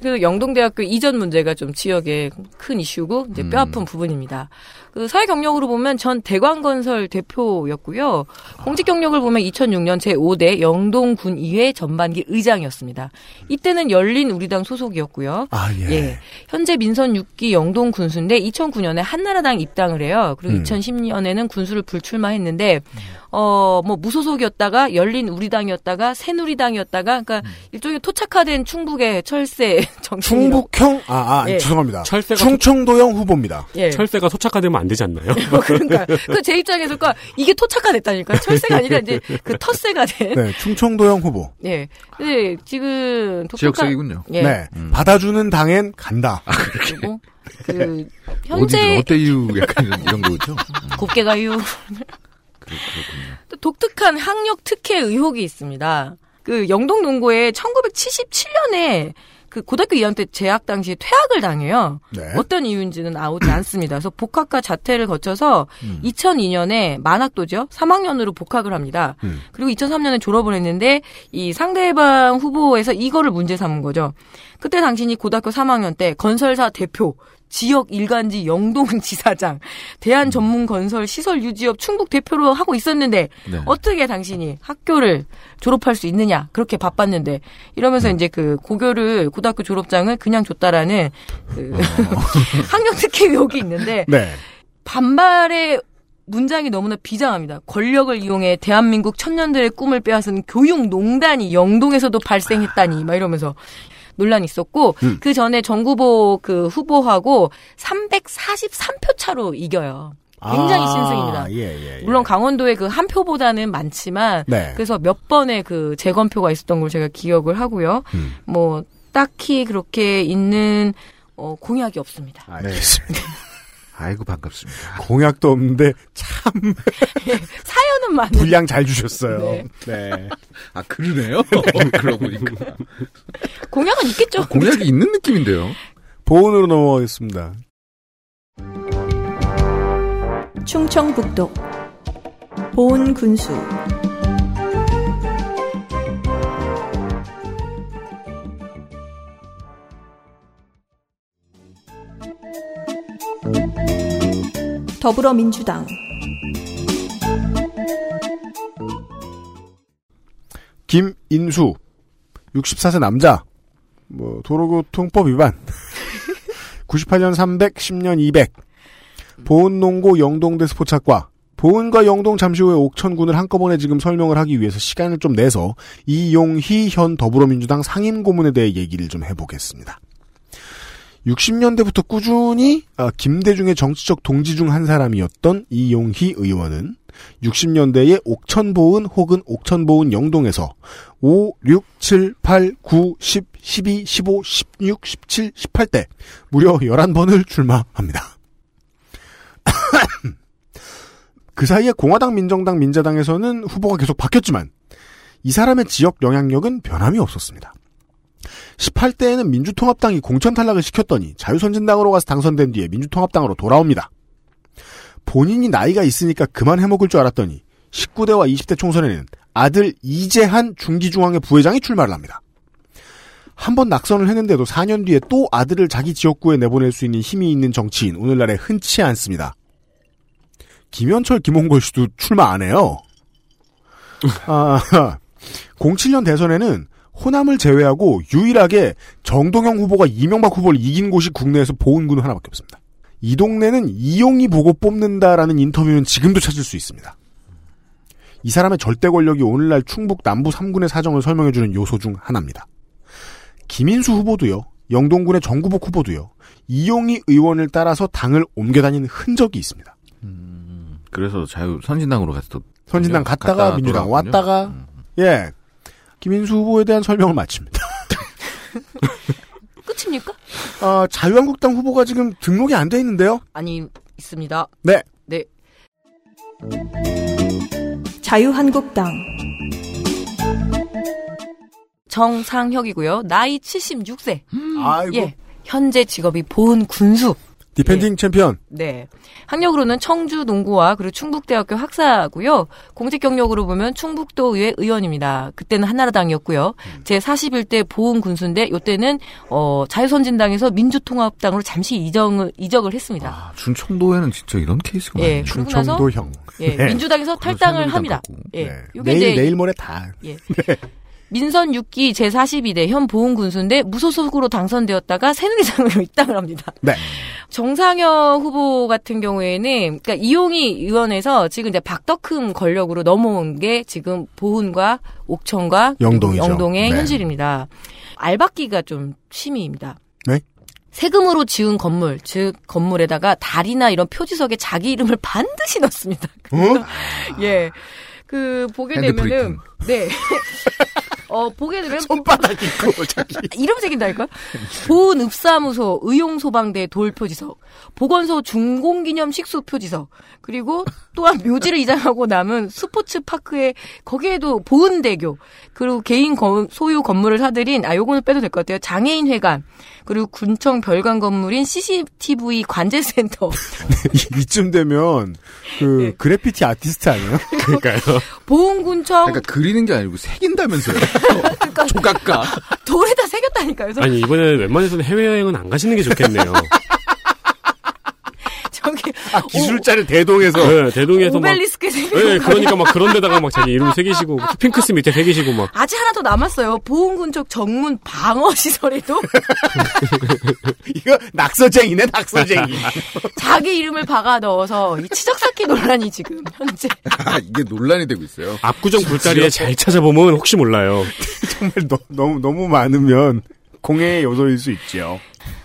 D: 그래서 영동대학교 이전 문제가 좀 지역의 큰 이슈고 이제 뼈 아픈 부분입니다. 그 사회 경력으로 보면 전 대광건설 대표였고요. 공직 경력을 보면 2006년 제5대 영동군 의회 전반기 의장이었습니다. 이때는 열린 우리당 소속이었고요.
B: 아 예.
D: 예. 현재 민선 6기 영동 군수인데 2009년에 한나라당 입당을 해요. 그리고
B: 음.
D: 2010년에는 군수를 불출마했는데 어뭐
B: 음.
D: 무소속이었다가 열린 우리당이었다가 새누리당이었다가 [laughs] 그러니까 일종의 토착화된 충북의 철새 제 정신이
B: 충북형 아, 아
D: 예.
B: 죄송합니다.
F: 철새가
B: 충청도형 후보입니다.
D: 예.
F: 철새가 소착화되면 안 되지 않나요?
D: 뭐 그러니까 그 제 입장에서 그러니까 이게 토착화 됐다니까 철새가 아니라 이제 그 텃새가 된.
B: 네, 충청도형 후보.
D: 예. 근데 지금 독특한
E: 지역색이군요.
D: 예.
B: 네, 받아주는 당엔 간다. [laughs]
D: 그리고
B: 네.
D: 그
E: 어디
D: 현재 음.
E: 어때유 약간 이런, 이런 거죠. 어.
D: 곱게가유. 또 독특한 학력 특혜 의혹이 있습니다. 그 영동 농고에 1977년에 그 고등학교 2학년 때 재학 당시에 퇴학을 당해요.
B: 네.
D: 어떤 이유인지는 나오지 않습니다. 그래서 복학과 자퇴를 거쳐서
B: 음.
D: 2002년에 만학도죠. 3학년으로 복학을 합니다.
B: 음.
D: 그리고 2003년에 졸업을 했는데 이 상대방 후보에서 이거를 문제 삼은 거죠. 그때 당신이 고등학교 3학년 때 건설사 대표, 지역 일간지 영동지사장,
B: 음.
D: [laughs] 대한전문건설시설유지업 충북 대표로 하고 있었는데
E: 네.
D: 어떻게 당신이 학교를 졸업할 수 있느냐 그렇게 바빴는데 이러면서
B: 음.
D: 이제 그 고교를 고등학교 졸업장을 그냥 줬다라는 그
E: [laughs]
D: 학력 특혜 의혹이 있는데
B: 네.
D: 반발의 문장이 너무나 비장합니다. 권력을 이용해 대한민국 청년들의 꿈을 빼앗은 교육농단이 영동에서도 발생했다니 막 이러면서 논란이 있었고
B: 음.
D: 그 전에 정구보 그 후보하고 343표 차로 이겨요. 굉장히 신승입니다.
B: 아, 예, 예, 예.
D: 물론 강원도의 그 한 표보다는 많지만
B: 네.
D: 그래서 몇 번의 그 재검표가 있었던 걸 제가 기억을 하고요.
B: 음.
D: 뭐 딱히 그렇게 있는 어, 공약이 없습니다.
B: 아,
D: [laughs]
B: 알겠습니다.
E: 아이고 반갑습니다.
B: 네. 공약도 없는데 참
D: 사연은 많은
B: 분량 잘 주셨어요.
D: 네.
B: 네.
E: 아 [laughs] 그러네요. 그러고 [laughs] 보니까
D: 공약은 있겠죠.
E: 공약이 있는 느낌인데요.
B: 보온으로 넘어가겠습니다.
C: 충청북도 보은군수 더불어민주당
B: 김인수 64세 남자 뭐 도로교통법 위반 [laughs] 98년 310년 200 보은농고 영동대 스포츠학과 보은과 영동 잠시 후에 옥천군을 한꺼번에 지금 설명을 하기 위해서 시간을 좀 내서 이용희 현 더불어민주당 상임고문에 대해 얘기를 좀 해보겠습니다. 60년대부터 꾸준히 아, 김대중의 정치적 동지 중 한 사람이었던 이용희 의원은 60년대에 옥천보은 혹은 옥천보은 영동에서 5, 6, 7, 8, 9, 10, 12, 15, 16, 17, 18대 무려 11번을 출마합니다. [coughs] 그 사이에 공화당, 민정당, 민자당에서는 후보가 계속 바뀌었지만 이 사람의 지역 영향력은 변함이 없었습니다. 18대에는 민주통합당이 공천 탈락을 시켰더니 자유선진당으로 가서 당선된 뒤에 민주통합당으로 돌아옵니다. 본인이 나이가 있으니까 그만 해먹을 줄 알았더니 19대와 20대 총선에는 아들 이재한 중기중앙회 부회장이 출마를 합니다. 한 번 낙선을 했는데도 4년 뒤에 또 아들을 자기 지역구에 내보낼 수 있는 힘이 있는 정치인 오늘날에 흔치 않습니다. 김현철, 김홍걸 씨도 출마 안 해요. 아, [laughs] 07년 대선에는 호남을 제외하고 유일하게 정동영 후보가 이명박 후보를 이긴 곳이 국내에서 보은군 하나밖에 없습니다. 이 동네는 이용이 보고 뽑는다라는 인터뷰는 지금도 찾을 수 있습니다. 이 사람의 절대 권력이 오늘날 충북 남부 3군의 사정을 설명해주는 요소 중 하나입니다. 김인수 후보도요, 영동군의 정구복 후보도요, 이용희 의원을 따라서 당을 옮겨다닌 흔적이 있습니다.
E: 그래서 자유 선진당으로 가서 또
B: 선진당 갔다가 민주당
E: 돌아왔군요.
B: 왔다가
E: 음.
B: 예, 김인수 후보에 대한 설명을 마칩니다.
D: 끝입니까?
B: 아, 자유한국당 후보가 지금 등록이 안 돼 있는데요.
D: 아니 있습니다.
B: 네.
D: 네.
C: 자유한국당
D: 정상혁이고요. 나이 76세.
B: 아이고.
D: 예. 현재 직업이 보은 군수.
B: 디펜딩 챔피언.
D: 네. 학력으로는 청주 농구와 그리고 충북대학교 학사고요. 공직 경력으로 보면 충북도의회 의원입니다. 그때는 한나라당이었고요. 제 41대 보은 군수인데 요때는 어 자유선진당에서 민주통합당으로 잠시 이정을 이적을 했습니다.
E: 아, 충청도에는 진짜 이런 케이스가
D: 예.
E: 많네요.
D: 그러고 나서
B: 충청도형.
D: 예, 민주당에서
E: 그리고
D: 탈당을
E: 새누리당
D: 합니다.
E: 갔고.
D: 예.
B: 네.
D: 요게
B: 내일
D: 이제
B: 내일 모레 다.
D: 예. 민선 6기 [laughs] 제42대 현 보훈 군수인데 무소속으로 당선되었다가 새누리당으로 입당을 합니다.
B: 네.
D: 정상혁 후보 같은 경우에는 그러니까 이용희 의원에서 지금 이제 박덕흠 권력으로 넘어온 게 지금 보훈과 옥천과
B: 영동이죠.
D: 영동의
B: 네.
D: 현실입니다. 알박기가 좀 심의입니다.
B: 네?
D: 세금으로 지은 건물, 즉 건물에다가 달이나 이런 표지석에 자기 이름을 [laughs] 반드시 넣습니다.
B: 어?
D: 예. 그 보게
E: 핸드프린팅.
D: 되면은 네. [laughs] 어 보게 되면
B: 손바닥 있고 자기
D: 이름 새긴다니까? 보훈읍사무소, 의용소방대 돌표지석, 보건소 중공기념 식수표지석, 그리고 또한 묘지를 이장하고 남은 스포츠파크에, 거기에도 보은대교, 그리고 개인 거- 소유 건물을 사들인, 아, 요거는 빼도 될 것 같아요. 장애인회관, 그리고 군청 별관 건물인 CCTV 관제센터,
B: 이- 이쯤 되면 그
D: 예.
B: 그래피티 아티스트
D: [laughs]
B: 아니에요?
F: 그러니까요.
D: 보훈군청,
E: 그러니까 그리는 게 아니고 새긴다면서요. 조각가.
D: 돌에다 새겼다니까요. 그래서
F: 아니 이번에는 웬만해서는 해외여행은 안 가시는 게 좋겠네요.
D: [laughs] 저기,
B: 아, 기술자를 대동해서
D: 어.
F: 네, 대동에서 막
D: 오벨리스크 생긴
F: 예, 그러니까 막 그런 데다가 막 자기 이름 새기시고 핑크스 밑에 새기시고 막
D: 아직 하나 더 남았어요. 보훈군 쪽 정문 방어 [laughs] 시설에도
B: 이거 낙서쟁이네
D: [laughs]
B: 낙서쟁이.
D: 자기 이름을 박아 넣어서 이 치적사키 논란이 지금 현재
E: [laughs] 아, 이게 논란이 되고 있어요.
F: 압구정 굴다리에 잘 찾아보면 혹시 몰라요.
B: 정말 너, 너무 너무 많으면 공해의 요소일 수 있죠.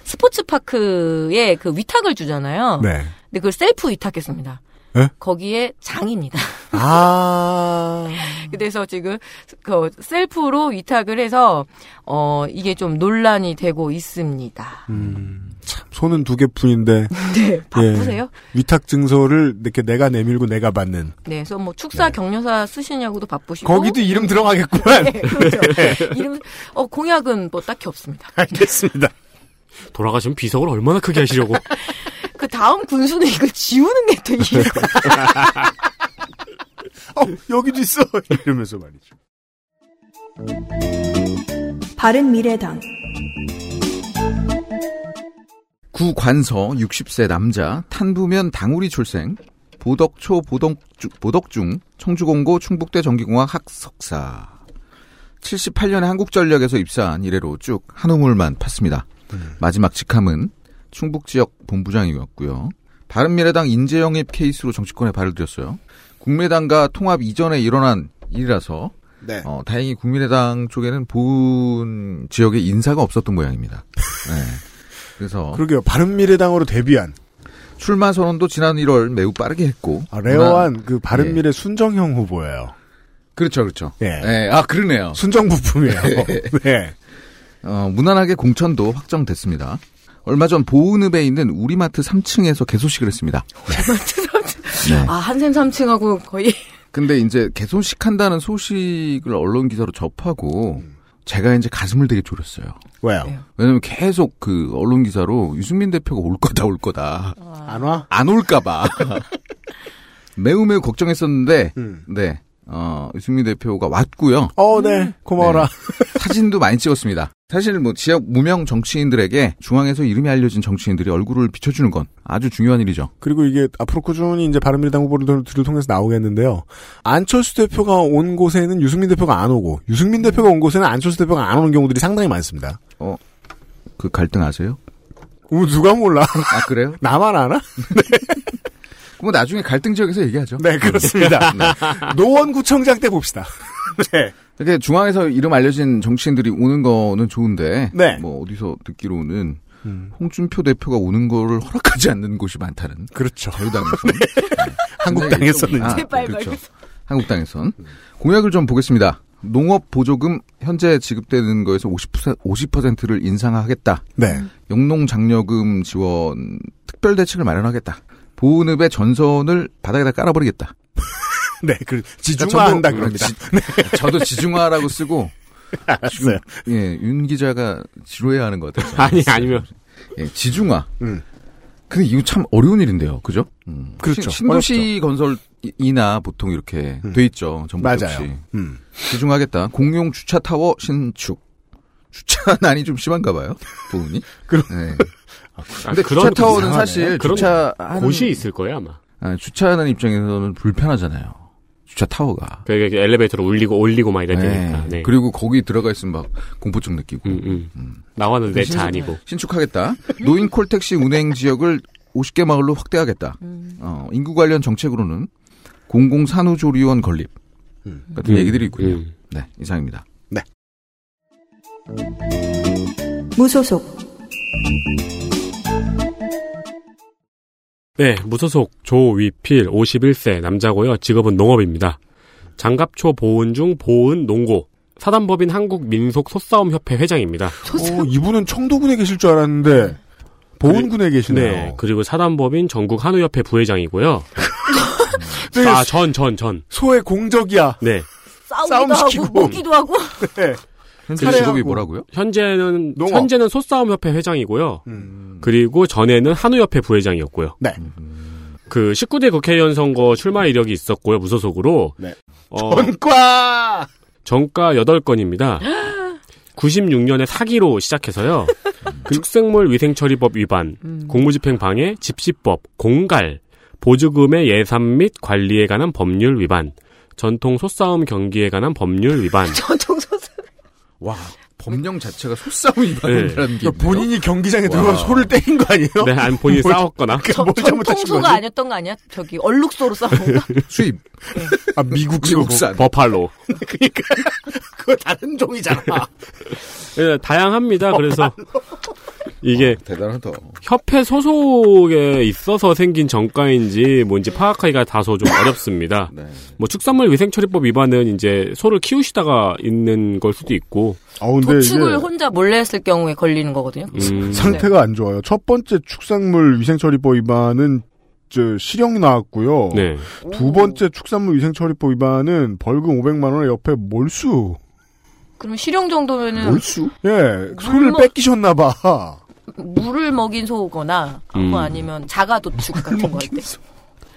D: 스포츠파크에 그 위탁을 주잖아요.
B: 네.
D: 근데 그걸 셀프 위탁했습니다.
B: 에?
D: 거기에 장입니다. [laughs]
B: 아
D: 그래서 지금 그 셀프로 위탁을 해서 어 이게 좀 논란이 되고 있습니다.
B: 음. 손은 두 개뿐인데
D: 네, 바쁘세요?
B: 위탁 증서를 이렇게 내가 내밀고 내가 받는
D: 네, 그래서 뭐 축사 경력사 쓰시냐고도 바쁘시고
B: 거기도 이름 들어가겠구만.
D: 네, [laughs] 그렇죠. 이름 어 공약은 뭐 딱히 없습니다.
B: [laughs] 알겠습니다.
F: 돌아가시면 비석을 얼마나 크게 하시려고.
D: 그 다음 군수는 이거 지우는 게 되게
B: 어 여기도 있어 [laughs] 이러면서 말이죠.
C: 바른미래당
E: 구관서 60세 남자 탄부면 당우리 출생 보덕초 보덕주, 보덕중 청주공고 충북대 전기공학 학석사 78년에 한국전력에서 입사한 이래로 쭉 한 우물만 팠습니다. 마지막 직함은 충북지역 본부장이었고요. 바른미래당 인재영입 케이스로 정치권에 발을 들였어요. 국민의당과 통합 이전에 일어난 일이라서
B: 네.
E: 어, 다행히 국민의당 쪽에는 본 지역에 인사가 없었던 모양입니다. 네. 그래서
B: 그러게요. 바른미래당으로 데뷔한
E: 출마 선언도 지난 1월 매우 빠르게 했고
B: 아, 레어한 그 바른미래 순정형 후보예요.
E: 그렇죠 그렇죠
B: 예.
E: 예, 아 그러네요
B: 순정 부품이에요. [laughs] 네.
E: 어, 무난하게 공천도 확정됐습니다 얼마 전 보은읍에 있는 우리마트 3층에서 개소식을 했습니다 네.
D: 아 한샘 3층하고 거의
E: 근데 이제 개소식한다는 소식을 언론 기사로 접하고 제가 이제 가슴을 되게 졸였어요
B: 왜요?
E: 왜냐면 계속 그 언론 기사로 유승민 대표가 올 거다 올 거다
B: 안 와?
E: 안 올까봐 [laughs] 매우 매우 걱정했었는데
B: 음.
E: 네 어, 유승민 대표가 왔고요
B: 어, 네. 고마워라.
E: 사진도 많이 찍었습니다. 사실 뭐 지역 무명 정치인들에게 중앙에서 이름이 알려진 정치인들이 얼굴을 비춰주는 건 아주 중요한 일이죠.
B: 그리고 이게 앞으로 꾸준히 이제 바른미래당 후보를 통해서 나오겠는데요. 안철수 대표가 온 곳에는 유승민 대표가 안 오고, 유승민 대표가 온 곳에는 안철수 대표가 안 오는 경우들이 상당히 많습니다.
E: 그 갈등 아세요?
B: 우, 누가 몰라? [laughs]
E: 아 그래요?
B: 나만 아나?
E: 뭐 나중에 갈등 지역에서 얘기하죠.
B: [laughs] 네, 그렇습니다.
E: 네.
B: 노원구청장 때 봅시다. 네.
E: 이렇게 중앙에서 이름 알려진 정치인들이 오는 거는 좋은데
B: 네. 음.
E: 뭐 어디서 듣기로는 홍준표 대표가 오는 거를 허락하지 않는 곳이 많다는
B: 그렇죠.
E: 자유당에서
B: [laughs] 한국당에서는.
E: 아,
D: 제발
E: 그렇죠.
D: 말고.
E: 한국당에선 공약을 좀 보겠습니다. 농업 보조금 현재 지급되는 거에서 50%, 50%를 인상하겠다.
B: 네.
E: 영농장려금 지원 특별 대책을 마련하겠다. 보은읍의 전선을 바닥에다 깔아버리겠다.
B: 네, 그, 지중화한다,
E: 그러니까
B: 그럽니다.
E: 저도- [laughs] 저도 지중화라고 쓰고
B: 알았어요.
E: 예, 윤 기자가 지루해하는 것 같아요.
F: 아니 아니면
E: 예, 지중화.
B: 음.
E: 근데 이거 참 어려운 일인데요, 그죠? 음.
B: 그렇죠. 음.
E: 신- 신도시 건설이나 보통 이렇게 돼 있죠. 정부
B: 맞아요.
E: 역시.
B: 음.
E: 지중하겠다. 공용 주차 타워 신축. 주차 난이 좀 심한가 봐요. 부분이.
B: [laughs] 그럼-
E: 네.
F: 아,
E: 근데 주차 타워는
F: 이상하네.
E: 사실
F: 그런
E: 주차
F: 곳이 있을 거예요 아마.
E: 주차하는 입장에서는 불편하잖아요. 주차 타워가.
F: 그러니까 이렇게 엘리베이터로 울리고 올리고 막 이래야 되니까.
E: 네.
F: 네.
E: 그리고 거기 들어가 있으면 막 공포증 느끼고.
F: 음, 음. 나왔는데
E: 신축-
F: 차 아니고.
E: 신축하겠다. 노인 콜택시 운행 지역을 50개 마을로 확대하겠다. 어, 인구 관련 정책으로는 공공산후조리원 건립 같은
F: 음.
E: 그 얘기들이 있군요.
F: 음.
E: 네, 이상입니다.
C: 무소속
F: 네, 무소속 조위필 51세 남자고요. 직업은 농업입니다. 장갑초 보은 중 보은 농고. 사단법인 한국민속소싸움협회 회장입니다.
B: 어, 이분은 청도군에 계실 줄 알았는데 보은군에 계시네요.
F: 네, 그리고 사단법인 전국한우협회 부회장이고요.
B: 되게
F: 아, 전, 전, 전.
B: 소의
F: [laughs]
B: 공적이야.
F: 네.
B: [laughs] 싸움
D: 싸우기도
B: 시키고.
D: 하고 먹기도 하고 [laughs]
E: 현재
B: 사례하고.
E: 직업이 뭐라고요?
F: 현재는,
B: 농업.
F: 현재는 소싸움협회 회장이고요.
B: 음.
F: 그리고 전에는 한우협회 부회장이었고요.
B: 네.
F: 그 19대 국회의원 선거 출마 이력이 있었고요. 무소속으로.
B: 네.
F: 어,
B: 전과
F: 정가
B: [gasps]
F: 8건입니다. 96년에 사기로 시작해서요.
B: 음.
F: 축생물 위생처리법 위반, 공무집행 방해, 집시법, 공갈, 보조금의 예산 및 관리에 관한 법률 위반, 전통 소싸움 경기에 관한 법률
B: [laughs]
F: 위반.
E: 와, 법령 자체가 소싸움 위반이라는 게.
B: 그러니까
E: 있네요.
B: 본인이 경기장에
E: 와.
B: 들어가 서 소를 때린 거 아니에요?
F: 네, 안 본인이
B: 뭘-
F: 싸웠거나.
B: [laughs] 그러니까 뭘 잘못하신 거지? 네,
D: 전통소가 아니었던 거 아니야? 저기
B: [laughs]
D: 얼룩소로 싸운 거?
E: 수입,
B: 아 미국
E: 미국산.
F: 버팔로. 네.
B: 그러니까 [laughs] 그거 다른 종이잖아.
F: 예, 다양합니다.
B: 어,
F: 그래서 이게
E: 대단하다.
F: 협회 소속에 있어서 생긴 정가인지 뭔지 파악하기가 다소 좀 어렵습니다.
E: [laughs] 네.
F: 뭐 축산물 위생처리법 위반은 이제 소를 키우시다가 있는 걸 수도 있고
B: 아 근데 이게
D: 도축을 혼자 몰래 했을 경우에 걸리는 거거든요.
F: 음,
B: 상태가 안 좋아요. 첫 번째 축산물 위생처리법 위반은 저 실형
E: 어.
B: 나왔고요.
F: 네.
B: 두 번째 축산물 위생처리법 위반은 벌금 500만 원에 옆에 몰수.
D: 그럼 실형 정도면은
B: 몰수? 예, 소를
D: 물먹-
B: 뺏기셨나 봐.
D: 물을 먹인 소거나
F: 음.
D: 뭐 아니면 자가 도축 같은 거 할 때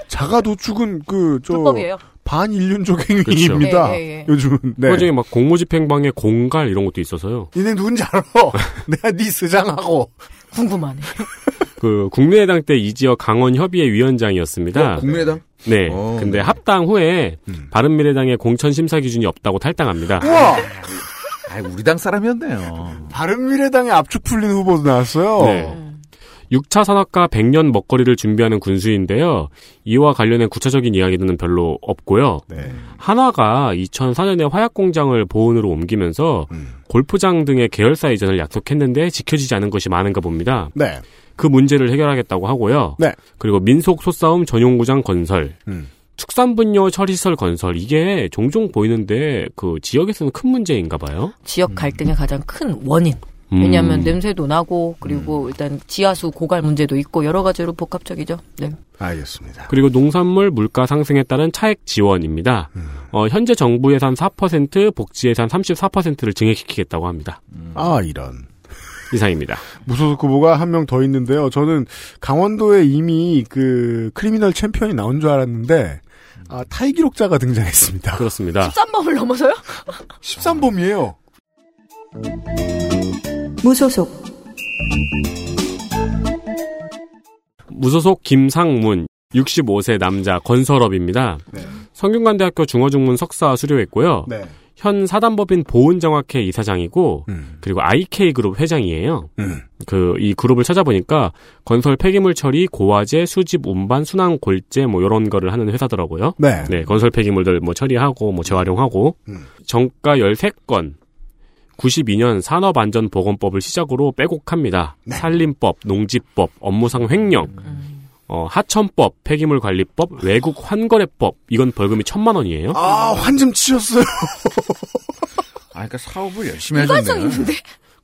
B: 자가 도축은 그저
D: 불법이에요.
B: 반인륜적
F: 그렇죠.
B: 행위입니다.
D: 예, 예, 예.
B: 요즘은 네.
F: 그중에 막 공무집행방해 공갈 이런 것도 있어서요.
B: 니네 누군지 알아? [laughs] 내가 네 스장하고
D: 궁금하네.
F: 그 국민의당 때 이지어 강원협의회 위원장이었습니다.
E: 국민의당?
F: 아, 네.
E: 어, 음.
F: 근데
E: 네.
F: 합당 후에 바른미래당의 공천 심사 기준이 없다고 탈당합니다.
B: 우와
E: 아, 우리 당 사람이었네요.
B: 바른미래당에 압축 풀린 후보도 나왔어요.
F: 네. 6차 산업화 100년 먹거리를 준비하는 군수인데요. 이와 관련된 구체적인 이야기들은 별로 없고요.
B: 네.
F: 한화가 2004년에 화약 공장을 보은으로 옮기면서
B: 음.
F: 골프장 등의 계열사 이전을 약속했는데 지켜지지 않은 것이 많은가 봅니다.
B: 네.
F: 그 문제를 해결하겠다고 하고요.
B: 네.
F: 그리고 민속 소싸움 전용구장 건설,
B: 음.
F: 축산분뇨 처리시설 건설 이게 종종 보이는데 그 지역에서는 큰 문제인가 봐요. 음.
D: 지역
B: 음.
D: 갈등의 가장 큰 원인. 왜냐하면 냄새도 나고
B: 음.
D: 그리고 일단 지하수 고갈 문제도 있고 여러 가지로 복합적이죠. 네.
B: 알겠습니다.
F: 그리고 농산물 물가 상승에 따른 차액 지원입니다. 어, 현재 정부 예산 4%, 복지 예산 34%를 증액시키겠다고 합니다.
B: 아 이런
F: 이상입니다.
B: 무소속 후보가 한 명 더 있는데요. 저는 강원도에 이미 그 크리미널 챔피언이 나온 줄 알았는데 아, 타이 기록자가 등장했습니다.
F: 그렇습니다.
D: 13범을 넘어서요? [laughs]
B: 13범이에요.
C: 무소속
F: 무소속 김상문 65세 남자 건설업입니다.
B: 네.
F: 성균관대학교 중어중문 석사 수료했고요.
B: 네.
F: 현 사단법인 보은정학회 이사장이고
B: 음.
F: 그리고 IK그룹 회장이에요.
B: 음.
F: 그 이 그룹을 찾아보니까 건설 폐기물 처리, 고화재, 수집, 운반, 순환, 골재 뭐 이런 거를 하는 회사더라고요.
B: 네.
F: 네, 건설 폐기물들 뭐 처리하고 뭐 재활용하고
B: 음.
F: 정가 13건 92년 산업안전보건법을 시작으로 빼곡합니다.
B: 네.
F: 산림법, 농지법, 업무상 횡령,
B: 음.
F: 어, 하천법, 폐기물 관리법, 외국 환거래법 이건 벌금이 천만 원이에요.
B: 아 환좀 치셨어요.
E: 아, 그러니까 사업을 열심히 하셨네요.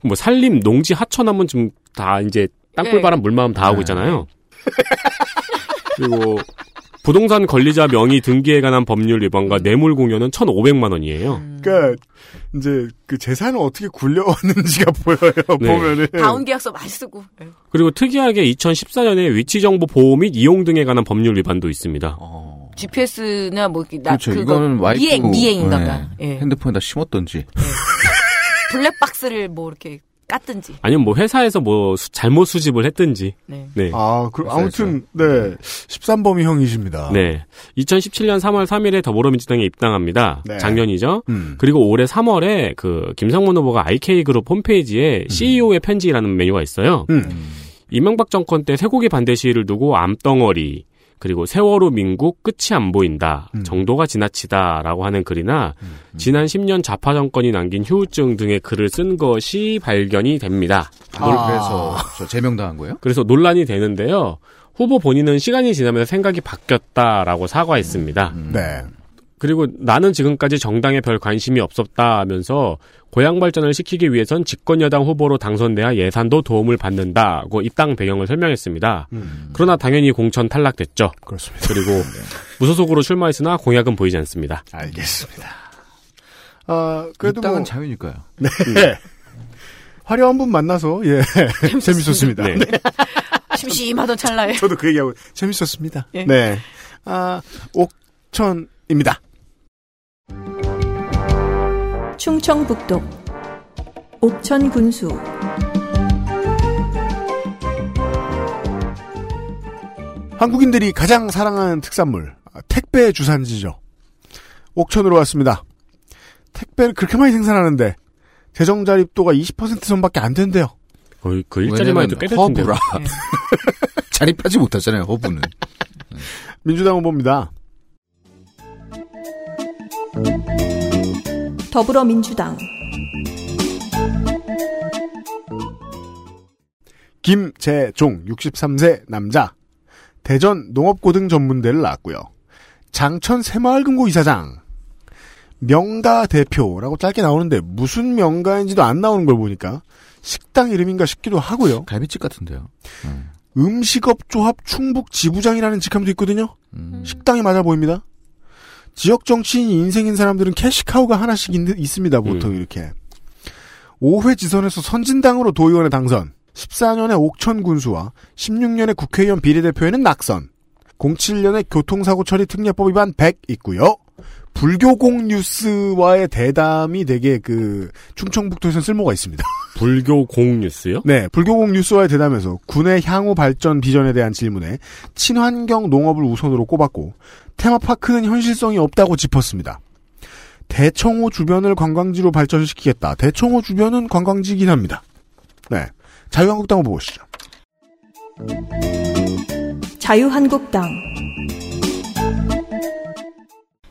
F: 뭐 산림, 농지, 하천 하면 지금 다 이제 땅굴 바람 물마음 다
B: 네. [laughs]
F: 하고 있잖아요. 그리고 부동산 권리자 명의 등기에 관한 법률 위반과 뇌물 공여는 1,500만 원이에요.
B: 그러니까 이제 그 재산을 어떻게 굴려왔는지가 [laughs] 보여요.
F: 네.
B: 보면은
D: 다운 계약서 많이 쓰고. 네.
F: 그리고 특이하게 2014년에 위치 정보 보호 및 이용 등에 관한 법률 위반도 있습니다.
E: 어.
D: GPS나 뭐 이렇게 나
E: 그렇죠.
D: 거
E: 이거는 와이프
D: 미행 미행인가봐.
E: 네.
D: 예.
E: 핸드폰에다 심었던지.
D: 블랙박스를 뭐 이렇게 깠든지.
F: 아니면 뭐 회사에서 뭐 수- 잘못 수집을 했든지.
D: 네.
F: 네.
B: 아, 그, 아무튼, 네. 13범위 형이십니다.
F: 네. 2017년 3월 3일에 더불어민주당에 입당합니다.
B: 네.
F: 작년이죠.
B: 음.
F: 그리고 올해 3월에 그 김상문 후보가 IK그룹 홈페이지에 CEO의 편지라는 메뉴가 있어요.
B: 음.
F: 이명박 정권 때 쇠고기 반대 시위를 두고 암덩어리 그리고 세월호 민국 끝이 안 보인다
B: 음.
F: 정도가 지나치다라고 하는 글이나 지난 10년 좌파 정권이 남긴 휴우증 등의 글을 쓴 것이 발견이 됩니다.
B: 아.
E: 그래서 저 제명당한 거예요?
F: 그래서 논란이 되는데요. 후보 본인은 시간이 지나면서 생각이 바뀌었다라고 사과했습니다.
B: 네.
F: 그리고 나는 지금까지 정당에 별 관심이 없었다 하면서 고향 발전을 시키기 위해선 집권 여당 후보로 당선돼야 예산도 도움을 받는다고 입당 배경을 설명했습니다. 그러나 당연히 공천 탈락됐죠.
B: 음. 그렇습니다. 네.
F: 그리고 무소속으로 출마했으나 공약은 보이지 않습니다.
B: 알겠습니다. 아, 그래도
E: 입당은
B: 뭐,
E: 자유니까요.
B: 화려한 분 만나서, 예. [laughs] 재밌었습니다.
F: 네.
D: [laughs] 심심하던 찰나에.
B: 저도 그 얘기하고, 재밌었습니다.
D: 예.
B: 네. 아, 옥천입니다.
C: 충청북도 옥천군수
B: 한국인들이 가장 사랑하는 특산물, 아, 택배 주산지죠. 옥천으로 왔습니다. 택배를 그렇게 많이 생산하는데, 재정자립도가 20% 선밖에 안 된대요.
F: 거의 그 일자리만 해도 뭐. 꽤될 텐데.
E: 허브라.
D: 네.
E: [laughs] 자립하지 못하잖아요, 허브는.
B: 민주당 후보입니다.
C: 더불어민주당
B: 김재종 63세 남자 대전 농업고등전문대를 나왔고요. 장천 새마을금고 이사장 명가 대표라고 짧게 나오는데 무슨 명가인지도 안 나오는 걸 보니까 식당 이름인가 싶기도 하고요.
E: 갈비집 같은데요.
B: 음식업조합 충북 지부장이라는 직함도 있거든요. 식당이 맞아 보입니다. 지역 정치인이 인생인 사람들은 캐시카우가 하나씩 있, 습니다 보통
F: 음.
B: 이렇게. 5회 지선에서 선진당으로 도의원에 당선. 14년에 옥천 군수와 16년에 국회의원 비례대표에는 낙선. 07년에 교통사고 처리 특례법 위반 100 있고요. 불교공 뉴스와의 대담이 되게 그 충청북도에서는 쓸모가 있습니다.
F: 불교 공뉴스요?
B: 네, 불교국 뉴스와의 대담에서 군의 향후 발전 비전에 대한 질문에 친환경 농업을 우선으로 꼽았고 테마파크는 현실성이 없다고 짚었습니다. 대청호 주변을 관광지로 발전시키겠다. 대청호 주변은 관광지이긴 합니다. 네, 자유한국당 후보 보시죠.
C: 자유한국당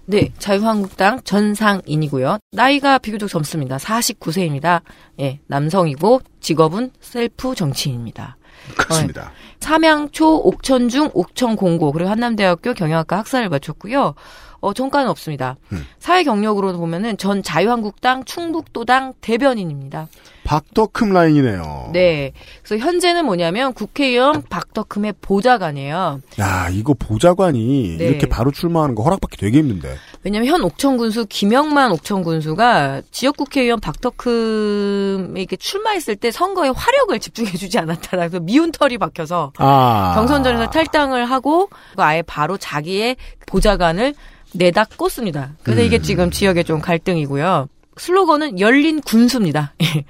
D: 네, 자유한국당 전상인이고요. 나이가 비교적 젊습니다. 49세입니다. 예, 남성이고 직업은 셀프 정치인입니다.
B: 그렇습니다.
D: 네. 삼양초, 옥천중, 옥천공고 그리고 한남대학교 경영학과 학사를 마쳤고요. 어, 전과는 없습니다. 사회 경력으로 보면은 전 자유한국당 충북도당 대변인입니다.
B: 박덕흠 라인이네요.
D: 네. 그래서 현재는 뭐냐면 국회의원 박덕흠의 보좌관이에요.
B: 야, 이거 보좌관이
D: 네.
B: 이렇게 바로 출마하는 거 허락받기 되게 힘든데.
D: 왜냐면 현 옥천군수 김영만 옥천군수가 지역국회의원 박덕흠에게 출마했을 때 선거에 화력을 집중해주지 않았다. 그래서 미운 털이 박혀서
B: 아.
D: 경선전에서 탈당을 하고 아예 바로 자기의 보좌관을 내다 꽂습니다. 그래서 이게 지금 지역에 좀 갈등이고요. 슬로건은 열린 군수입니다. [laughs] 예.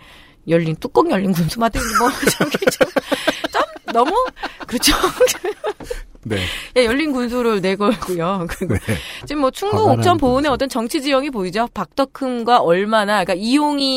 D: 열린 뚜껑 열린 군수 맞든 뭐 저기 좀, [laughs] 좀 너무 그렇죠.
B: 네.
D: 예, 열린
B: [laughs]
D: 군수를 내걸고요. 그리고 지금 뭐 충북
B: 화가 나는
D: 옥천 보은의 어떤 정치 지형이 보이죠. 박덕흠과 얼마나 그러니까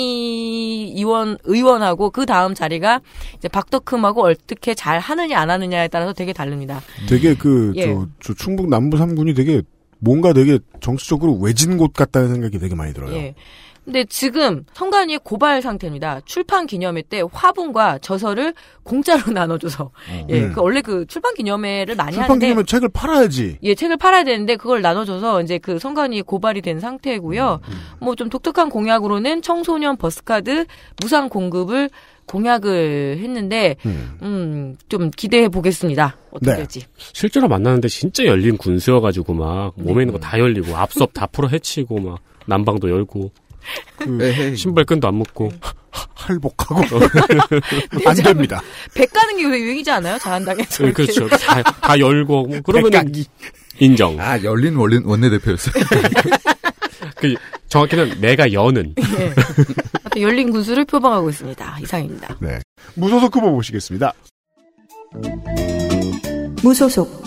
D: 이용희 의원 의원하고 그 다음 자리가 이제 박덕흠하고 어떻게 잘 하느냐 안 하느냐에 따라서 되게 다릅니다.
F: 음.
B: 되게 그,
D: 예.
B: 저, 저 충북 남부 3군이 되게 뭔가 되게 정치적으로 외진 곳 같다는 생각이 되게 많이 들어요.
D: 예. 근데 지금 성관이의 고발 상태입니다. 출판 기념회 때 화분과 저서를 공짜로 [laughs] 나눠줘서 예,
B: 음.
D: 그 원래 그 출판 기념회를 많이
B: 출판
D: 하는데
B: 기념회 책을 팔아야지.
D: 예, 책을 팔아야 되는데 그걸 나눠줘서 이제 그 성관이 고발이 된 상태고요.
F: 음,
D: 뭐 좀 독특한 공약으로는 청소년 버스카드 무상 공급을 공약을 했는데
B: 음.
D: 음, 좀 기대해 보겠습니다. 어떻게
B: 네.
D: 될지.
F: 실제로 만나는데 진짜 열린 군수여가지고 막 몸에
B: 네.
F: 있는 거 다 열리고 앞섭 다 풀어 헤치고 막 난방도 열고
E: 에헤이.
F: 신발끈도 안 묶고 [laughs]
B: 할복하고. 안 됩니다.
D: 백 가는 게 요새 유행이지 않아요? 자한당에서.
F: 네, 그렇죠. 다, 다 열고 뭐 그러면
B: 백각기.
F: 인정.
E: 아, 열린 원린 원내대표였어요.
F: 그 정확히는 내가 여는.
D: 예. 하여튼 열린 군수를 표방하고 있습니다. 이상입니다.
B: 네. 무소속 후보 보시겠습니다.
C: 무소속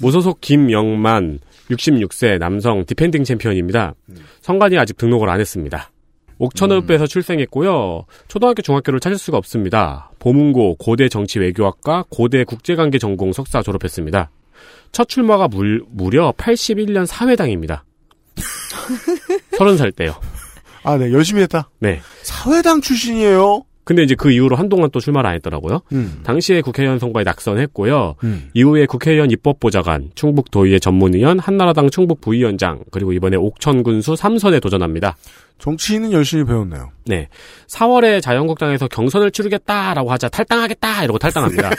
F: 무소속 김영만 66세 남성 디펜딩 챔피언입니다. 성관이 아직 등록을 안 했습니다. 옥천읍에서 출생했고요. 초등학교 중학교를 찾을 수가 없습니다. 보문고 고대 정치외교학과 고대 국제관계 전공 석사 졸업했습니다. 첫 출마가 물, 무려 81년 사회당입니다. 30살 때요.
B: 아, 네. 열심히 했다.
F: 네.
B: 사회당 출신이에요.
F: 근데 이제 그 이후로 한동안 또 출마를 안 했더라고요.
B: 음.
F: 당시에 국회의원 선거에 낙선했고요.
B: 음.
F: 이후에 국회의원 입법보좌관, 충북도의회 전문위원, 한나라당 충북부위원장, 그리고 이번에 옥천군수 3선에 도전합니다.
B: 정치인은 열심히 배웠네요.
F: 네. 4월에 자유한국당에서 경선을 치르겠다라고 하자 탈당하겠다!
E: [laughs]
F: 이러고 탈당합니다.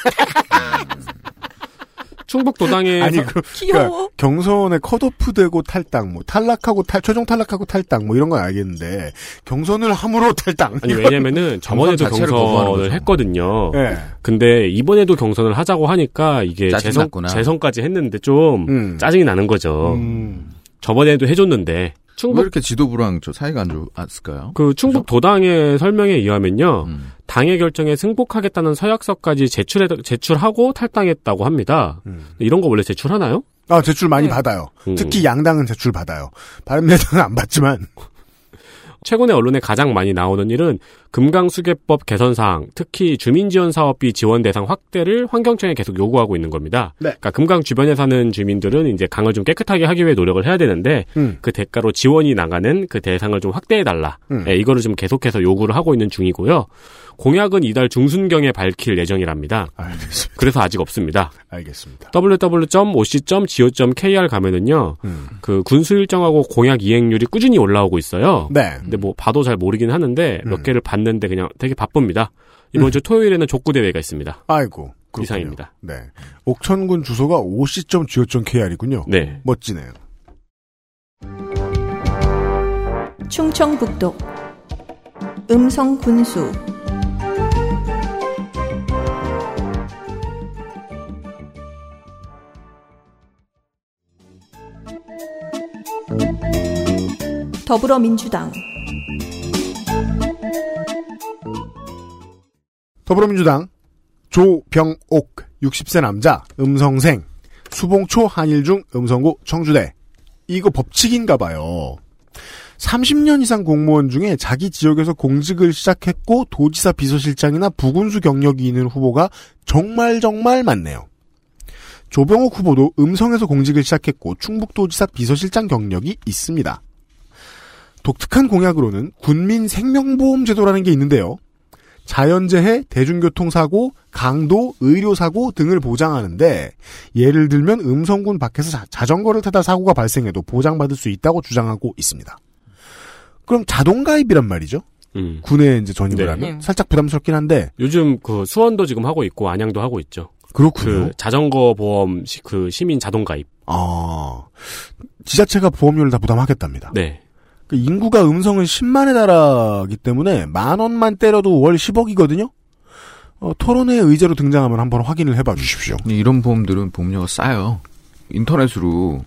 F: 충북도당에.
B: 아니, 그, 그러니까 경선에 컷오프 되고 탈당, 뭐 탈락하고 탈 최종 탈락하고 탈당 뭐 이런 건 알겠는데 경선을 함으로 탈당.
F: 아니, 왜냐면은 저번에도
E: 경선 자체를 거부하는
F: 경선을
E: 거죠. 네.
F: 했거든요.
B: [laughs] 예.
F: 근데 이번에도 경선을 하자고 하니까 이게 재선,
E: 짜증났구나.
F: 재선까지 했는데 좀
B: 음.
F: 짜증이 나는 거죠.
B: 음.
F: 저번에도
E: [laughs]
F: 해줬는데
E: 왜
F: 충북
E: 이렇게 지도부랑 저 사이가 안 좋았을까요?
F: 그 충북 도당의 설명에 의하면요
E: 음.
F: 당의 결정에 승복하겠다는 서약서까지 제출해 제출하고 탈당했다고 합니다.
B: 음.
F: 이런 거 원래 제출하나요?
B: 아 제출 많이 받아요.
F: 음.
B: 특히 양당은 제출 받아요. 바른미래당은 안 받지만
F: 최근에 언론에 가장 많이 나오는 일은 금강수계법 개선 사항, 특히 주민지원 사업비 지원 대상 확대를 환경청에 계속 요구하고 있는 겁니다.
B: 네.
F: 그러니까 금강 주변에 사는 주민들은 이제 강을 좀 깨끗하게 하기 위해 노력을 해야 되는데
B: 음.
F: 그 대가로 지원이 나가는 그 대상을 좀 확대해 달라. 예,
B: 음.
F: 이거를 좀 계속해서 요구를 하고 있는 중이고요. 공약은 이달 중순경에 밝힐 예정이랍니다.
B: [laughs] 알겠습니다.
F: 그래서 아직 없습니다.
B: 알겠습니다.
F: www.oc.go.kr 가면은요.
B: 음.
F: 그 군수 일정하고 공약 이행률이 꾸준히 올라오고 있어요.
B: 네.
F: 근데 뭐 봐도 잘 모르긴 하는데
B: 음.
F: 몇 개를 봤는데 그냥 되게 바쁩니다. 이번 주 토요일에는 족구 대회가 있습니다.
B: 아이고. 그렇군요.
F: 이상입니다.
B: 네. 옥천군 주소가 oc.go.kr이군요.
F: 네.
B: 멋지네요.
C: 충청북도 음성군수 더불어민주당
B: 더불어민주당 조병옥 60세 남자 음성생 수봉초 한일중 음성고 청주대 이거 법칙인가 봐요. 30년 이상 공무원 중에 자기 지역에서 공직을 시작했고 도지사 비서실장이나 부군수 경력이 있는 후보가 정말 정말 많네요. 조병옥 후보도 음성에서 공직을 시작했고 충북도지사 비서실장 경력이 있습니다. 독특한 공약으로는 군민 생명보험 제도라는 게 있는데요. 자연재해, 대중교통사고, 강도, 의료사고 등을 보장하는데 예를 들면 음성군 밖에서 자- 자전거를 타다 사고가 발생해도 보장받을 수 있다고 주장하고 있습니다. 그럼 자동가입이란 말이죠.
F: 음.
B: 군에 이제 전입을
F: 네.
B: 하면 살짝 부담스럽긴 한데
F: 요즘 그 수원도 지금 하고 있고 안양도 하고 있죠.
B: 그렇군요.
F: 그 자전거 보험 시- 그 시민 자동 가입.
B: 아 지자체가 보험료를 다 부담하겠답니다.
F: 네.
B: 그 인구가 음성은 10만에 달하기 때문에 만 원만 때려도 월 10억이거든요. 어, 토론회 의제로 등장하면 한번 확인을 해봐 주십시오.
E: 근데 이런 보험들은 보험료가 싸요. 인터넷으로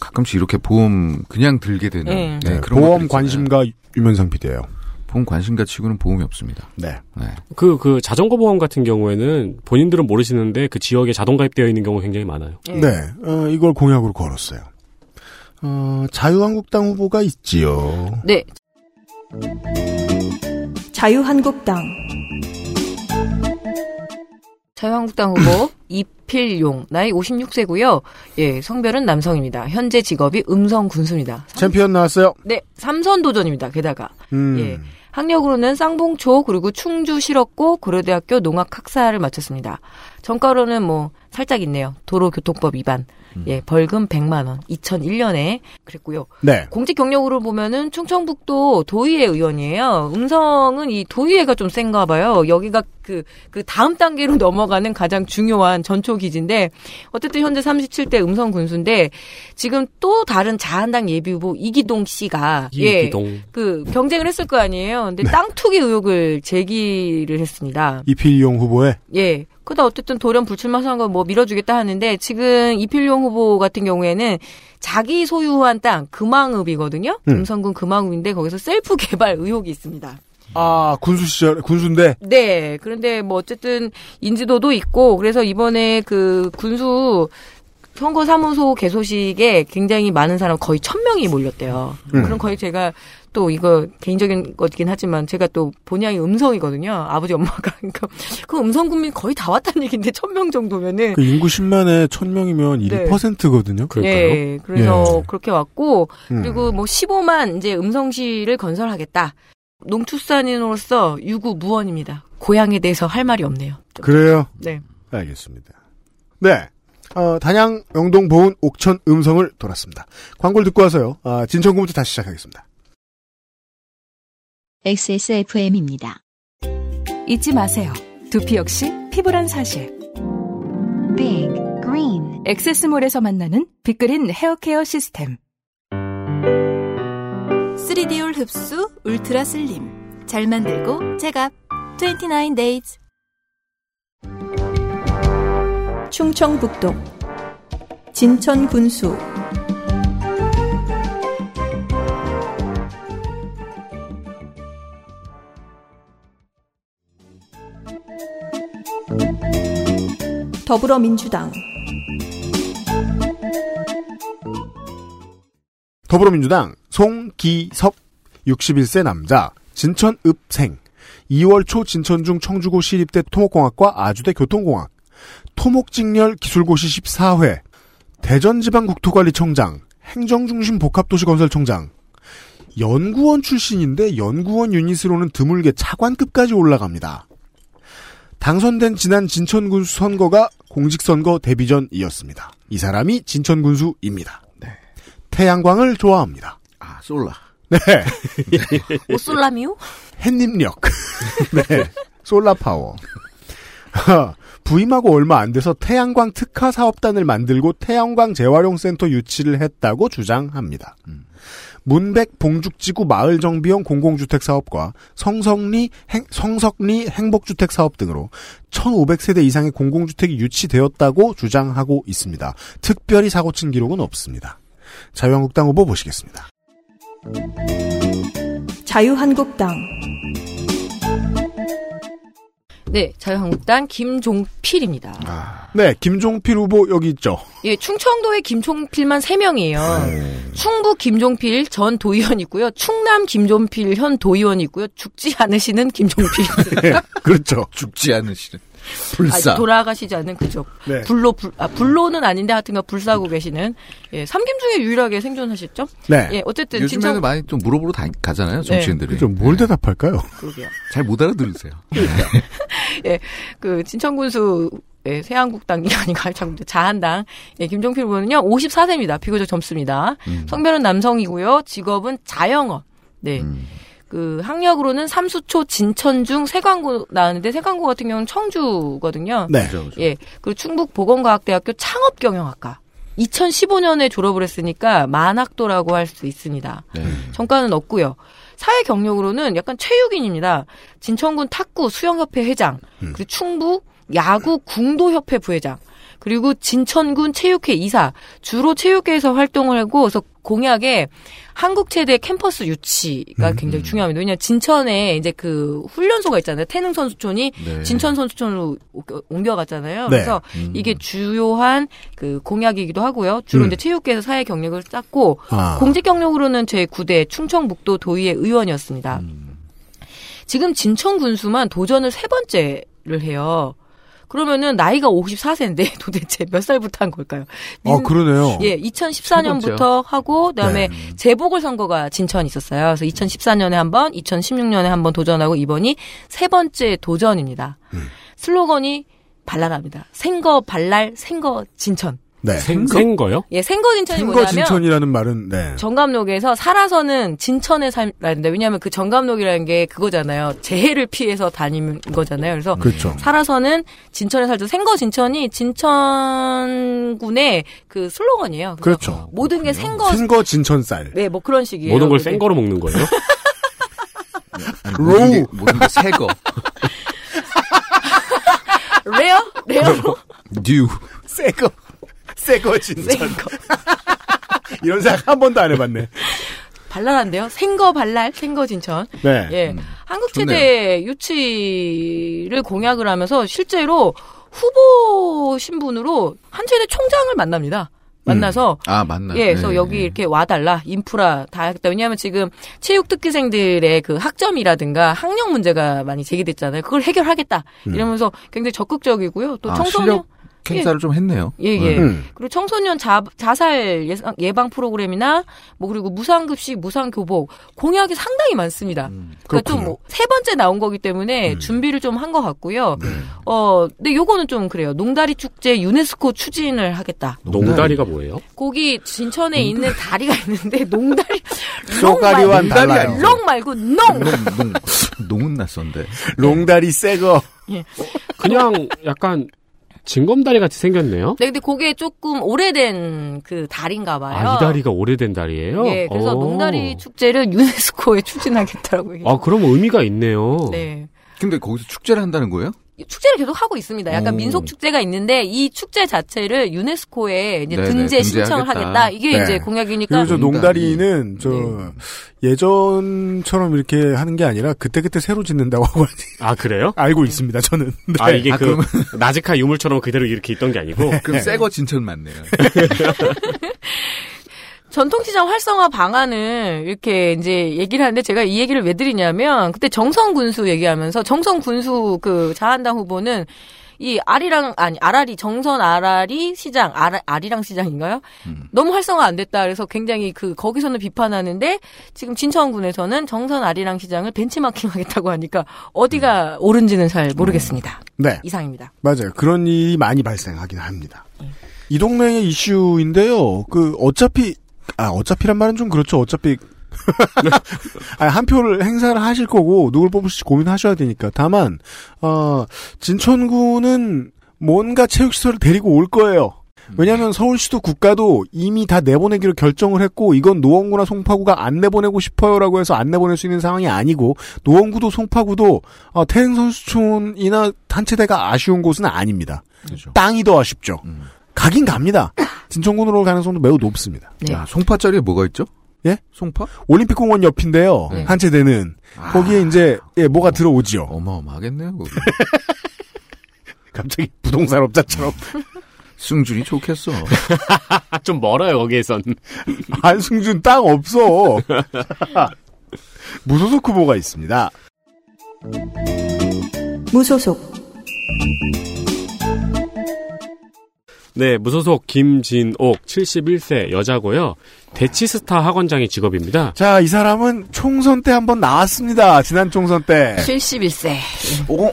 E: 가끔씩 이렇게 보험 그냥 들게 되는
D: 네.
E: 네, 그런 것들
B: 보험
E: 있잖아요.
B: 관심가 유면상 PD예요.
E: 보험 관심가 치고는 보험이 없습니다.
B: 네.
E: 네.
F: 그, 그 자전거 보험 같은 경우에는 본인들은 모르시는데 그 지역에 자동 가입되어 있는 경우가 굉장히 많아요.
D: 예.
B: 네. 어, 이걸 공약으로 걸었어요. 어, 자유한국당 후보가 있지요.
D: 네.
C: 자유한국당
D: 자유한국당 후보 [clears throat] 이필용 나이 56세고요. 예, 성별은 남성입니다. 현재 직업이 음성 군수입니다.
B: 챔피언 나왔어요.
D: 네, 삼선 도전입니다. 게다가
B: 음.
D: 예. 학력으로는 쌍봉초 그리고 충주 실업고 고려대학교 농학 학사를 마쳤습니다. 전과로는 뭐 살짝 있네요. 도로교통법 위반.
F: 음.
D: 예, 벌금 100만 원. 2001년에 그랬고요.
B: 네.
D: 공직 경력으로 보면은 충청북도 도의회 의원이에요. 음성은 이 도의회가 좀 센가 봐요. 여기가 그, 그 다음 단계로 [laughs] 넘어가는 가장 중요한 전초 기지인데, 어쨌든 현재 37대 음성 군수인데, 지금 또 다른 자한당 예비후보 이기동 씨가, 예,
F: 이기동.
D: 그 경쟁을 했을 거 아니에요. 근데 땅 투기 의혹을 제기를 했습니다.
B: 이필용 후보의
D: 예. 그러다 어쨌든 돌연 불출마한 걸뭐 밀어주겠다 하는데 지금 이필용 후보 같은 경우에는 자기 소유한 땅 금왕읍이거든요.
B: 음.
D: 금성군 금왕읍인데 거기서 셀프 개발 의혹이 있습니다.
B: 아 군수 시절 군수인데
D: 네. 그런데 뭐 어쨌든 인지도도 있고 그래서 이번에 그 군수 선거 사무소 개소식에 굉장히 많은 사람 거의 천 명이 몰렸대요.
B: 음.
D: 그럼 거의 제가 또 이거 개인적인 것이긴 하지만 제가 또 본향이 음성이거든요. 아버지 엄마가 [laughs] 그러니까 그 음성 국민 거의 다 왔다는 얘기인데 천 명 정도면은
B: 그 인구 10만에 1000명이면
D: 네.
B: 1%거든요.
F: 그럴까요? 음.
D: 예, 그래서
B: 예.
D: 그렇게 왔고
E: 음.
D: 그리고 뭐 15만 이제 음성시를 건설하겠다. 농축산인으로서 유구 무원입니다. 고향에 대해서 할 말이 없네요. 좀.
B: 그래요.
D: 네.
B: 알겠습니다. 네. 어, 단양, 영동, 보은, 옥천, 음성을 돌았습니다. 광고를 듣고 와서요. 아, 진천구부터 다시 시작하겠습니다.
A: XSFM입니다.
G: 잊지 마세요. 두피 역시 피부란 사실.
J: Big green.
G: 엑세스몰에서 만나는 빅그린 헤어케어 시스템.
J: 3D올 흡수 울트라 슬림. 잘 만들고 제갑. 29 days.
C: 충청북도 진천군수 더불어민주당
B: 더불어민주당, 송기섭, 61세 남자, 진천읍생, 2월 초 진천중 청주고 시립대 토목공학과 아주대 교통공학, 토목직렬 기술고시 14회, 대전지방국토관리청장, 행정중심 복합도시건설청장, 연구원 출신인데 연구원 유닛으로는 드물게 차관급까지 올라갑니다. 당선된 지난 진천군수 선거가 공직선거 데뷔전이었습니다. 이 사람이 진천군수입니다. 태양광을 좋아합니다.
E: 아, 솔라.
B: 네.
E: 예.
D: 오솔라미오?
B: 햇님력. [laughs] 네. 솔라파워. [laughs] 부임하고 얼마 안 돼서 태양광 특화 사업단을 만들고 태양광 재활용센터 유치를 했다고 주장합니다. 음. 문백 봉죽지구 마을 정비용 공공주택 사업과 성성리 행, 성석리 행복주택 사업 등으로 1,500세대 이상의 공공주택이 유치되었다고 주장하고 있습니다. 특별히 사고친 기록은 없습니다. 자유한국당 후보 보시겠습니다.
C: 자유한국당
D: 네, 자유한국당 김종필입니다.
E: 아.
B: 네, 김종필 후보 여기 있죠. [laughs]
D: 예, 충청도의 김종필만 세명이에요
E: 네.
D: 충북 김종필 전 도의원 있고요. 충남 김종필 현 도의원 있고요. 죽지 않으시는 김종필.
B: 예, 그렇죠.
E: 죽지 않으시는
D: 아직
E: [laughs] 불사.
D: 돌아가시지 않은 그죠.
B: 네.
D: 불로 불, 아, 불로는 아닌데 하여튼간 그 불사고 계시는 예, 삼김 중에 유일하게 생존하셨죠?
B: 네.
D: 예, 어쨌든
E: 요즘에는
D: 진짜 네.
E: 많이 좀 물어보러 다, 가잖아요, 정치인들이. 네.
B: 그죠. 뭘 대답할까요?
D: 그러게요.
E: 잘못 알아들으세요.
D: 그 진천군수 예, 새한국당이 [laughs] 아닌가 참 자한당 예, 김종필 후보는요 54세입니다 비교적 젊습니다
E: 음.
D: 성별은 남성이고요 직업은 자영업 네.
E: 음.
D: 그 학력으로는 삼수초 진천중 세광고 나왔는데 세광고 같은 경우는 청주거든요.
B: 네.
D: 예. 그리고 충북 보건과학대학교 창업경영학과 2015년에 졸업을 했으니까 만학도라고 할 수 있습니다.
E: 네.
D: 전과는 없고요. 사회 경력으로는 약간 체육인입니다. 진천군 탁구 수영협회 회장,
B: 음.
D: 그리고 충북 야구 궁도협회 부회장, 그리고 진천군 체육회 이사, 주로 체육회에서 활동을 하고, 그래서 공약에 한국체대 캠퍼스 유치가
B: 음.
D: 굉장히 중요합니다. 왜냐면 진천에 이제 그 훈련소가 있잖아요. 태능 선수촌이
E: 네.
D: 진천 선수촌으로 옮겨- 옮겨갔잖아요.
B: 네.
D: 그래서 이게 주요한 그 공약이기도 하고요. 주로
B: 음.
D: 이제 체육계에서 사회 경력을 쌓고
B: 아.
D: 공직 경력으로는 제 9대 충청북도 도의회 의원이었습니다.
B: 음.
D: 지금 진천 군수만 도전을 세 번째를 해요. 그러면은 나이가 54세인데 [laughs] 도대체 몇 살부터 한 걸까요?
B: 아, 그러네요. 네.
D: 예,
E: 세
D: 2014년부터 하고 그다음에 재보궐 선거가 진천이 있었어요. 그래서 2014년에 한 번, 2016년에 한 번 도전하고 이번이 세 번째 도전입니다.
B: 음.
D: 슬로건이 발랄합니다. 생거 발랄 생거 진천.
B: 네.
F: 생, 생거요?
D: 예, 생거 진천이
B: 생거
D: 뭐냐면
B: 진천이라는 말은 네.
D: 정감록에서 살아서는 진천에 살라는데 왜냐하면 그 정감록이라는 게 그거잖아요. 재해를 피해서 다니는 거잖아요. 그래서
B: 그렇죠.
D: 살아서는 진천에 살죠. 생거 진천이 진천군의 그 슬로건이에요. 그래서
B: 그렇죠.
D: 모든 게 생거
B: 생거 진천쌀.
D: 네, 뭐 그런 식이에요.
F: 모든 걸
D: 근데
F: 생거로 먹는 거예요?
E: 아니, 모든 게- 모든 게 새거.
D: [laughs] 레어?
F: [laughs] 뭐.
D: 레어로?
E: 뉴.
B: [laughs] 새거. 새거 진짜. [laughs] 이런 생각 한 번도 안 해봤네.
D: 발랄한데요? 생거 발랄, 생거 진천.
B: 네.
D: 예. 한국 최대 유치를 공약을 하면서 실제로 후보 신분으로 한체대 총장을 만납니다.
B: 음.
D: 만나서
E: 아, 맞나.
D: 예, 그래서
E: 네,
D: 여기
E: 네.
D: 이렇게 와달라, 인프라 다 하겠다. 왜냐하면 지금 체육특기생들의 그 학점이라든가 학력 문제가 많이 제기됐잖아요. 그걸 해결하겠다. 이러면서 굉장히 적극적이고요. 또
E: 아,
D: 청소년
E: 실력 행사를 좀 했네요.
D: 예, 예.
E: 네.
B: 음.
D: 그리고 청소년 자, 자살 예상- 예방 프로그램이나 뭐 그리고 무상급식, 무상교복 공약이 상당히 많습니다. 그러니까
B: 그렇군요.
D: 좀뭐세 번째 나온 거기 때문에 준비를 좀 한 것 같고요. 어, 근데 요거는 좀 그래요. 농다리 축제 유네스코 추진을 하겠다.
F: 농다리가 뭐예요?
D: 거기 진천에 있는 다리가 있는데 [laughs] 농다리 롱
B: 쪼가리와는
D: 말-
B: 달라요.
D: 롱 말고 농.
E: 농, 농, 농은 낯선데.
D: 예.
B: 롱다리 새거.
F: 그냥 약간 징검다리 같이 생겼네요.
D: 네, 근데 그게 조금 오래된 그 다리인가 봐요.
F: 아, 이 다리가 오래된 다리예요?
D: 예, 그래서
F: 어.
D: 농다리 축제를 [laughs] 유네스코에 추진하겠다라고 얘기해요.
F: 아, 그럼 의미가 있네요.
D: 네.
E: 근데 거기서 축제를 한다는 거예요?
D: 축제를 계속 하고 있습니다. 약간
E: 오.
D: 민속 축제가 있는데 이 축제 자체를 유네스코에 이제
E: 네네,
D: 등재 신청을
E: 등재하겠다.
D: 하겠다. 이게
B: 네.
D: 이제 공약이니까
B: 그리고 저
E: 농다리.
B: 농다리는 저
D: 네.
B: 예전처럼 이렇게 하는 게 아니라 그때그때 새로 짓는다고 [laughs] 하고
F: 아, 그래요?
B: 알고 있습니다. 저는. 네.
F: 아, 이게
E: 아,
F: 그, [laughs]
E: 그러면-
F: 나즈카 유물처럼 그대로 이렇게 있던 게 아니고.
E: 그럼 새거 진천 맞네요.
D: [laughs] 전통시장 활성화 방안을 이렇게 이제 얘기를 하는데 제가 이 얘기를 왜 드리냐면 그때 정성 군수 얘기하면서 정성 군수 그 자한당 후보는 이 아리랑 아니 아라리 정선 아라리 시장 아라, 아리랑 시장인가요? 너무 활성화 안 됐다. 그래서 굉장히 그 거기서는 비판하는데 지금 진천군에서는 정선 아리랑 시장을 벤치마킹하겠다고 하니까 어디가 옳은지는 잘 모르겠습니다.
B: 네.
D: 이상입니다.
B: 맞아요. 그런 일이 많이 발생하긴 합니다. 이 동네의 이슈인데요. 그 어차피 아 어차피란 말은 좀 그렇죠. 어차피 아니, 한 표를 행사를 하실 거고 누굴 뽑으실지 고민하셔야 되니까 다만 어, 진천구는 뭔가 체육시설을 데리고 올 거예요. 왜냐하면 서울시도 국가도 이미 다 내보내기로 결정을 했고 이건 노원구나 송파구가 안 내보내고 싶어요라고 해서 안 내보낼 수 있는 상황이 아니고 노원구도 송파구도 어, 태행 선수촌이나 단체대가 아쉬운 곳은 아닙니다.
E: 그죠.
B: 땅이 더 아쉽죠.
E: 음.
B: 가긴 [coughs] 갑니다. 진천군으로 올 가능성도 매우 높습니다.
D: 네.
E: 야, 송파 자리에 뭐가 있죠?
B: 예?
E: 송파?
B: 올림픽공원 옆인데요.
E: 네.
B: 한체대는
E: 아,
B: 거기에 이제 예, 뭐가 들어오지요.
D: [laughs]
E: 어마어마하겠네요. 거기.
B: 갑자기 [laughs] 부동산업자처럼
E: 승준이 좋겠어.
F: [laughs] 아, 좀 멀어요, 거기에선.
B: 안승준 땅 [laughs] 없어. 자, 무소속 후보가 있습니다.
C: 무소속
F: 네, 무소속 김진옥 71세 여자고요. 대치스타 학원장이 직업입니다.
B: 자, 이 사람은 총선 때 한번 나왔습니다. 지난 총선 때.
D: 71세.
B: 어?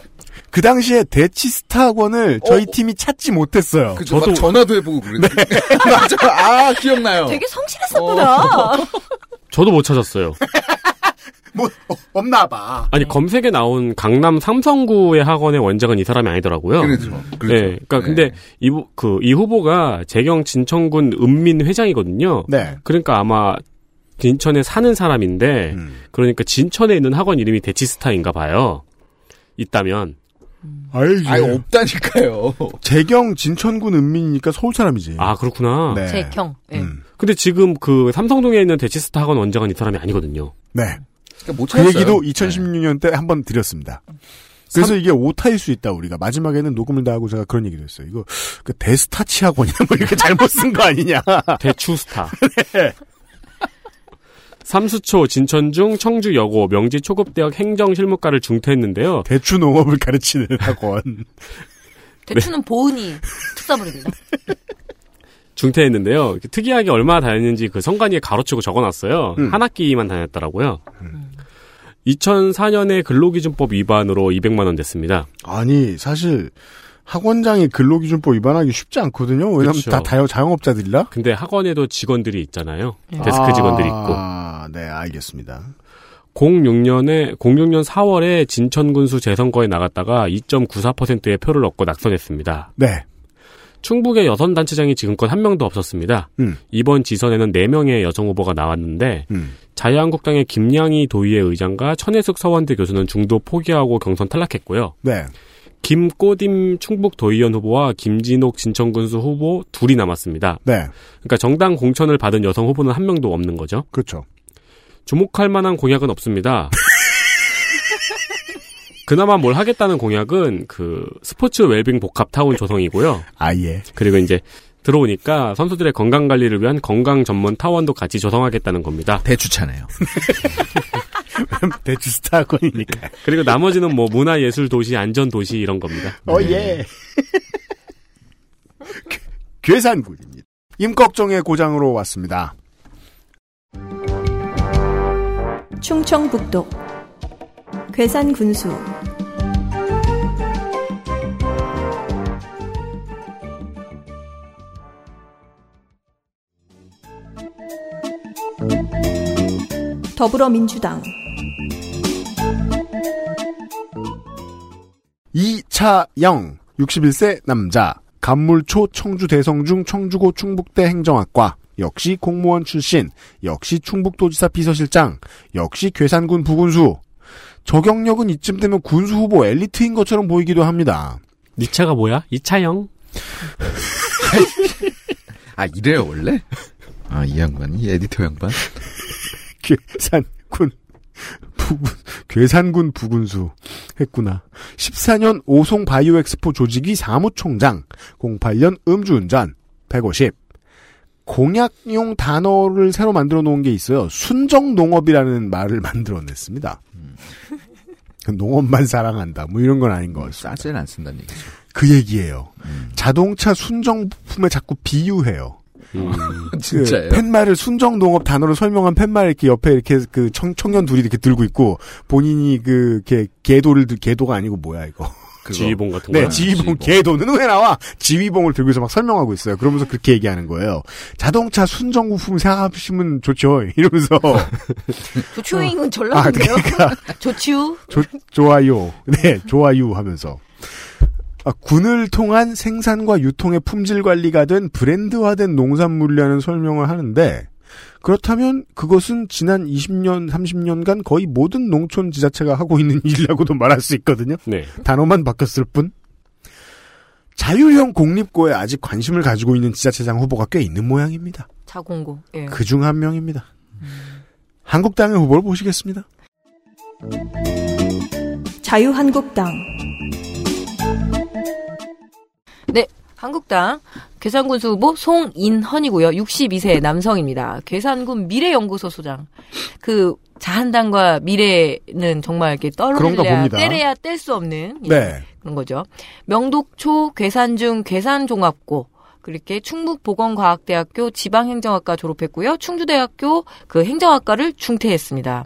B: 그 당시에 대치스타 학원을 저희
E: 어?
B: 팀이 찾지 못했어요.
E: 그죠? 막 전화도 해보고 그랬는데.
D: [laughs]
E: [laughs] 맞아. 아, 기억나요.
D: 되게 성실했었구나.
F: 저도 못 찾았어요.
B: 뭐, 어, 없나 봐.
F: 아니, 검색에 나온 강남 삼성구의 학원의 원장은 이 사람이 아니더라고요.
E: 그렇죠. 그렇죠.
F: 네, 그러니까 근데 이, 후- 그, 이 후보가 재경 진천군 읍민 회장이거든요.
B: 네.
F: 그러니까 아마 진천에 사는 사람인데
B: 음.
F: 그러니까 진천에 있는 학원 이름이 대치스타인가 봐요. 있다면
B: 아이, 어,
E: 아예 그러니까 없다니까요.
B: 재경 진천군 읍민이니까 서울 사람이지.
F: 아 그렇구나.
B: 네.
D: [laughs] 제형. 예.
B: 음.
F: 근데 지금 그 삼성동에 있는 대치스타 학원 원장은 이 사람이 아니거든요.
B: 네.
E: 그러니까 못
B: 그
E: 찾았어요.
B: 얘기도 2016년 때 한 번 드렸습니다. 그래서 이게 오타일 수 있다 우리가 마지막에는 녹음을 다 하고 제가 그런 얘기도 했어요. 이거 그 데스타치 학원이나 뭐 이렇게 [laughs] 잘못 쓴 거 아니냐.
F: 대추스타. 삼수초, 진천중, 청주여고, 명지초급대학 행정실무과를 중퇴했는데요.
B: 대추 농업을 가르치는 학원.
D: 대추는 보은이 특사물입니다.
F: 중퇴했는데요. 이렇게 특이하게 얼마나 다녔는지 그 성관위에 가로치고 적어놨어요.
B: 음.
F: 한 학기만 다녔더라고요. 2004년에 근로기준법 위반으로 200만 원 됐습니다.
B: 아니 사실 학원장이 근로기준법 위반하기 쉽지 않거든요. 왜냐하면
F: 그쵸.
B: 다 다여 자영업자들이라.
F: 근데 학원에도 직원들이 있잖아요.
B: 예.
F: 데스크 직원들이 있고.
B: 아, 네 알겠습니다.
F: 06년에 06년 4월에 진천군수 재선거에 나갔다가 2.94%의 표를 얻고 낙선했습니다.
B: 네.
F: 충북의 여성 단체장이 지금껏 한 명도 없었습니다.
B: 음.
F: 이번 지선에는 4명의 여성 후보가 나왔는데
B: 음.
F: 자유한국당의 김양희 도의회 의장과 천혜숙 서원대 교수는 중도 포기하고 경선 탈락했고요.
B: 네.
F: 김꼬딤 충북 도의원 후보와 김진옥 진천군수 후보 둘이 남았습니다.
B: 네.
F: 그러니까 정당 공천을 받은 여성 후보는 한 명도 없는 거죠.
B: 그렇죠.
F: 주목할 만한 공약은 없습니다. [laughs] 그나마 뭘 하겠다는 공약은 그 스포츠 웰빙 복합 타운 조성이고요.
B: 아예.
F: 그리고 이제 들어오니까 선수들의 건강 관리를 위한 건강 전문 타원도 같이 조성하겠다는 겁니다.
E: 대추차네요.
B: 대치 스타권이니까.
F: 그리고 나머지는 뭐 문화 예술 도시, 안전 도시 이런 겁니다.
B: 어, 예. [laughs] 그, 괴산군입니다. 임꺽정의 고장으로 왔습니다.
C: 충청북도 괴산군수 더불어민주당
B: 2차영 61세 남자 간물초 청주대성중 청주고 충북대 행정학과 역시 공무원 출신 역시 충북도지사 비서실장 역시 괴산군 부군수 저격력은 이쯤 되면 군수 후보 엘리트인 것처럼 보이기도 합니다.
F: 니차가 뭐야? 이차영?
E: 아 이래요 원래? 아 이 양반, 이 에디터 양반.
B: 괴산군 부군 괴산군 부군수 했구나. 14년 오송 바이오 엑스포 조직위 사무총장, 08년 음주운전 150. 공약용 단어를 새로 만들어 놓은 게 있어요. 순정 농업이라는 말을 [laughs] 만들어 냈습니다. 그 농업만 사랑한다. 뭐 이런 건 아닌 것 같습니다.
E: 싸지는 안 쓴다는 얘기죠.
B: 그 얘기예요. 자동차 순정 부품에 자꾸 비유해요.
F: 음,
B: 그
E: 진짜예요?
B: 팻말을 순정 농업 단어로 설명한 팻말 이렇게 옆에 이렇게 그 청, 청년 둘이 이렇게 들고 있고 본인이 그 이렇게 개도를 들- 개도가 아니고 뭐야 이거
E: 그거.
F: 지휘봉 같은 거.
B: 네
E: 뭐야?
B: 지휘봉
E: 지휘봉.
B: 개도는 왜 나와 지휘봉을 들고 있서 막 설명하고 있어요 그러면서 그렇게 얘기하는 거예요 자동차 순정 부품 생각하시면 좋죠 [laughs] 이러면서
D: 조추잉은
B: 아
D: 전라도인데요.
B: 그러니까
D: [laughs] 조추.
B: 조, 좋아요 [laughs] 네 좋아요 하면서 아, 군을 통한 생산과 유통의 품질 관리가 된 브랜드화된 농산물이라는 설명을 하는데 그렇다면 그것은 지난 20년, 30년간 거의 모든 농촌 지자체가 하고 있는 [laughs] 일이라고도 말할 수 있거든요.
F: 네.
B: 단어만 바뀌었을 뿐. 자율형 공립고에 아직 관심을 가지고 있는 지자체장 후보가 꽤 있는 모양입니다.
D: 자공고. 예.
B: 그 중 한 명입니다. 한국당의 후보를 보시겠습니다.
C: 자유한국당
D: 한국당 괴산군수 후보 송인헌이고요. 62세 남성입니다. 괴산군 미래연구소 소장. 그 자한당과 미래는 정말 이렇게
B: 그런가
D: 떨어질래야
B: 봅니다.
D: 때려야 뗄 수 없는 예,
B: 네.
D: 그런 거죠. 명독초 괴산중 괴산종합고 그렇게 충북보건과학대학교 지방행정학과 졸업했고요. 충주대학교 그 행정학과를 중퇴했습니다.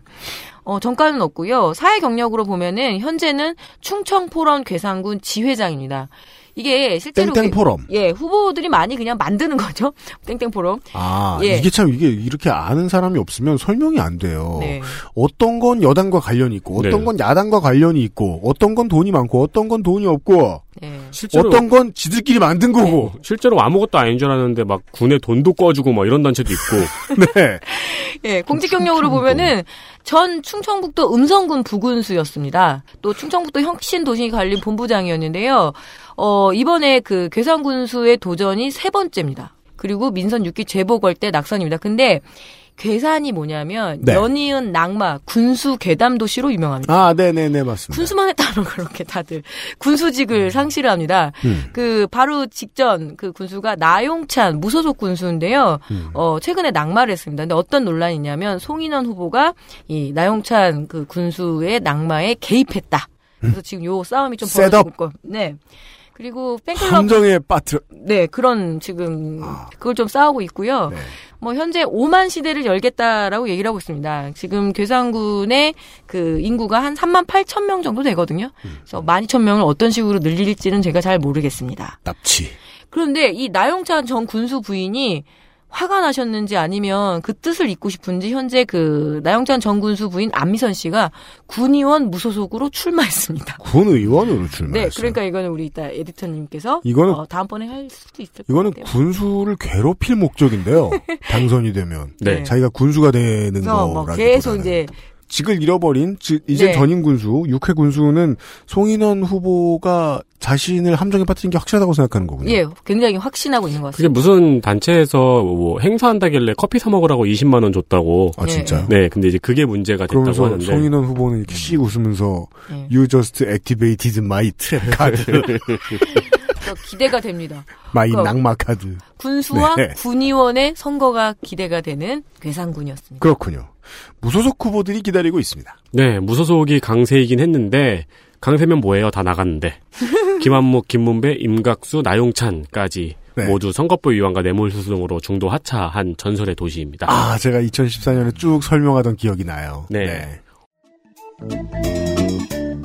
D: 어, 전과는 없고요. 사회 경력으로 보면은 현재는 충청포런 괴산군 지회장입니다. 이게 실제로
B: 땡땡
D: 그-
B: 포럼.
D: 예, 후보들이 많이 그냥 만드는 거죠. [laughs] 땡땡 포럼.
B: 아,
D: 예.
B: 이게 참 이게 이렇게 아는 사람이 없으면 설명이 안 돼요.
D: 네.
B: 어떤 건 여당과 관련이 있고 어떤
F: 네.
B: 건 야당과 관련이 있고 어떤 건 돈이 많고 어떤 건 돈이 없고
D: 네.
F: 실제로
B: 어떤 건 지들끼리 만든 거고.
F: 실제로 아무것도 아닌 줄 알았는데 막 군에 돈도 꿔주고 막 이런 단체도 있고
B: [laughs] 네.
D: 예, 공직 경력으로 보면은 전 충청북도 음성군 부군수였습니다. 또 충청북도 혁신도시관리 본부장이었는데요. 어, 이번에 그 괴산군수의 도전이 세 번째입니다. 그리고 민선 6기 재보궐 때 낙선입니다. 근데 괴산이 뭐냐면
B: 네.
D: 연이은 낙마 군수 괴담 도시로 유명합니다.
B: 아, 네, 네, 네,
D: [laughs]
B: 맞습니다.
D: 군수만 했다는 그렇게 다들 군수직을 상실을 합니다.
B: 음.
D: 그 바로 직전 그 군수가 나용찬 무소속 군수인데요.
B: 음.
D: 어 최근에 낙마를 했습니다. 근데 어떤 논란이 있냐면 송인원 후보가 이 나용찬 그 군수의 낙마에 개입했다. 그래서 지금 요 싸움이
B: 음.
D: 좀
B: 셋업.
D: 벌어지고 있고. 네. 그리고 팬클럽
B: 함정에 빠트.
D: 네 그런 지금 그걸 좀 싸우고 있고요.
B: 아. 네.
D: 뭐 현재 5만 시대를 열겠다라고 얘기를 하고 있습니다. 지금 괴산군의 그 인구가 한 3만 8천 명 정도 되거든요.
B: 음.
D: 그래서 1만 2천 명을 어떤 식으로 늘릴지는 제가 잘 모르겠습니다.
B: 납치.
D: 그런데 이 나용찬 전 군수 부인이 화가 나셨는지 아니면 그 뜻을 잊고 싶은지 현재 그 나용찬 전 군수 부인 안미선 씨가 군의원 무소속으로 출마했습니다.
B: 군 의원으로
D: 네,
B: 출마했어요.
D: 그러니까 이거는 우리 이따 에디터님께서
B: 이거는-
D: 어, 다음번에 할 수도 있을 것
B: 이거는
D: 같아요.
B: 군수를
D: [laughs]
B: 괴롭힐 목적인데요. 당선이 되면
F: 네.
B: 자기가 군수가 되는
D: 그래서 뭐
B: 거라기.
D: 계속 이제
B: 직을 잃어버린 즉 이제
D: 네.
B: 전임 군수 육회 군수는 송인원 후보가 자신을 함정에 빠뜨린 게 확실하다고 생각하는 거군요.
D: 예, 굉장히 확신하고 있는 것
F: 그게
D: 같습니다.
F: 무슨 단체에서 뭐 행사한다길래 커피 사 먹으라고 20만 원 줬다고.
D: 예.
B: 아 진짜요?
F: 네, 근데 이제 그게 문제가 됐다고
B: 그러면서
F: 하는데. 음.
B: 송인원 후보는 이렇게 씩 웃으면서
D: 예.
B: You just activated my trap
F: [laughs] 네.
B: card,
D: 그래서 기대가 됩니다.
B: my
D: 그거-
B: 낙마 카드.
D: 군수와
B: 네.
D: 군의원의 선거가 기대가 되는 괴산군이었습니다.
B: 그렇군요. 무소속 후보들이 기다리고 있습니다.
F: 네, 무소속이 강세이긴 했는데 강세면 뭐예요?
B: [laughs]
F: 다 나갔는데. 김한묵, 김문배, 임각수, 나용찬까지
B: 네.
F: 모두 선거법 위반과 뇌물수수등으로 중도 하차한 전설의 도시입니다.
B: 아, 제가 2014년에 쭉 설명하던 기억이 나요.
F: 네.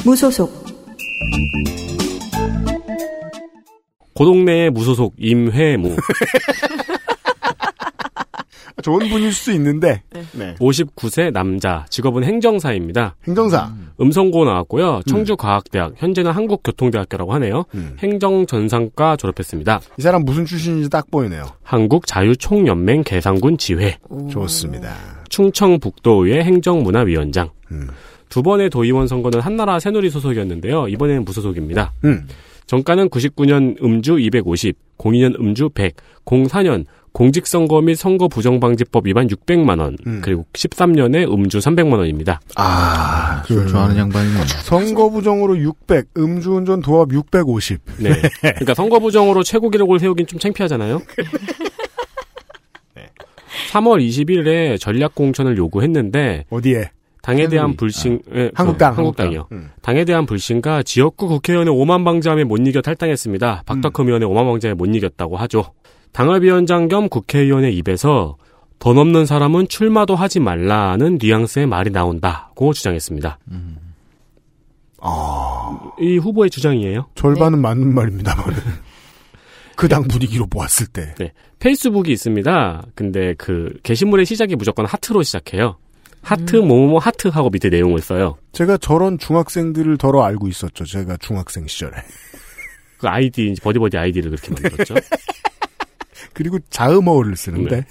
C: 무소속
F: 고동래의 무소속 임회무 [laughs]
B: 좋은 분일 수 있는데
F: 59세 남자 직업은 행정사입니다.
B: 행정사
F: 음성고 나왔고요. 청주과학대학 현재는 한국교통대학교라고 하네요.
B: 음.
F: 행정전상과 졸업했습니다.
B: 이 사람 무슨 출신인지 딱 보이네요.
F: 한국자유총연맹 개상군 지회
B: 좋습니다.
F: 충청북도의회 행정문화위원장.
B: 음.
F: 두 번의 도의원 선거는 한나라 새누리 소속이었는데요. 이번에는 무소속입니다.
B: 음.
F: 정가는 99년 음주 250, 02년 음주 100, 04년 공직선거 및 선거 부정방지법 위반 600만 원,
B: 음.
F: 그리고 13년에 음주 300만 원입니다.
B: 아,
E: 술그 좋아하는 양반이네. 뭐.
B: 선거 부정으로 600, 음주운전 도합 650. [laughs]
F: 네. 그러니까 선거 부정으로 최고 기록을 세우긴 좀 창피하잖아요.
B: 네.
F: 3월 21일에 전략 공천을 요구했는데
B: 어디에?
F: 당에 대한
E: 새누리.
F: 불신 예,
B: 아. 한국당.
F: 그, 한국당이요.
B: 음.
F: 당에 대한 불신과 지역구 국회의원의 오만 방자함에 못 이겨 탈당했습니다. 박덕흠 의원의 오만 방자에 못 이겼다고 하죠. 당협위원장 겸 국회의원의 입에서 돈 없는 사람은 출마도 하지 말라는 뉘앙스의 말이 나온다고 주장했습니다. 이 후보의 주장이에요.
B: 절반은 [laughs] 맞는 말입니다만. 그 당 분위기로 보았을 때.
F: 네. 페이스북이 있습니다. 근데 그 게시물의 시작이 무조건 하트로 시작해요. 하트 뭐뭐뭐 하트 하고 밑에 내용을 써요.
B: 제가 저런 중학생들을 덜어 알고 있었죠. 제가 중학생 시절에. [laughs]
F: 그 아이디 이제 버디버디 아이디를 그렇게 만들었죠.
B: 그리고 자음어를 쓰는데.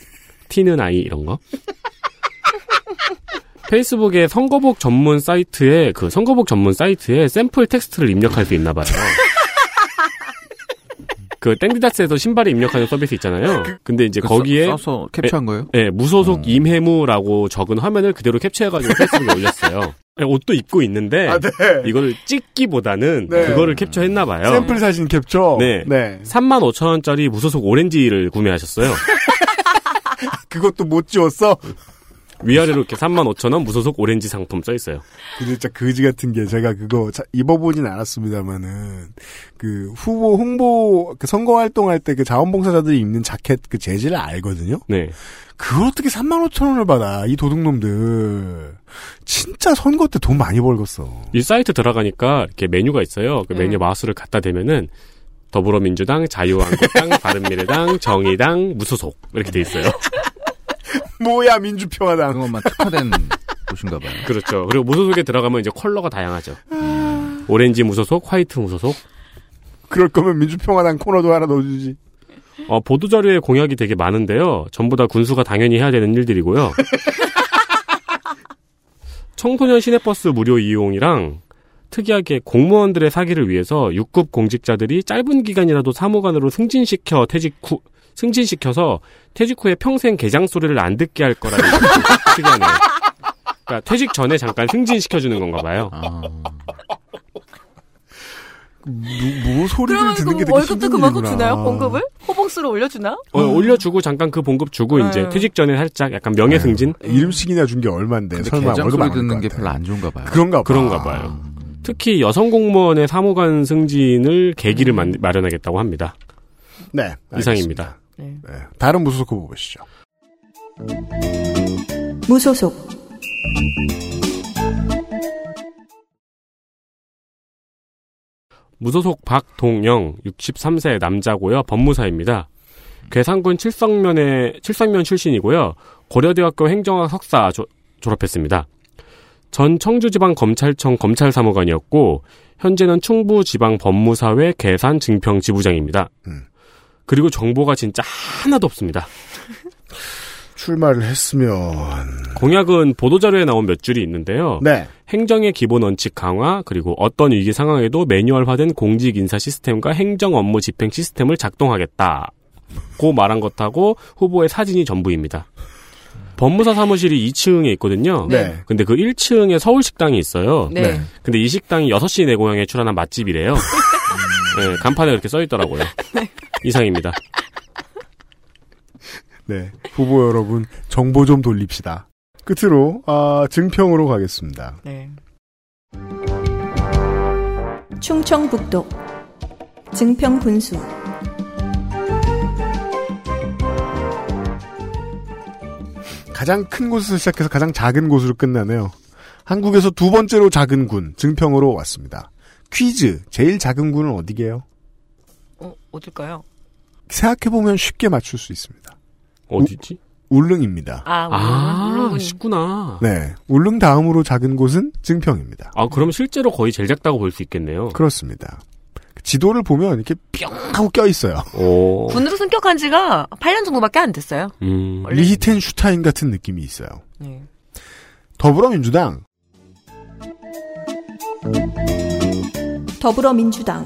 F: 티는 아이 이런 거. [laughs] 페이스북에 선거복 전문 사이트에 그 선거복 전문 사이트에 샘플 텍스트를 입력할 수 있나 봐요. 그 땡디다스에서 신발을 입력하는 서비스 있잖아요. 근데 이제 거기에
E: 그 써, 서 캡처한 거예요?
F: 예, 무소속 임해무라고 적은 화면을 그대로 캡처해가지고 페이스북에 올렸어요. 예, 옷도 입고 있는데 이거를 찍기보다는
B: 네.
F: 그거를 캡처했나 봐요.
B: 샘플 사진 캡처.
F: 어. 네. 3만 5천 원짜리 무소속 오렌지를 구매하셨어요.
B: 그것도 못 지웠어.
F: 위아래로 이렇게 3만 5천 원 무소속 오렌지 상품 써 있어요.
B: 그 진짜 거지 같은 게 제가 그거 자- 입어보진 않았습니다만은 그 후보 홍보 그 선거 활동할 때 그 자원봉사자들이 입는 자켓 그 재질을 알거든요.
F: 네.
B: 그걸 어떻게 3만 5천 원을 받아 이 도둑놈들 진짜 선거 때 돈 많이 벌겠어.
F: 이 사이트 들어가니까 이렇게 메뉴가 있어요. 그 메뉴
D: 네.
F: 마우스를 갖다 대면은 더불어민주당, 자유한국당, 바른미래당, 정의당, 무소속 이렇게 돼 있어요.
B: [laughs] 뭐야 민주평화당.
E: 그것만 특화된 [laughs] 곳인가 봐요.
F: 그렇죠. 그리고 무소속에 들어가면 이제 컬러가 다양하죠. 오렌지 무소속, 화이트 무소속.
B: 그럴 거면 민주평화당 코너도 하나 넣어주지.
F: 어, 보도자료에 공약이 되게 많은데요. 전부 다 군수가 당연히 해야 되는 일들이고요. 청소년 시내버스 무료 이용이랑 특이하게 공무원들의 사기를 위해서 6급 공직자들이 짧은 기간이라도 사무관으로 승진시켜 퇴직 후, 승진시켜서 퇴직 후에 평생 개장 소리를 안 듣게 할 거라는 특이하네요. 그러니까 퇴직 전에 잠깐 승진시켜주는 건가 봐요.
E: 아,
B: 뭐, 뭐 소리를
D: 그러면 그
B: 듣는 게 되게
D: 월급도
B: 힘든
D: 그만큼
B: 일이구나.
D: 주나요? 봉급을? 호봉수로 올려주나?
F: 어, 올려주고 잠깐 그 봉급 주고 이제
D: 네.
F: 퇴직 전에 살짝 약간 명예승진?
B: 아유, 음. 이름씩이나 준 게 얼만데
E: 근데
B: 설마
E: 개장
B: 월급 안
E: 소리
B: 받을
E: 그 듣는
B: 것
E: 게
B: 같아.
E: 별로 안 좋은가 봐요. 아.
B: 그런가 봐.
F: 그런가 봐요. 특히 여성 공무원의 사무관 승진을 계기를 만- 마련하겠다고 합니다.
B: 네 음. 알겠습니다.
F: 이상입니다.
D: 네.
B: 네, 다른 무소속 후보 보시죠.
C: 무소속
F: 무소속 박동영 63세 남자고요. 법무사입니다. 괴산군 칠성면에 칠성면 출신이고요. 고려대학교 행정학 석사 조- 졸업했습니다. 전 청주지방검찰청 검찰사무관이었고 현재는 충부지방법무사회 괴산 증평지부장입니다.
B: 음.
F: 그리고 정보가 진짜 하나도 없습니다.
B: 출마를 했으면 어.
F: 공약은 보도자료에 나온 몇 줄이 있는데요.
B: 네.
F: 행정의 기본 원칙 강화, 그리고 어떤 위기 상황에도 매뉴얼화된 공직 인사 시스템과 행정 업무 집행 시스템을 작동하겠다. 고 말한 것하고 후보의 사진이 전부입니다. 법무사 사무실이 2층에 있거든요.
B: 네.
F: 근데 그 1층에 서울 식당이 있어요.
D: 네.
B: 네.
F: 근데 이 식당이 6시 내 고향에
D: [laughs]
F: 출연한 맛집이래요. 네, 간판에 그렇게 써 있더라고요. 이상입니다.
B: 네. 후보 여러분, 정보 좀 돌립시다. 끝으로, 아, 증평으로 가겠습니다.
D: 네.
C: 충청북도 증평분수
B: 가장 큰 곳에서 시작해서 가장 작은 곳으로 끝나네요. 한국에서 두 번째로 작은 군, 증평으로 왔습니다. 퀴즈, 제일 작은 군은 어디게요?
D: 어, 어딜까요?
B: 생각해보면 쉽게 맞출 수 있습니다.
F: 어디지?
B: 울릉입니다.
D: 음. 아,
F: 아,
D: 물론
F: 쉽구나.
B: 네. 울릉 다음으로 작은 곳은 증평입니다.
F: 아, 그럼 실제로 거의 제일 작다고 볼 수 있겠네요.
B: 그렇습니다. 지도를 보면 이렇게 뿅 하고 껴있어요.
F: 오.
D: 군으로 승격한 지가 8년 정도밖에 안 됐어요.
F: 음.
D: 원래-
B: 리히텐슈타인 같은 느낌이 있어요.
D: 네.
B: 더불어민주당,
C: 더불어민주당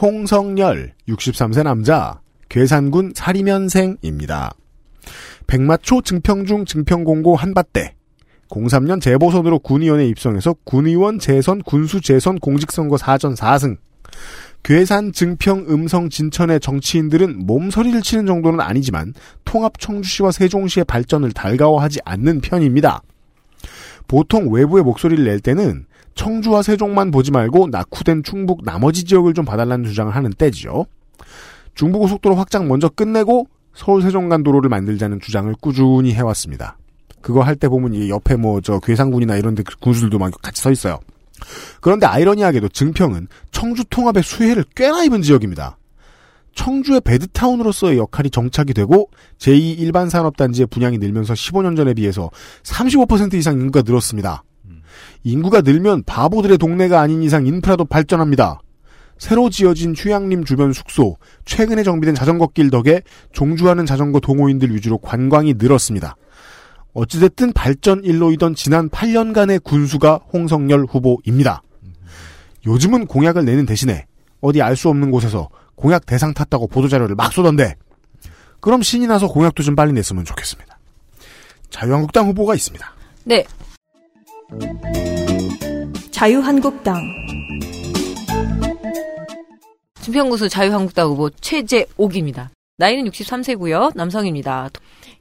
B: 홍성열 63세 남자 괴산군 사리면생입니다. 백마초 증평중 증평공고 한밭대 03년 재보선으로 군의원에 입성해서 군의원 재선 군수 재선 공직선거 사전 4승 괴산 증평 음성 진천의 정치인들은 몸서리를 치는 정도는 아니지만 통합 청주시와 세종시의 발전을 달가워하지 않는 편입니다. 보통 외부의 목소리를 낼 때는 청주와 세종만 보지 말고 낙후된 충북 나머지 지역을 좀 봐달라는 주장을 하는 때지요. 중부고속도로 확장 먼저 끝내고 서울 세종간 도로를 만들자는 주장을 꾸준히 해왔습니다. 그거 할 때 보면 이 옆에 뭐 저 괴상군이나 이런 데 군수들도 막 같이 서 있어요. 그런데 아이러니하게도 증평은 청주 통합의 수혜를 꽤나 입은 지역입니다. 청주의 베드타운으로서의 역할이 정착이 되고 제2 일반 산업단지의 분양이 늘면서 15년 전에 비해서 35% 이상 인구가 늘었습니다. 인구가 늘면 바보들의 동네가 아닌 이상 인프라도 발전합니다. 새로 지어진 휴양림 주변 숙소, 최근에 정비된 자전거길 덕에 종주하는 자전거 동호인들 위주로 관광이 늘었습니다. 어찌됐든 발전 일로이던 지난 8년간의 군수가 홍성열 후보입니다. 요즘은 공약을 내는 대신에 어디 알 수 없는 곳에서 공약 대상 탔다고 보도자료를 막 쏘던데 그럼 신이 나서 공약도 좀 빨리 냈으면 좋겠습니다. 자유한국당 후보가 있습니다.
D: 네.
C: 자유한국당
D: 증평구수 자유한국당 후보 최재옥입니다. 나이는 63세고요. 남성입니다.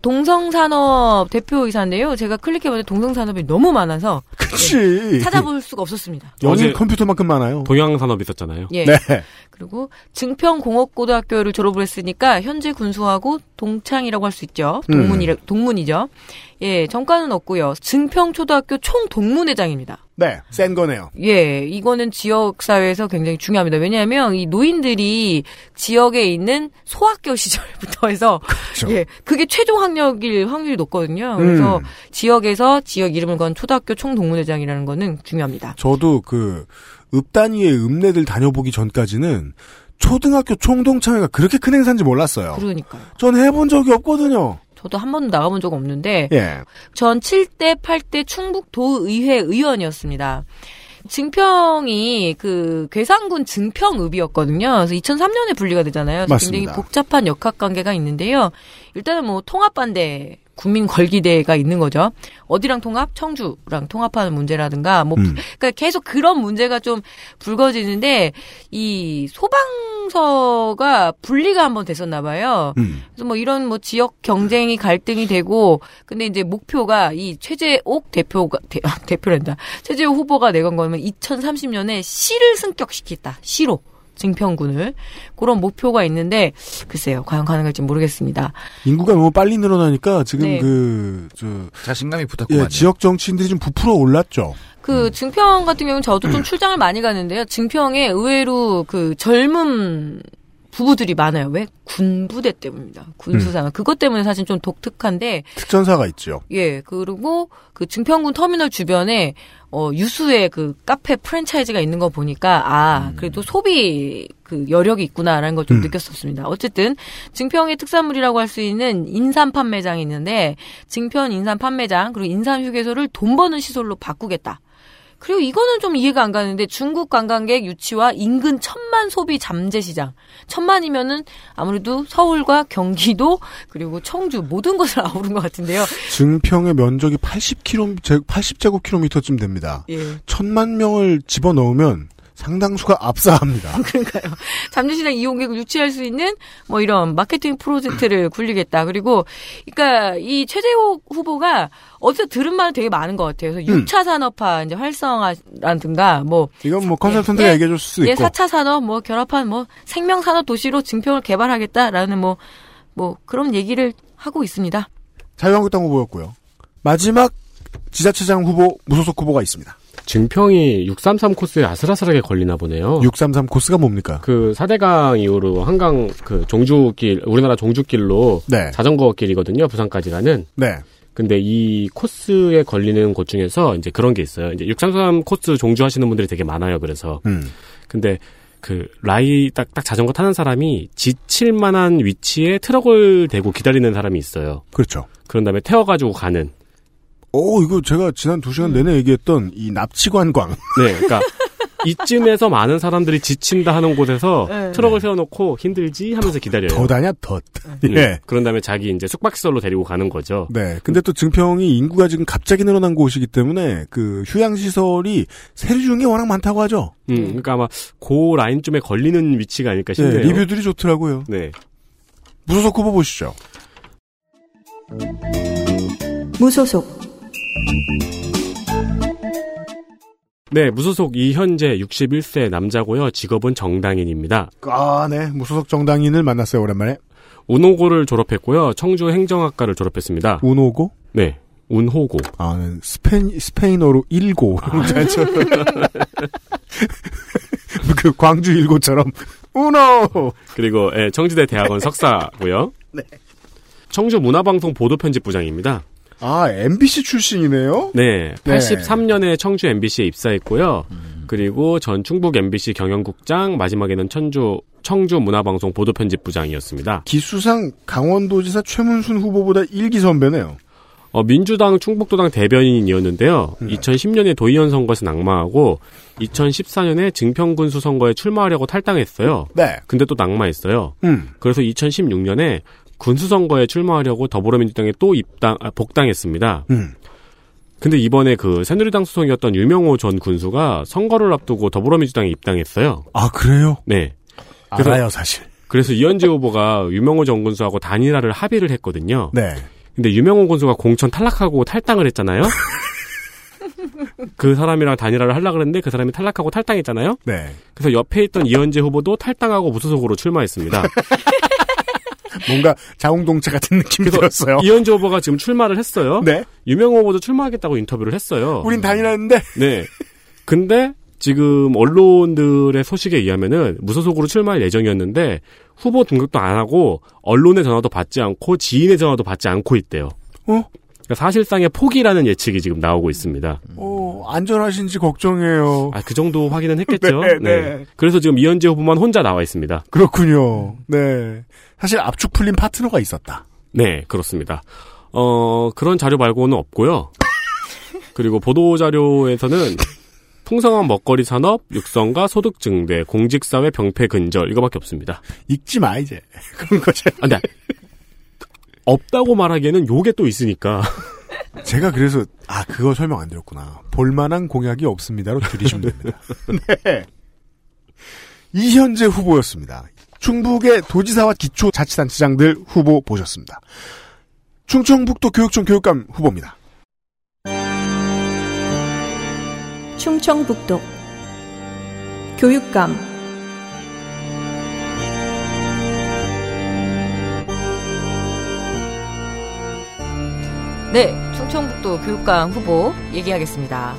D: 동성산업 대표이사인데요. 제가 클릭해봤는데 동성산업이 너무 많아서
B: 그치.
D: 찾아볼 수가 없었습니다.
B: 연인
F: 어제-
B: 컴퓨터만큼 많아요.
F: 동양산업 있었잖아요.
D: 예.
B: 네.
D: 그리고 증평공업고등학교를 졸업을 했으니까 현재 군수하고 동창이라고 할 수 있죠.
B: 음.
D: 동문이 동문이죠. 예, 정과는 없고요. 증평초등학교 총 동문회장입니다.
B: 네. 센 거네요.
D: 예, 이거는 지역 사회에서 굉장히 중요합니다. 왜냐하면 이 노인들이 지역에 있는 소학교 [laughs] 시절부터 해서
B: 그렇죠.
D: 예, 그게 최종 학력일 확률이 높거든요.
B: 음.
D: 그래서 지역에서 지역 이름을 건 초등학교 총 동문회장이라는 거는 중요합니다.
B: 저도 그 읍단위의 읍내들 다녀보기 전까지는 초등학교 총동창회가 그렇게 큰 행사인지 몰랐어요.
D: 그러니까요.
B: 전 해본 적이 없거든요.
D: 저도 한 번도 나가본 적 없는데
B: 예.
D: 전 7대, 8대 충북도의회 의원이었습니다. 증평이 그 괴산군 증평읍이었거든요. 그래서 2003년에 분리가 되잖아요. 그래서
B: 맞습니다.
D: 굉장히 복잡한 역학 관계가 있는데요. 일단은 뭐 통합반대 국민궐기대가 있는 거죠. 어디랑 통합? 청주랑 통합하는 문제라든가 뭐
B: 음.
D: 그러니까 계속 그런 문제가 좀 불거지는데 이 소방서가 분리가 한번 됐었나 봐요.
B: 음.
D: 그래서 뭐 이런 뭐 지역 경쟁이 갈등이 되고 근데 이제 목표가 이 최재옥 대표가 대, 아, 대표란다 최재옥 후보가 내건 거면 2030년에 시를 승격시키겠다 시로 증평군을 그런 목표가 있는데 글쎄요 과연 가능할지 모르겠습니다.
B: 인구가 너무 빨리 늘어나니까 지금
D: 네.
B: 그, 저,
E: 자신감이 붙었구만.
B: 예, 지역 정치인들이 좀 부풀어 올랐죠.
D: 그 증평 같은 경우는 저도 좀 출장을 많이 가는데요. 증평에 의외로 그 젊은 부부들이 많아요. 왜? 군부대 때문이다. 군수상. 그것 때문에 사실 좀 독특한데,
B: 특전사가 있죠.
D: 예, 그리고 그 증평군 터미널 주변에, 어, 유수의 그 카페 프랜차이즈가 있는 거 보니까, 아, 그래도 소비 그 여력이 있구나라는 걸 좀
B: 음.
D: 느꼈었습니다. 어쨌든, 증평의 특산물이라고 할 수 있는 인삼 판매장이 있는데, 증평 인삼 판매장, 그리고 인삼 휴게소를 돈 버는 시설로 바꾸겠다. 그리고 이거는 좀 이해가 안 가는데 중국 관광객 유치와 인근 천만 소비 잠재 시장. 천만이면은 아무래도 서울과 경기도 그리고 청주 모든 것을 [laughs] 아우른 것 같은데요.
B: 증평의 면적이 80km, 80제곱킬로미터쯤 됩니다.
D: 예.
B: 천만 명을 집어넣으면 상당수가
D: [laughs]
B: 압사합니다.
D: 잠재시장 이용객을 유치할 수 있는 뭐 이런 마케팅 프로젝트를 [clears throat] 굴리겠다. 그리고 그러니까 이 최재호 후보가 어디서 들은 말은 되게 많은 것 같아요. 그래서
B: 음.
D: 6차 산업화 이제 활성화라든가 뭐
B: 이건 뭐 컨설턴트가
D: 예,
B: 얘기해 줄 수도
D: 예,
B: 있고.
D: 4차 산업, 뭐, 결합한, 뭐, 생명산업 도시로 증평을 개발하겠다라는, 뭐, 뭐, 그런 얘기를 하고 있습니다.
B: 자유한국당 후보였고요. 마지막 지자체장 후보 무소속 후보가 있습니다.
F: 증평이 633 코스에 아슬아슬하게 걸리나 보네요.
B: 633 코스가 뭡니까?
F: 그 4대강 이후로 한강 그 종주길 우리나라 종주길로
B: 네.
F: 자전거 길이거든요. 부산까지라는.
B: 네.
F: 근데 이 코스에 걸리는 곳 중에서 이제 그런 게 있어요. 이제 633 코스 종주하시는 분들이 되게 많아요. 그래서
B: 음.
F: 근데 그 라이 딱, 딱 자전거 타는 사람이 지칠 만한 위치에 트럭을 대고 기다리는 사람이 있어요.
B: 그렇죠.
F: 그런 다음에 태워가지고 가는.
B: 오, 이거 제가 지난 두
F: 음.
B: 시간 내내 얘기했던 이 납치관광.
F: 네, 그러니까 이쯤에서 많은 사람들이 지친다 하는 곳에서
D: 네.
F: 트럭을 세워놓고 힘들지 하면서 기다려요.
B: 더 다냐, 덧.
F: 음,
B: 예.
F: 그런 다음에 자기 이제 숙박시설로 데리고 가는 거죠.
B: 네. 근데 또 증평이 인구가 지금 갑자기 늘어난 곳이기 때문에 그 휴양시설이 세류중이 워낙 많다고 하죠.
F: 음, 그러니까 아마 그 라인쯤에 걸리는 위치가 아닐까
B: 예,
F: 싶네요.
B: 리뷰들이 좋더라고요.
F: 네.
B: 무소속 후보 보시죠.
C: 무소속
F: 네, 무소속 이현재 61세 남자고요. 직업은 정당인입니다.
B: 아, 네. 무소속 정당인을 만났어요, 오랜만에.
F: 운호고를 졸업했고요. 청주 행정학과를 졸업했습니다.
B: 운호고?
F: 네. 운호고.
B: 아, 네. 스페인, 스페인어로 일고. [laughs] 그 광주 일고처럼. 운호!
F: 그리고 예, 청주대 대학원 석사고요. 청주 문화방송 보도편집부장입니다.
B: 아, MBC 출신이네요?
F: 네,
B: 네.
F: 83년에 청주 MBC에 입사했고요. 그리고 전 충북 MBC 경영국장, 마지막에는 천주 청주 문화방송 보도편집부장이었습니다.
B: 기수상 강원도지사 최문순 후보보다 일기 선배네요.
F: 어, 민주당 충북도당 대변인이었는데요. 2010년에 도의원 선거에서 낙마하고 2014년에 증평군수 선거에 출마하려고 탈당했어요.
B: 네.
F: 근데 또 낙마했어요.
B: 음.
F: 그래서 2016년에 군수 선거에 출마하려고 더불어민주당에 또 입당 아, 복당했습니다.
B: 음.
F: 근데 이번에 그 새누리당 수송이었던 유명호 전 군수가 선거를 앞두고 더불어민주당에 입당했어요.
B: 아, 그래요?
F: 네. 그래서-
B: 알아요, 사실.
F: 그래서 이현재 후보가 유명호 전 군수하고 단일화를 합의를 했거든요.
B: 네.
F: 근데 유명호 군수가 공천 탈락하고 탈당을 했잖아요. 그 사람이랑 단일화를 하려고 했는데 그 사람이 탈락하고 탈당했잖아요.
B: 네.
F: 그래서 옆에 있던 이현재 후보도 탈당하고
B: [laughs]
F: 무소속으로 출마했습니다.
B: 네. 뭔가 자웅동체 같은 느낌이 들었어요.
F: 이현재 후보가 지금 출마를 했어요.
B: 네.
F: 유명호 후보도 출마하겠다고 인터뷰를 했어요.
B: 우린 단일했는데.
F: 네. 근데 지금 언론들의 소식에 의하면은 무소속으로 출마할 예정이었는데 후보 등록도 안 하고 언론의 전화도 받지 않고 지인의 전화도 받지 않고 있대요.
B: 어?
F: 그러니까 사실상의 포기라는 예측이 지금 나오고 있습니다.
B: 어, 안전하신지 걱정해요.
F: 아, 그 정도 확인은 했겠죠.
B: 네, 네.
F: 그래서 지금 이현재 후보만 혼자 나와 있습니다.
B: 그렇군요. 네. 사실 압축 풀린 파트너가 있었다.
F: 네, 그렇습니다. 어, 그런 자료 말고는 없고요. 그리고 보도 자료에서는 풍성한 먹거리 산업, 육성과 소득 증대, 공직사회 병폐 근절 이거밖에 없습니다.
B: 읽지 마, 이제. [laughs] 그런 거죠.
F: 아, 근데 없다고 말하기에는 요게 또 있으니까.
B: 제가 그래서, 아, 그거 설명 안 드렸구나. 볼만한 공약이 없습니다로
D: [laughs]
B: 줄이시면 됩니다. 네. 이현재 후보였습니다. 충북의 도지사와 기초자치단체장들 후보 보셨습니다. 충청북도 교육청 교육감 후보입니다.
C: 충청북도 교육감
D: 네, 충청북도 교육감 후보 얘기하겠습니다.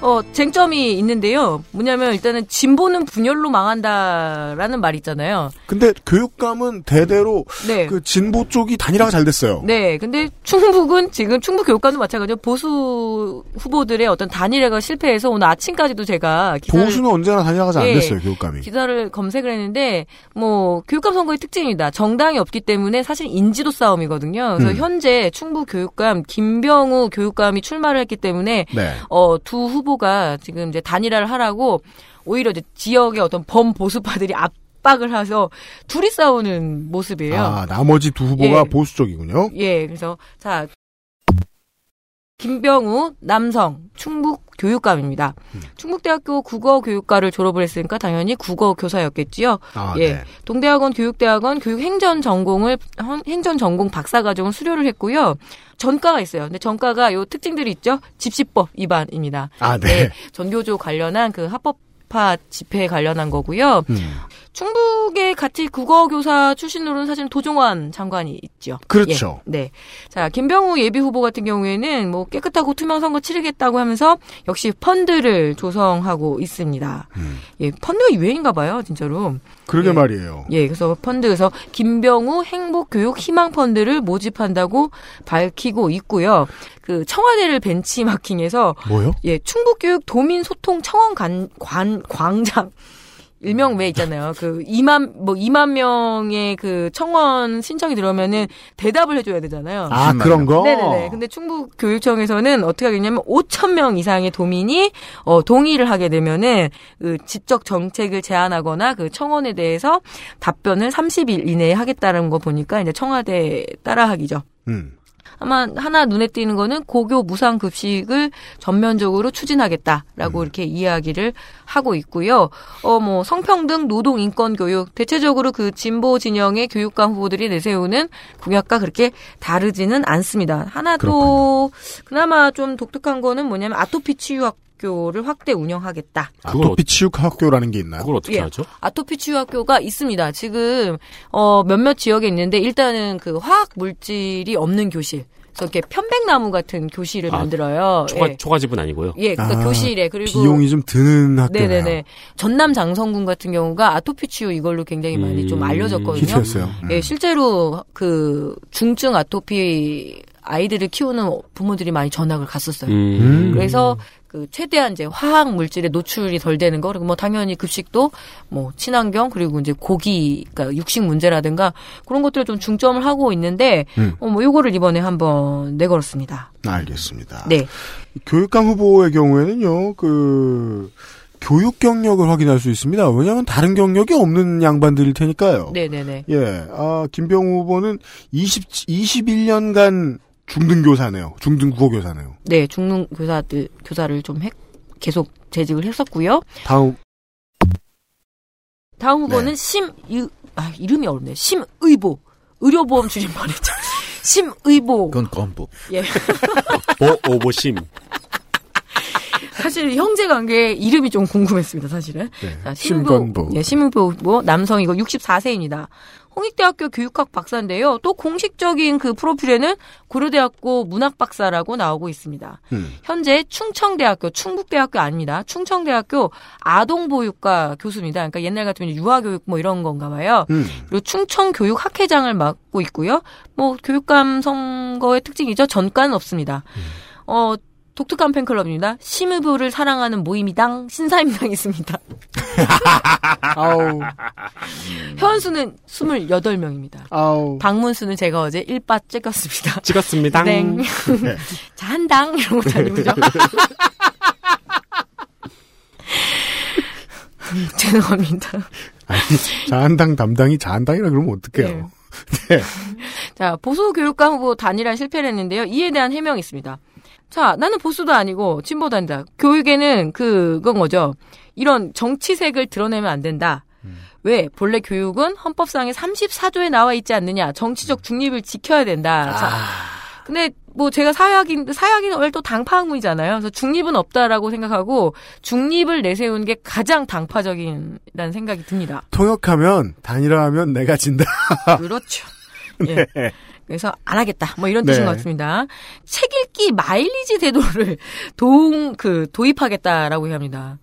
D: 어, 쟁점이 있는데요. 뭐냐면 일단은 진보는 분열로 망한다라는 말이 있잖아요.
B: 근데 교육감은 대대로
D: 네.
B: 그 진보 쪽이 단일화가 잘 됐어요.
D: 네, 근데 충북은 지금 충북 교육감도 마찬가지로 보수 후보들의 어떤 단일화가 실패해서 오늘 아침까지도 제가 기사를,
B: 보수는 언제나 단일화가 잘 안
D: 예.
B: 됐어요, 교육감이.
D: 기사를 검색을 했는데 뭐 교육감 선거의 특징입니다. 정당이 없기 때문에 사실 인지도 싸움이거든요. 그래서
B: 음.
D: 현재 충북 교육감 김병우 교육감이 출마를 했기 때문에
B: 네.
D: 어 두 후보가 지금 이제 단일화를 하라고 오히려 이제 지역의 어떤 범보수파들이 압박을 해서 둘이 싸우는 모습이에요.
B: 아, 나머지 두 후보가
D: 예.
B: 보수 쪽이군요.
D: 예, 그래서 자 김병우 남성 충북 교육감입니다.
B: 음.
D: 충북대학교 국어교육과를 졸업을 했으니까 당연히 국어 교사였겠지요.
B: 아,
D: 예.
B: 네.
D: 동대학원 교육대학원 교육행전 전공을 행- 행전 전공 박사과정을 수료를 했고요. 전과가 있어요. 근데 전과가 요 특징들이 있죠. 집시법 위반입니다.
B: 아,
D: 네.
B: 네.
D: 전교조 관련한 그 합법화 집회 관련한 거고요.
B: 음,
D: 충북의 같이 국어교사 출신으로는 사실 도종환 장관이 있죠.
B: 그렇죠.
D: 예, 네. 자, 김병우 예비 후보 같은 경우에는 뭐 깨끗하고 투명 선거 치르겠다고 하면서 역시 펀드를 조성하고 있습니다.
B: 음.
D: 예, 펀드가 유행인가 봐요, 진짜로.
B: 그러게
D: 예.
B: 말이에요.
D: 예, 그래서 펀드에서 김병우 행복교육 희망 펀드를 모집한다고 밝히고 있고요. 그 청와대를 벤치마킹해서
B: 뭐요?
D: 예, 충북교육 도민 소통 청원 관, 관 광장 일명 왜 있잖아요. 그 2만 뭐 2만 명의 그 청원 신청이 들어오면은 대답을 해줘야 되잖아요.
B: 아,
E: 무슨
B: 그런 거?
D: 네네네. 근데 충북 교육청에서는 어떻게 하겠냐면 5천 명 이상의 도민이 어, 동의를 하게 되면은 그 지적 정책을 제안하거나 그 청원에 대해서 답변을 30일 이내에 하겠다는 거 보니까 이제 청와대 따라하기죠.
B: 음.
D: 아마 하나 눈에 띄는 거는 고교 무상 급식을 전면적으로 추진하겠다라고 이렇게 이야기를 하고 있고요. 어 뭐 성평등, 노동 인권 교육 대체적으로 그 진보 진영의 교육감 후보들이 내세우는 공약과 그렇게 다르지는 않습니다. 하나 또 그나마 좀 독특한 거는 뭐냐면 아토피 치유학교를 확대 운영하겠다.
F: [laughs] 그걸
B: 아토피 치육학교라는 게 있나요?
F: 그걸 어떻게
D: 예.
F: 하죠?
D: 아토피 치유학교가 있습니다. 지금 어 몇몇 지역에 있는데 일단은 그 화학 물질이 없는 교실. 그래서 이렇게 편백나무 같은 교실을
F: 아,
D: 만들어요.
F: 초가,
D: 예.
F: 초가집은 아니고요.
D: 예, 그러니까
B: 아,
D: 교실에 그리고
B: 비용이 좀 드는 학교예요.
D: 네네네 전남 장성군 같은 경우가 아토피 치유 이걸로 굉장히 많이 좀
F: 음,
D: 알려졌거든요.
B: 히트였어요. 음.
D: 예, 실제로 그 중증 아토피 아이들을 키우는 부모들이 많이 전학을 갔었어요.
B: 음.
D: 예. 그래서 그 최대한 이제 화학 물질에 노출이 덜 되는 거 그리고 뭐 당연히 급식도 뭐 친환경 그리고 이제 고기 그러니까 육식 문제라든가 그런 것들을 좀 중점을 하고 있는데
B: 음.
D: 어, 뭐 요거를 이번에 한번 내걸었습니다.
B: 알겠습니다.
D: 네.
B: 교육감 후보의 경우에는요, 그, 교육 경력을 확인할 수 있습니다. 왜냐하면 다른 경력이 없는 양반들일 테니까요.
D: 네, 네, 네.
B: 예, 아, 김병우 후보는 20, 21년간 중등교사네요. 중등국어교사네요.
D: 네, 중능 교사들 교사를 좀 했- 계속 재직을 했었고요.
B: 다음,
D: 다음 후보는
B: 네.
D: 심유 아, 이름이 어렵네. 요 심의보 의료보험 주진
B: [laughs]
D: 말했죠. 심의보
E: 그건 건법.
D: 예.
F: 보, 어, 오보심.
D: 사실 형제 관계 이름이 좀 궁금했습니다, 사실은. 자,
B: 심건보.
D: 예, 심은보 후보, 남성이고 64세입니다. 홍익대학교 교육학 박사인데요. 또 공식적인 그 프로필에는 고려대학교 문학박사라고 나오고 있습니다.
B: 음.
D: 현재 충청대학교, 충북대학교 아닙니다. 충청대학교 아동보육과 교수입니다. 그러니까 옛날 같으면 유아교육 뭐 이런 건가 봐요.
B: 음. [laughs]
D: 그리고 충청교육학회장을 맡고 있고요. 뭐 교육감 선거의 특징이죠. 전과는 없습니다. 어 독특한 팬클럽입니다. 심의부를 사랑하는 모임이당 신사임당이 있습니다. 아우. [laughs] 현수는 28명입니다.
B: 아우.
D: 방문수는 제가 어제 1바
F: [laughs]
D: 찍었습니다.
F: 찍었습니다. 음.
D: 땡. 자, 한당 이런 거 다니고죠. [laughs] 죄송합니다.
B: 자한당 담당이 자한당이라 그러면
D: 네.
B: 어떡해요.
D: 자, 보수 교육감 후보 단일화 실패를 했는데요. 이에 대한 해명이 있습니다. 자, 나는 보수도 아니고 진보도 아니다. 교육에는 그건 거죠. 이런 정치색을 드러내면 안 된다. 왜? 본래 교육은 헌법상의 34조에 나와 있지 않느냐. 정치적 중립을 지켜야 된다. 자, 근데 뭐 제가 사회학인 사회학인 원래 또 당파학문이잖아요. 그래서 중립은 없다라고 생각하고 중립을 내세운 게 가장 당파적인다는 생각이 듭니다.
B: [laughs] 통역하면, 단일화하면 내가 진다.
D: 그렇죠. 예. 그래서 안 하겠다. 뭐 이런
B: 네.
D: 뜻인 것 같습니다. 책 읽기 마일리지 제도를 [laughs] 도움 그 도입하겠다라고 얘기합니다.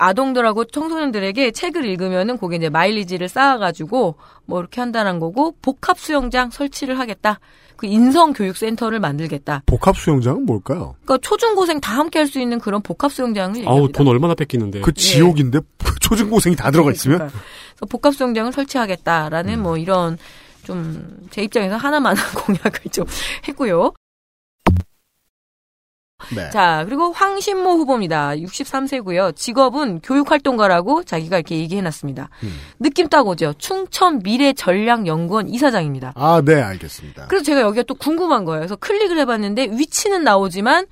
D: 아동들하고 청소년들에게 책을 읽으면은 거기 이제 마일리지를 쌓아가지고 뭐 이렇게 한다는 거고 복합 수영장 설치를 하겠다. 그 인성 교육 센터를 만들겠다.
B: [laughs] 복합 수영장은 뭘까요?
D: 그러니까 초중고생 다 함께 할 수 있는 그런 복합 수영장을
F: 아우
D: 얘기합니다.
F: 돈 얼마나 뺏기는데.
D: 예.
B: 그 지옥인데 [laughs] 초중고생이 다 들어가 있으면 음.
D: 그러니까. 그래서 복합 수영장을 설치하겠다라는 뭐 이런 좀 제 입장에서 하나만한 [laughs] 공약을 좀 했고요.
B: 네.
D: 그러니까. 자, 그리고 황신모 후보입니다. 63세고요. 직업은 교육활동가라고 자기가 이렇게 얘기해놨습니다.
B: 음.
D: 느낌 딱 오죠. 충천 미래전략연구원 이사장입니다.
B: 아, 네, 알겠습니다.
D: 그래서 제가 여기가 또 궁금한 거예요. 그래서 클릭을 해봤는데 위치는 나오지만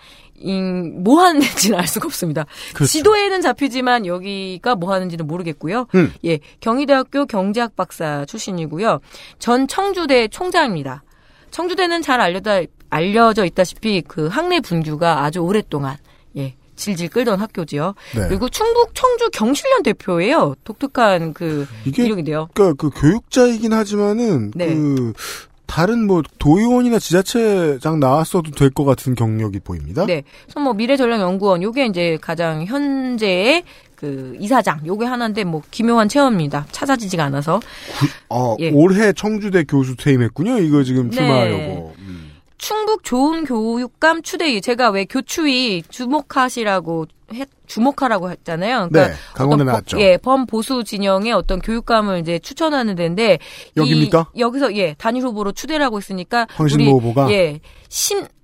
D: 음, 뭐 하는지는 알 수가 없습니다.
B: 그렇죠.
D: 지도에는 잡히지만 여기가 뭐 하는지는 모르겠고요.
B: 음.
D: 예, 경희대학교 경제학 박사 출신이고요. 전 청주대 총장입니다. 청주대는 잘 알려다, 알려져 있다시피 그 학내 분규가 아주 오랫동안 예, 질질 끌던 학교지요.
B: 네.
D: 그리고 충북 청주 경실련 대표예요. 독특한 그
B: 이게
D: 이력인데요.
B: 그러니까 그 교육자이긴 하지만은
D: 네.
B: 그 다른 뭐 도의원이나 지자체장 나왔어도 될 것 같은 경력이 보입니다.
D: 네. 그래서 뭐 미래전략연구원 요게 이제 가장 현재의 그 이사장 요게 하나인데 뭐 기묘한 체험입니다. 찾아지지가 않아서
B: 아,
D: 예.
B: 올해 청주대 교수 퇴임했군요. 이거 지금
D: 네.
B: 출마하려고. 음.
D: 충북 좋은 교육감 추대위 제가 왜 교추위 주목하시라고 했- 주목하라고 했잖아요. 그러니까
B: 네, 강원에
D: 어떤 법-
B: 나왔죠.
D: 예, 범보수 진영의 어떤 교육감을 이제 추천하는 데인데 이-
B: 여기입니까?
D: 여기서 예, 단일 후보로 추대를 하고 있으니까
B: 황신모
D: 우리,
B: 후보가?
D: 예,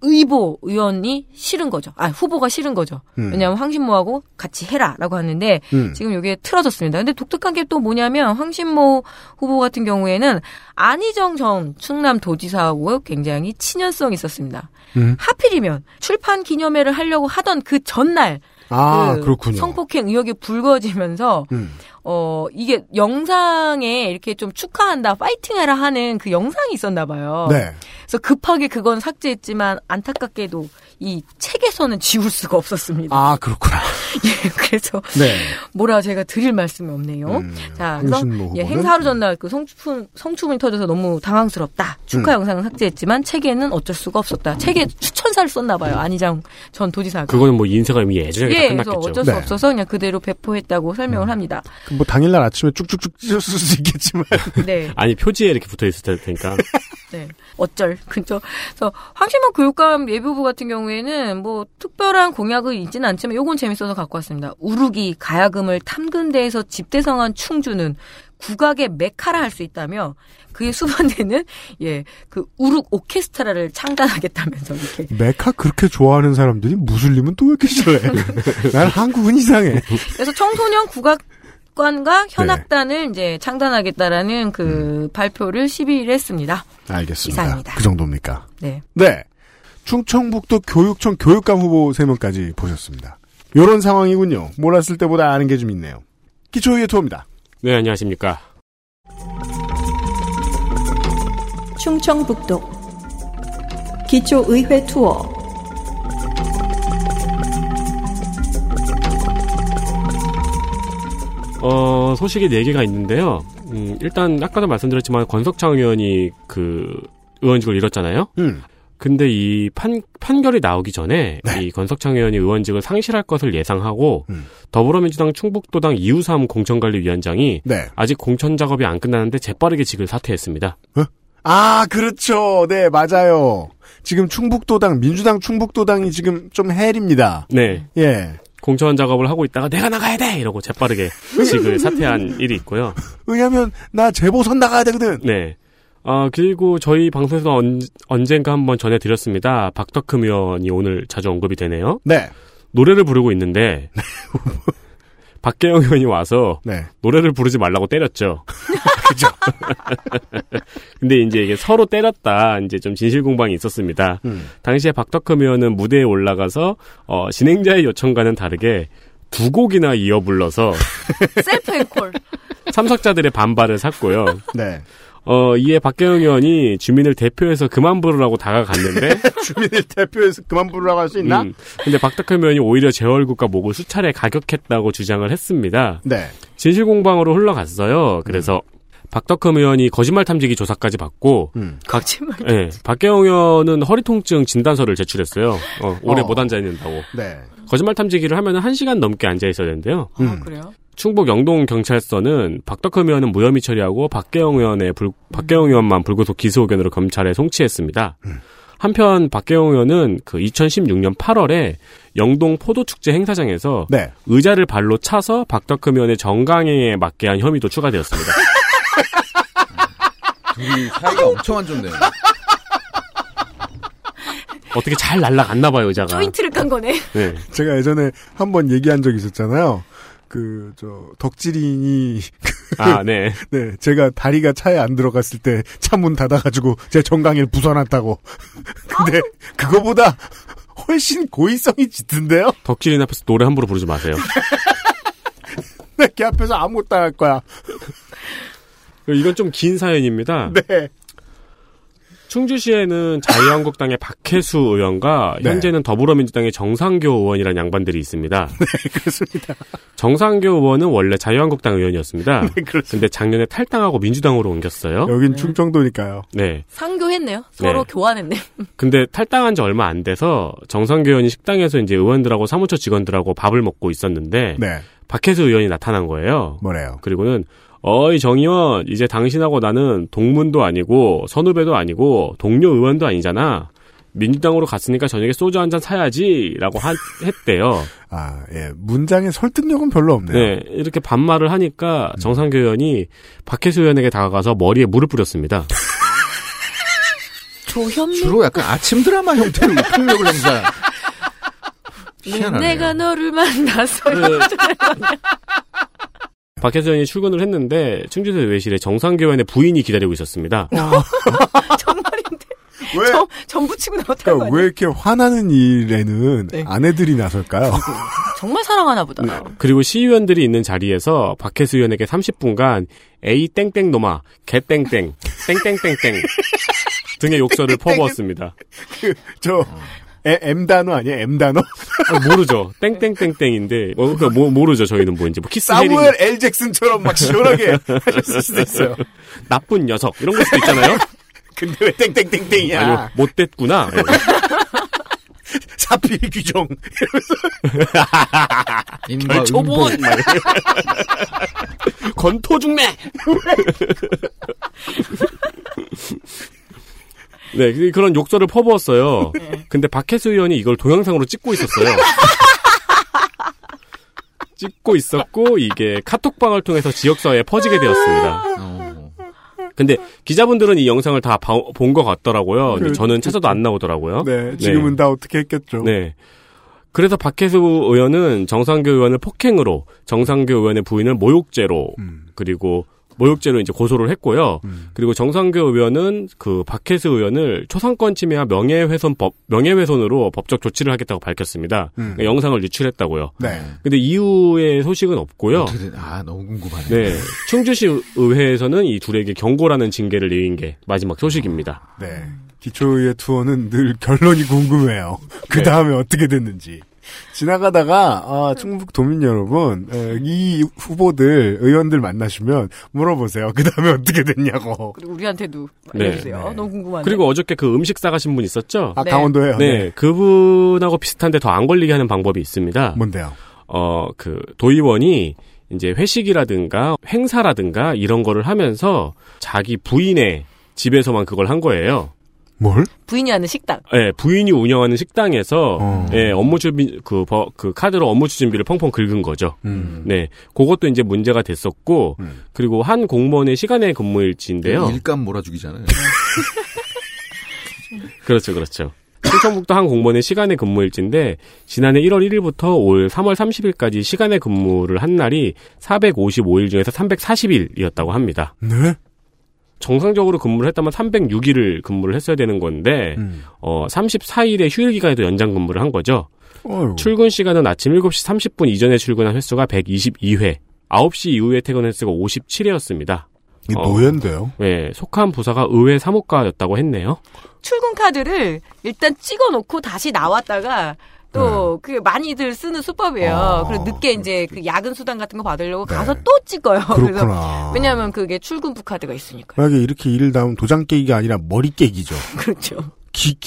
D: 신의보 의원이 싫은 거죠. 아, 후보가 싫은 거죠.
B: 음.
D: 왜냐하면 황신모하고 같이 해라라고 하는데
B: 음.
D: 지금 이게 틀어졌습니다. 근데 독특한 게 또 뭐냐면 황신모 후보 같은 경우에는 안희정 전 충남도지사하고 굉장히 친연성이 있었습니다.
B: 음.
D: 하필이면 출판 기념회를 하려고 하던 그 전날
B: 아,
D: 그
B: 그, 렇군요
D: 성폭행 의혹이 불거지면서
B: 음.
D: 어 이게 영상에 이렇게 좀 축하한다, 파이팅해라 하는 그 영상이 있었나 봐요.
B: 네.
D: 그래서 급하게 그건 삭제했지만 안타깝게도 이 책에서는 지울 수가 없었습니다.
B: 아, 그렇구나. [laughs]
D: [laughs] 예, 그래서
B: 네.
D: 뭐라 제가 드릴 말씀이 없네요.
B: 음,
D: 자, 그래서
B: 황신모
F: 뭐
B: 후보는?
D: 예, 행사 하루 전날 그 성추품, 성추문이 터져서 너무 당황스럽다. 축하
F: 음.
D: 영상은 삭제했지만 책에는 어쩔 수가 없었다. 책에 추천사를 썼나 봐요. 안희장 전 도지사가.
F: 그거는 뭐 인쇄가 이미 예전에
D: 예,
F: 다
D: 그래서
F: 끝났겠죠. 음.
D: 어쩔 수
B: 네.
D: 없어서 그냥 그대로 배포했다고 설명을 합니다.
B: 그뭐 당일날 아침에 쭉쭉쭉 찢었을 수 있겠지만.
F: [laughs]
D: 네.
F: 아니 표지에 이렇게 붙어 있을 테니까.
D: 네. 어쩔. [laughs] 그죠. 그래서 황신모 교육감 예비후보 같은 경우에는 뭐 특별한 공약은 있지는 않지만 요건 재밌어서 갖고 왔습니다. 우루기 가야금을 탐근대에서 집대성한 충주는 국악의 메카라 할 수 있다며 그의 수반대는 [laughs] 예 그 우룩 오케스트라를 창단하겠다면서 이렇게
B: 메카 그렇게 좋아하는 사람들이 무슬림은 또 왜 이렇게 [laughs] 싫어해? 난 한국은 이상해.
D: 그래서 청소년 국악관과 현악단을 이제 창단하겠다라는 그 발표를 12일 했습니다.
B: 알겠습니다.
D: 이상입니다.
B: 그 정도입니까?
D: 네.
B: 네. 충청북도 교육청 교육감 후보 세명까지 보셨습니다. 요런 상황이군요. 몰랐을 때보다 아는 게 좀 있네요. 기초의회 투어입니다.
F: 네 안녕하십니까.
C: 충청북도 기초의회 투어
F: 어, 소식이 네개가 있는데요. 음, 일단 아까도 말씀드렸지만 권석창 의원이 그 의원직을 잃었잖아요.
B: 음.
F: 근데 이 판, 판결이 나오기 전에
B: 네.
F: 이 권석창 의원이 의원직을 상실할 것을 예상하고
B: 음.
F: 더불어민주당 충북도당 이우삼 공천관리위원장이
B: 네.
F: 아직 공천 작업이 안 끝나는데 재빠르게 직을 사퇴했습니다.
B: 아, 그렇죠. 네, 맞아요. 지금 충북도당, 민주당 충북도당이 지금 좀 헬입니다.
F: 네.
B: 예.
F: 공천 작업을 하고 있다가 내가 나가야 돼! 이러고 재빠르게 직을 사퇴한 일이 있고요.
B: 왜냐면, 나 재보선 나가야 되거든.
F: 네. 아, 그리고 저희 방송에서 언, 언젠가 한번 전해드렸습니다. 박덕흠 의원이 오늘 자주 언급이 되네요.
B: 네.
F: 노래를 부르고 있는데 [laughs] 박계영 의원이 와서
B: 네.
F: 노래를 부르지 말라고 때렸죠. [laughs] 그죠? 근데 이제 이게 서로 때렸다. 이제 좀 진실 공방이 있었습니다.
B: 음.
F: 당시에 박덕흠 의원은 무대에 올라가서 어, 진행자의 요청과는 다르게 두 곡이나 이어 불러서 [laughs]
D: 셀프 앵콜.
F: 참석자들의 반발을 샀고요.
B: 네. [laughs]
F: 어, 이에 박계영 의원이 주민을 대표해서 그만 부르라고 다가갔는데
B: 주민을 대표해서 그만 부르라고 할 수 [laughs] 있나?
F: 음, 근데 박덕흠 의원이 오히려 제 얼굴과 목을 수차례 가격했다고 주장을 했습니다.
B: 네.
F: 진실공방으로 흘러갔어요. 그래서 박덕흠 의원이 거짓말 탐지기 조사까지 받고
B: 음.
D: 거짓말.
F: 예, 박경영 의원은 허리 통증 진단서를 제출했어요. 어, 오래
B: 어.
F: 못 앉아 있는다고.
B: 네.
F: 거짓말 탐지기를 하면 한 시간 넘게 앉아 있어야 되는데요.
B: 음.
D: 그래요?
F: 충북 영동 경찰서는 박덕흠 의원은 무혐의 처리하고 박계영 의원의 불, 박계영 의원만 불구속 기소 의견으로 검찰에 송치했습니다.
B: 음.
F: 한편 박계영 의원은 그 2016년 8월에 영동 포도 축제 행사장에서
B: 네.
F: 의자를 발로 차서 박덕흠 의원의 정강이에 맞게 한 혐의도
B: [laughs]
F: 추가되었습니다.
E: 둘이 사이가 엄청 안 좋네요.
F: 어떻게 잘 날라갔나 봐요, 의자가.
J: 포인트를 깐 거네.
F: 네.
B: 제가 예전에 한 번 얘기한 적이 있었잖아요. 그, 저, 덕질인이, [laughs]
F: 아, 네.
B: 네, 제가 다리가 차에 안 들어갔을 때 차 문 닫아가지고 제 정강이를 부숴놨다고. [laughs] 근데 그거보다 훨씬 고의성이 짙은데요? [laughs]
F: 덕질인 앞에서 노래 함부로 부르지 마세요.
B: 내걔 네, 앞에서 아무것도 안 할 거야.
F: 이건 좀 긴 사연입니다.
B: 네.
F: 충주시에는 자유한국당의 박혜수 의원과
B: 네.
F: 현재는 더불어민주당의 정상교 의원이라는 양반들이
B: [laughs]
F: 있습니다.
B: 네, 그렇습니다.
F: 정상교 의원은 원래 자유한국당 의원이었습니다.
B: 네, 그렇습니다.
F: 근데 작년에 탈당하고 민주당으로 옮겼어요.
B: 여긴 충청도니까요.
F: 네.
D: 상교했네요. 서로 교환했네요.
F: 근데 탈당한 지 얼마 안 돼서 정상교 의원이 식당에서 이제 의원들하고 사무처 직원들하고 밥을 먹고 있었는데
B: 네.
F: 박혜수 의원이 나타난 거예요.
B: 뭐래요?
F: 그리고는 어이 정의원 이제 당신하고 나는 동문도 아니고 선후배도 아니고 동료 의원도 아니잖아. 민주당으로 갔으니까 저녁에 소주 한 잔 사야지라고 한- 했대요.
B: 아, 예. 문장의 설득력은 별로 없네요. 음.
F: 네, 이렇게 반말을 하니까 정상교 의원이 박혜수 의원에게 다가가서 머리에 물을 뿌렸습니다.
D: 조현민
E: 주로 약간 아침 드라마 형태로 [laughs] 폭력을 행사.
D: 내가
E: 희한하네요.
D: 너를 만나서
F: 그- 박혜수 의원이 출근을 했는데 충주대 외실에 정상교 의원의 부인이 기다리고 있었습니다.
D: [laughs] 정말인데
B: 왜?
D: 전- 전부 치고 나왔다는 거
B: 그러니까
D: 아니에요?
B: 왜 이렇게 화나는 일에는
D: 네.
B: 아내들이 나설까요?
D: 정말 사랑하나 보다.
B: 네.
F: 그리고 시의원들이 있는 자리에서 박혜수 의원에게 30분간 에이 땡땡 놈아 개땡땡 땡땡땡땡 등의 욕설을 퍼부었습니다.
B: 저 에, M 단어 아니에요? M 단어?
F: [laughs] 아, 모르죠. 땡땡땡땡인데 어, 그러니까 뭐, 모르죠. 저희는 뭔지 뭐 키스 헤링
B: 사무엘 엘 잭슨처럼 막 시원하게 [laughs] 하셨을 수도 있어요.
F: 나쁜 녀석 이런 걸 수도 있잖아요.
B: 근데 왜 [laughs] 땡땡땡땡이야?
F: 음, 아니요 못됐구나.
B: 사필 규정.
E: 인과 음보.
D: [laughs]
F: 건토 중매. [laughs] 네, 그- 그런 욕설을 퍼부었어요. 근데 박혜수 의원이 이걸 동영상으로 찍고 있었어요. [laughs] 찍고 있었고 이게 카톡방을 통해서 지역사회에 퍼지게 되었습니다.
E: 어.
F: 근데 기자분들은 이 영상을 다 본 것 같더라고요. 근데
B: 그-
F: 저는 찾아도 안 나오더라고요.
B: 네, 지금은 다 어떻게 했겠죠.
F: 어? 네. 그래서 박혜수 의원은 정상교 의원을 폭행으로, 정상교 의원의 부인을 모욕죄로,
B: 음.
F: 그리고 모욕죄로 이제 고소를 했고요.
B: 음.
F: 그리고 정상교 의원은 그 박혜수 의원을 초상권 침해와 명예훼손법, 명예훼손으로 법적 조치를 하겠다고 밝혔습니다.
B: 음.
F: 그러니까 영상을 유출했다고요.
B: 네.
F: 근데 이후의 소식은 없고요.
B: 음.
E: 어떻게 된- 아 너무 궁금하네.
F: 네. 충주시 의회에서는 이 둘에게 경고라는 징계를 내린 게 마지막 소식입니다.
B: 네. 기초의 투어는 늘 결론이 궁금해요.
F: 네.
B: 그 다음에 어떻게 됐는지. 지나가다가 아, 충북 도민 여러분 에, 이 후보들 의원들 만나시면 물어보세요. 그 다음에 어떻게 됐냐고.
D: 그리고 우리한테도
F: 네.
D: 알려주세요.
B: 네.
D: 너무 궁금한데.
F: 그리고 어저께 그 음식 싸가신 분 있었죠?
B: 아
D: 네.
B: 강원도에요.
F: 네, 그분하고 비슷한데 더 안 걸리게 하는 방법이 있습니다.
B: 뭔데요?
F: 어, 그 도의원이 이제 회식이라든가 행사라든가 이런 거를 하면서 자기 부인의 집에서만 그걸 한 거예요.
B: 뭘?
D: 부인이 하는 식당.
F: 예, 부인이 운영하는 식당에서
B: 어.
F: 예, 업무 추진 그, 버- 그 카드로 업무 추진비를 펑펑 긁은 거죠.
B: 음.
F: 네, 그것도 이제 문제가 됐었고
B: 음.
F: 그리고 한 공무원의 시간의 근무일치인데요.
E: 일감 몰아주기잖아요.
F: 그렇죠, 그렇죠. 충청북도 한 공무원의 시간의 근무일지인데 지난해 1월 1일부터 올 3월 30일까지 시간의 근무를 한 날이 455일 중에서 340일이었다고 합니다.
B: 네.
F: 정상적으로 근무를 했다면 306일을 근무를 했어야 되는 건데
B: 음.
F: 어 34일의 휴일 기간에도 연장 근무를 한 거죠.
B: 어휴.
F: 출근 시간은 아침 7시 30분 이전에 출근한 횟수가 122회, 9시 이후에 퇴근 횟수가 57회였습니다.
B: 이
F: 어.
B: 노예인데요.
F: 네, 속한 부사가 의회 사무과였다고 했네요.
D: 출근 카드를 일단 찍어놓고 다시 나왔다가 또 그 많이들 쓰는 수법이에요.
B: 네. 아,
D: 그리고 늦게 이제 그 야근 수당 같은 거 받으려고
B: 네.
D: 가서 또 찍어요. 래서
B: 그렇구나.
D: 왜냐하면 그게 출근 북카드가 있으니까.
B: 만약에 이렇게 일을 다면 도장 깨기가 아니라 머리 깨기죠.
D: 그렇죠.
B: 기,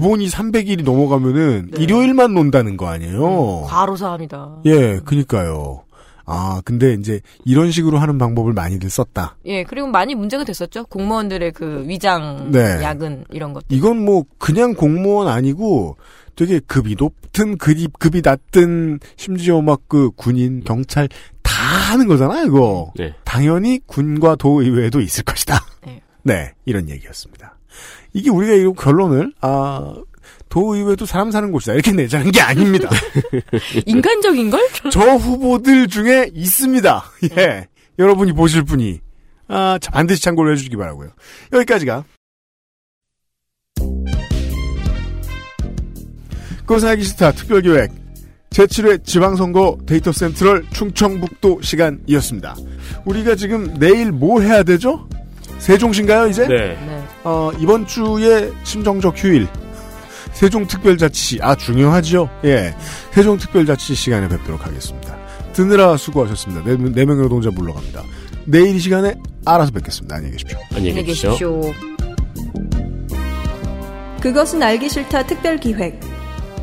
B: 본이 300일이 넘어가면은
D: 네.
B: 일요일만 논다는 거 아니에요?
D: 과로사합니다.
B: 예, 그니까요. 아, 근데 이제 이런 식으로 하는 방법을 많이들 썼다.
D: 예, 그리고 많이 문제가 됐었죠. 공무원들의 그 위장
B: 네.
D: 야근 이런 것들.
B: 이건 뭐 그냥 공무원 아니고 되게 급이 높든 급이 급이 낮든 심지어 막 그 군인 경찰 다 하는 거잖아요 이거
F: 네.
B: 당연히 군과 도의회도 있을 것이다
D: 네.
B: 네 이런 얘기였습니다 이게 우리가 이 결론을 아 도의회도 사람 사는 곳이다 이렇게 내자는 게 아닙니다 예.
D: 인간적인 걸?
B: 저 후보들 중에 있습니다 [laughs] 예 여러분이 보실 분이 아 자, 반드시 참고를 해주시기 바라고요 여기까지가 꼬사기 스타 특별기획 제7회 지방선거 데이터 센트럴 충청북도 시간이었습니다. 우리가 지금 내일 뭐 해야 되죠? 세종신가요 이제?
F: 네.
D: 네.
B: 어, 이번 주에 심정적 휴일 세종특별자치 아 중요하지요. 예, 세종특별자치 시간에 뵙도록 하겠습니다. 드느라 수고하셨습니다. 네, 명- 네 명의 노동자 물러갑니다. 내일 이 시간에 알아서 뵙겠습니다. 안녕히 계십시오.
F: 안녕히 계십시오.
C: 그것은 알기 싫다 특별기획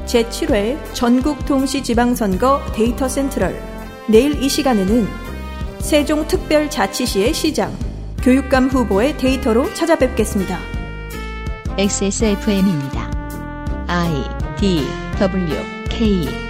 C: 제7회 전국 동시지방선거 데이터 센트럴 내일 이 시간에는 세종특별자치시의 시장 교육감 후보의 데이터로 찾아뵙겠습니다.
A: XSFM입니다. I D W K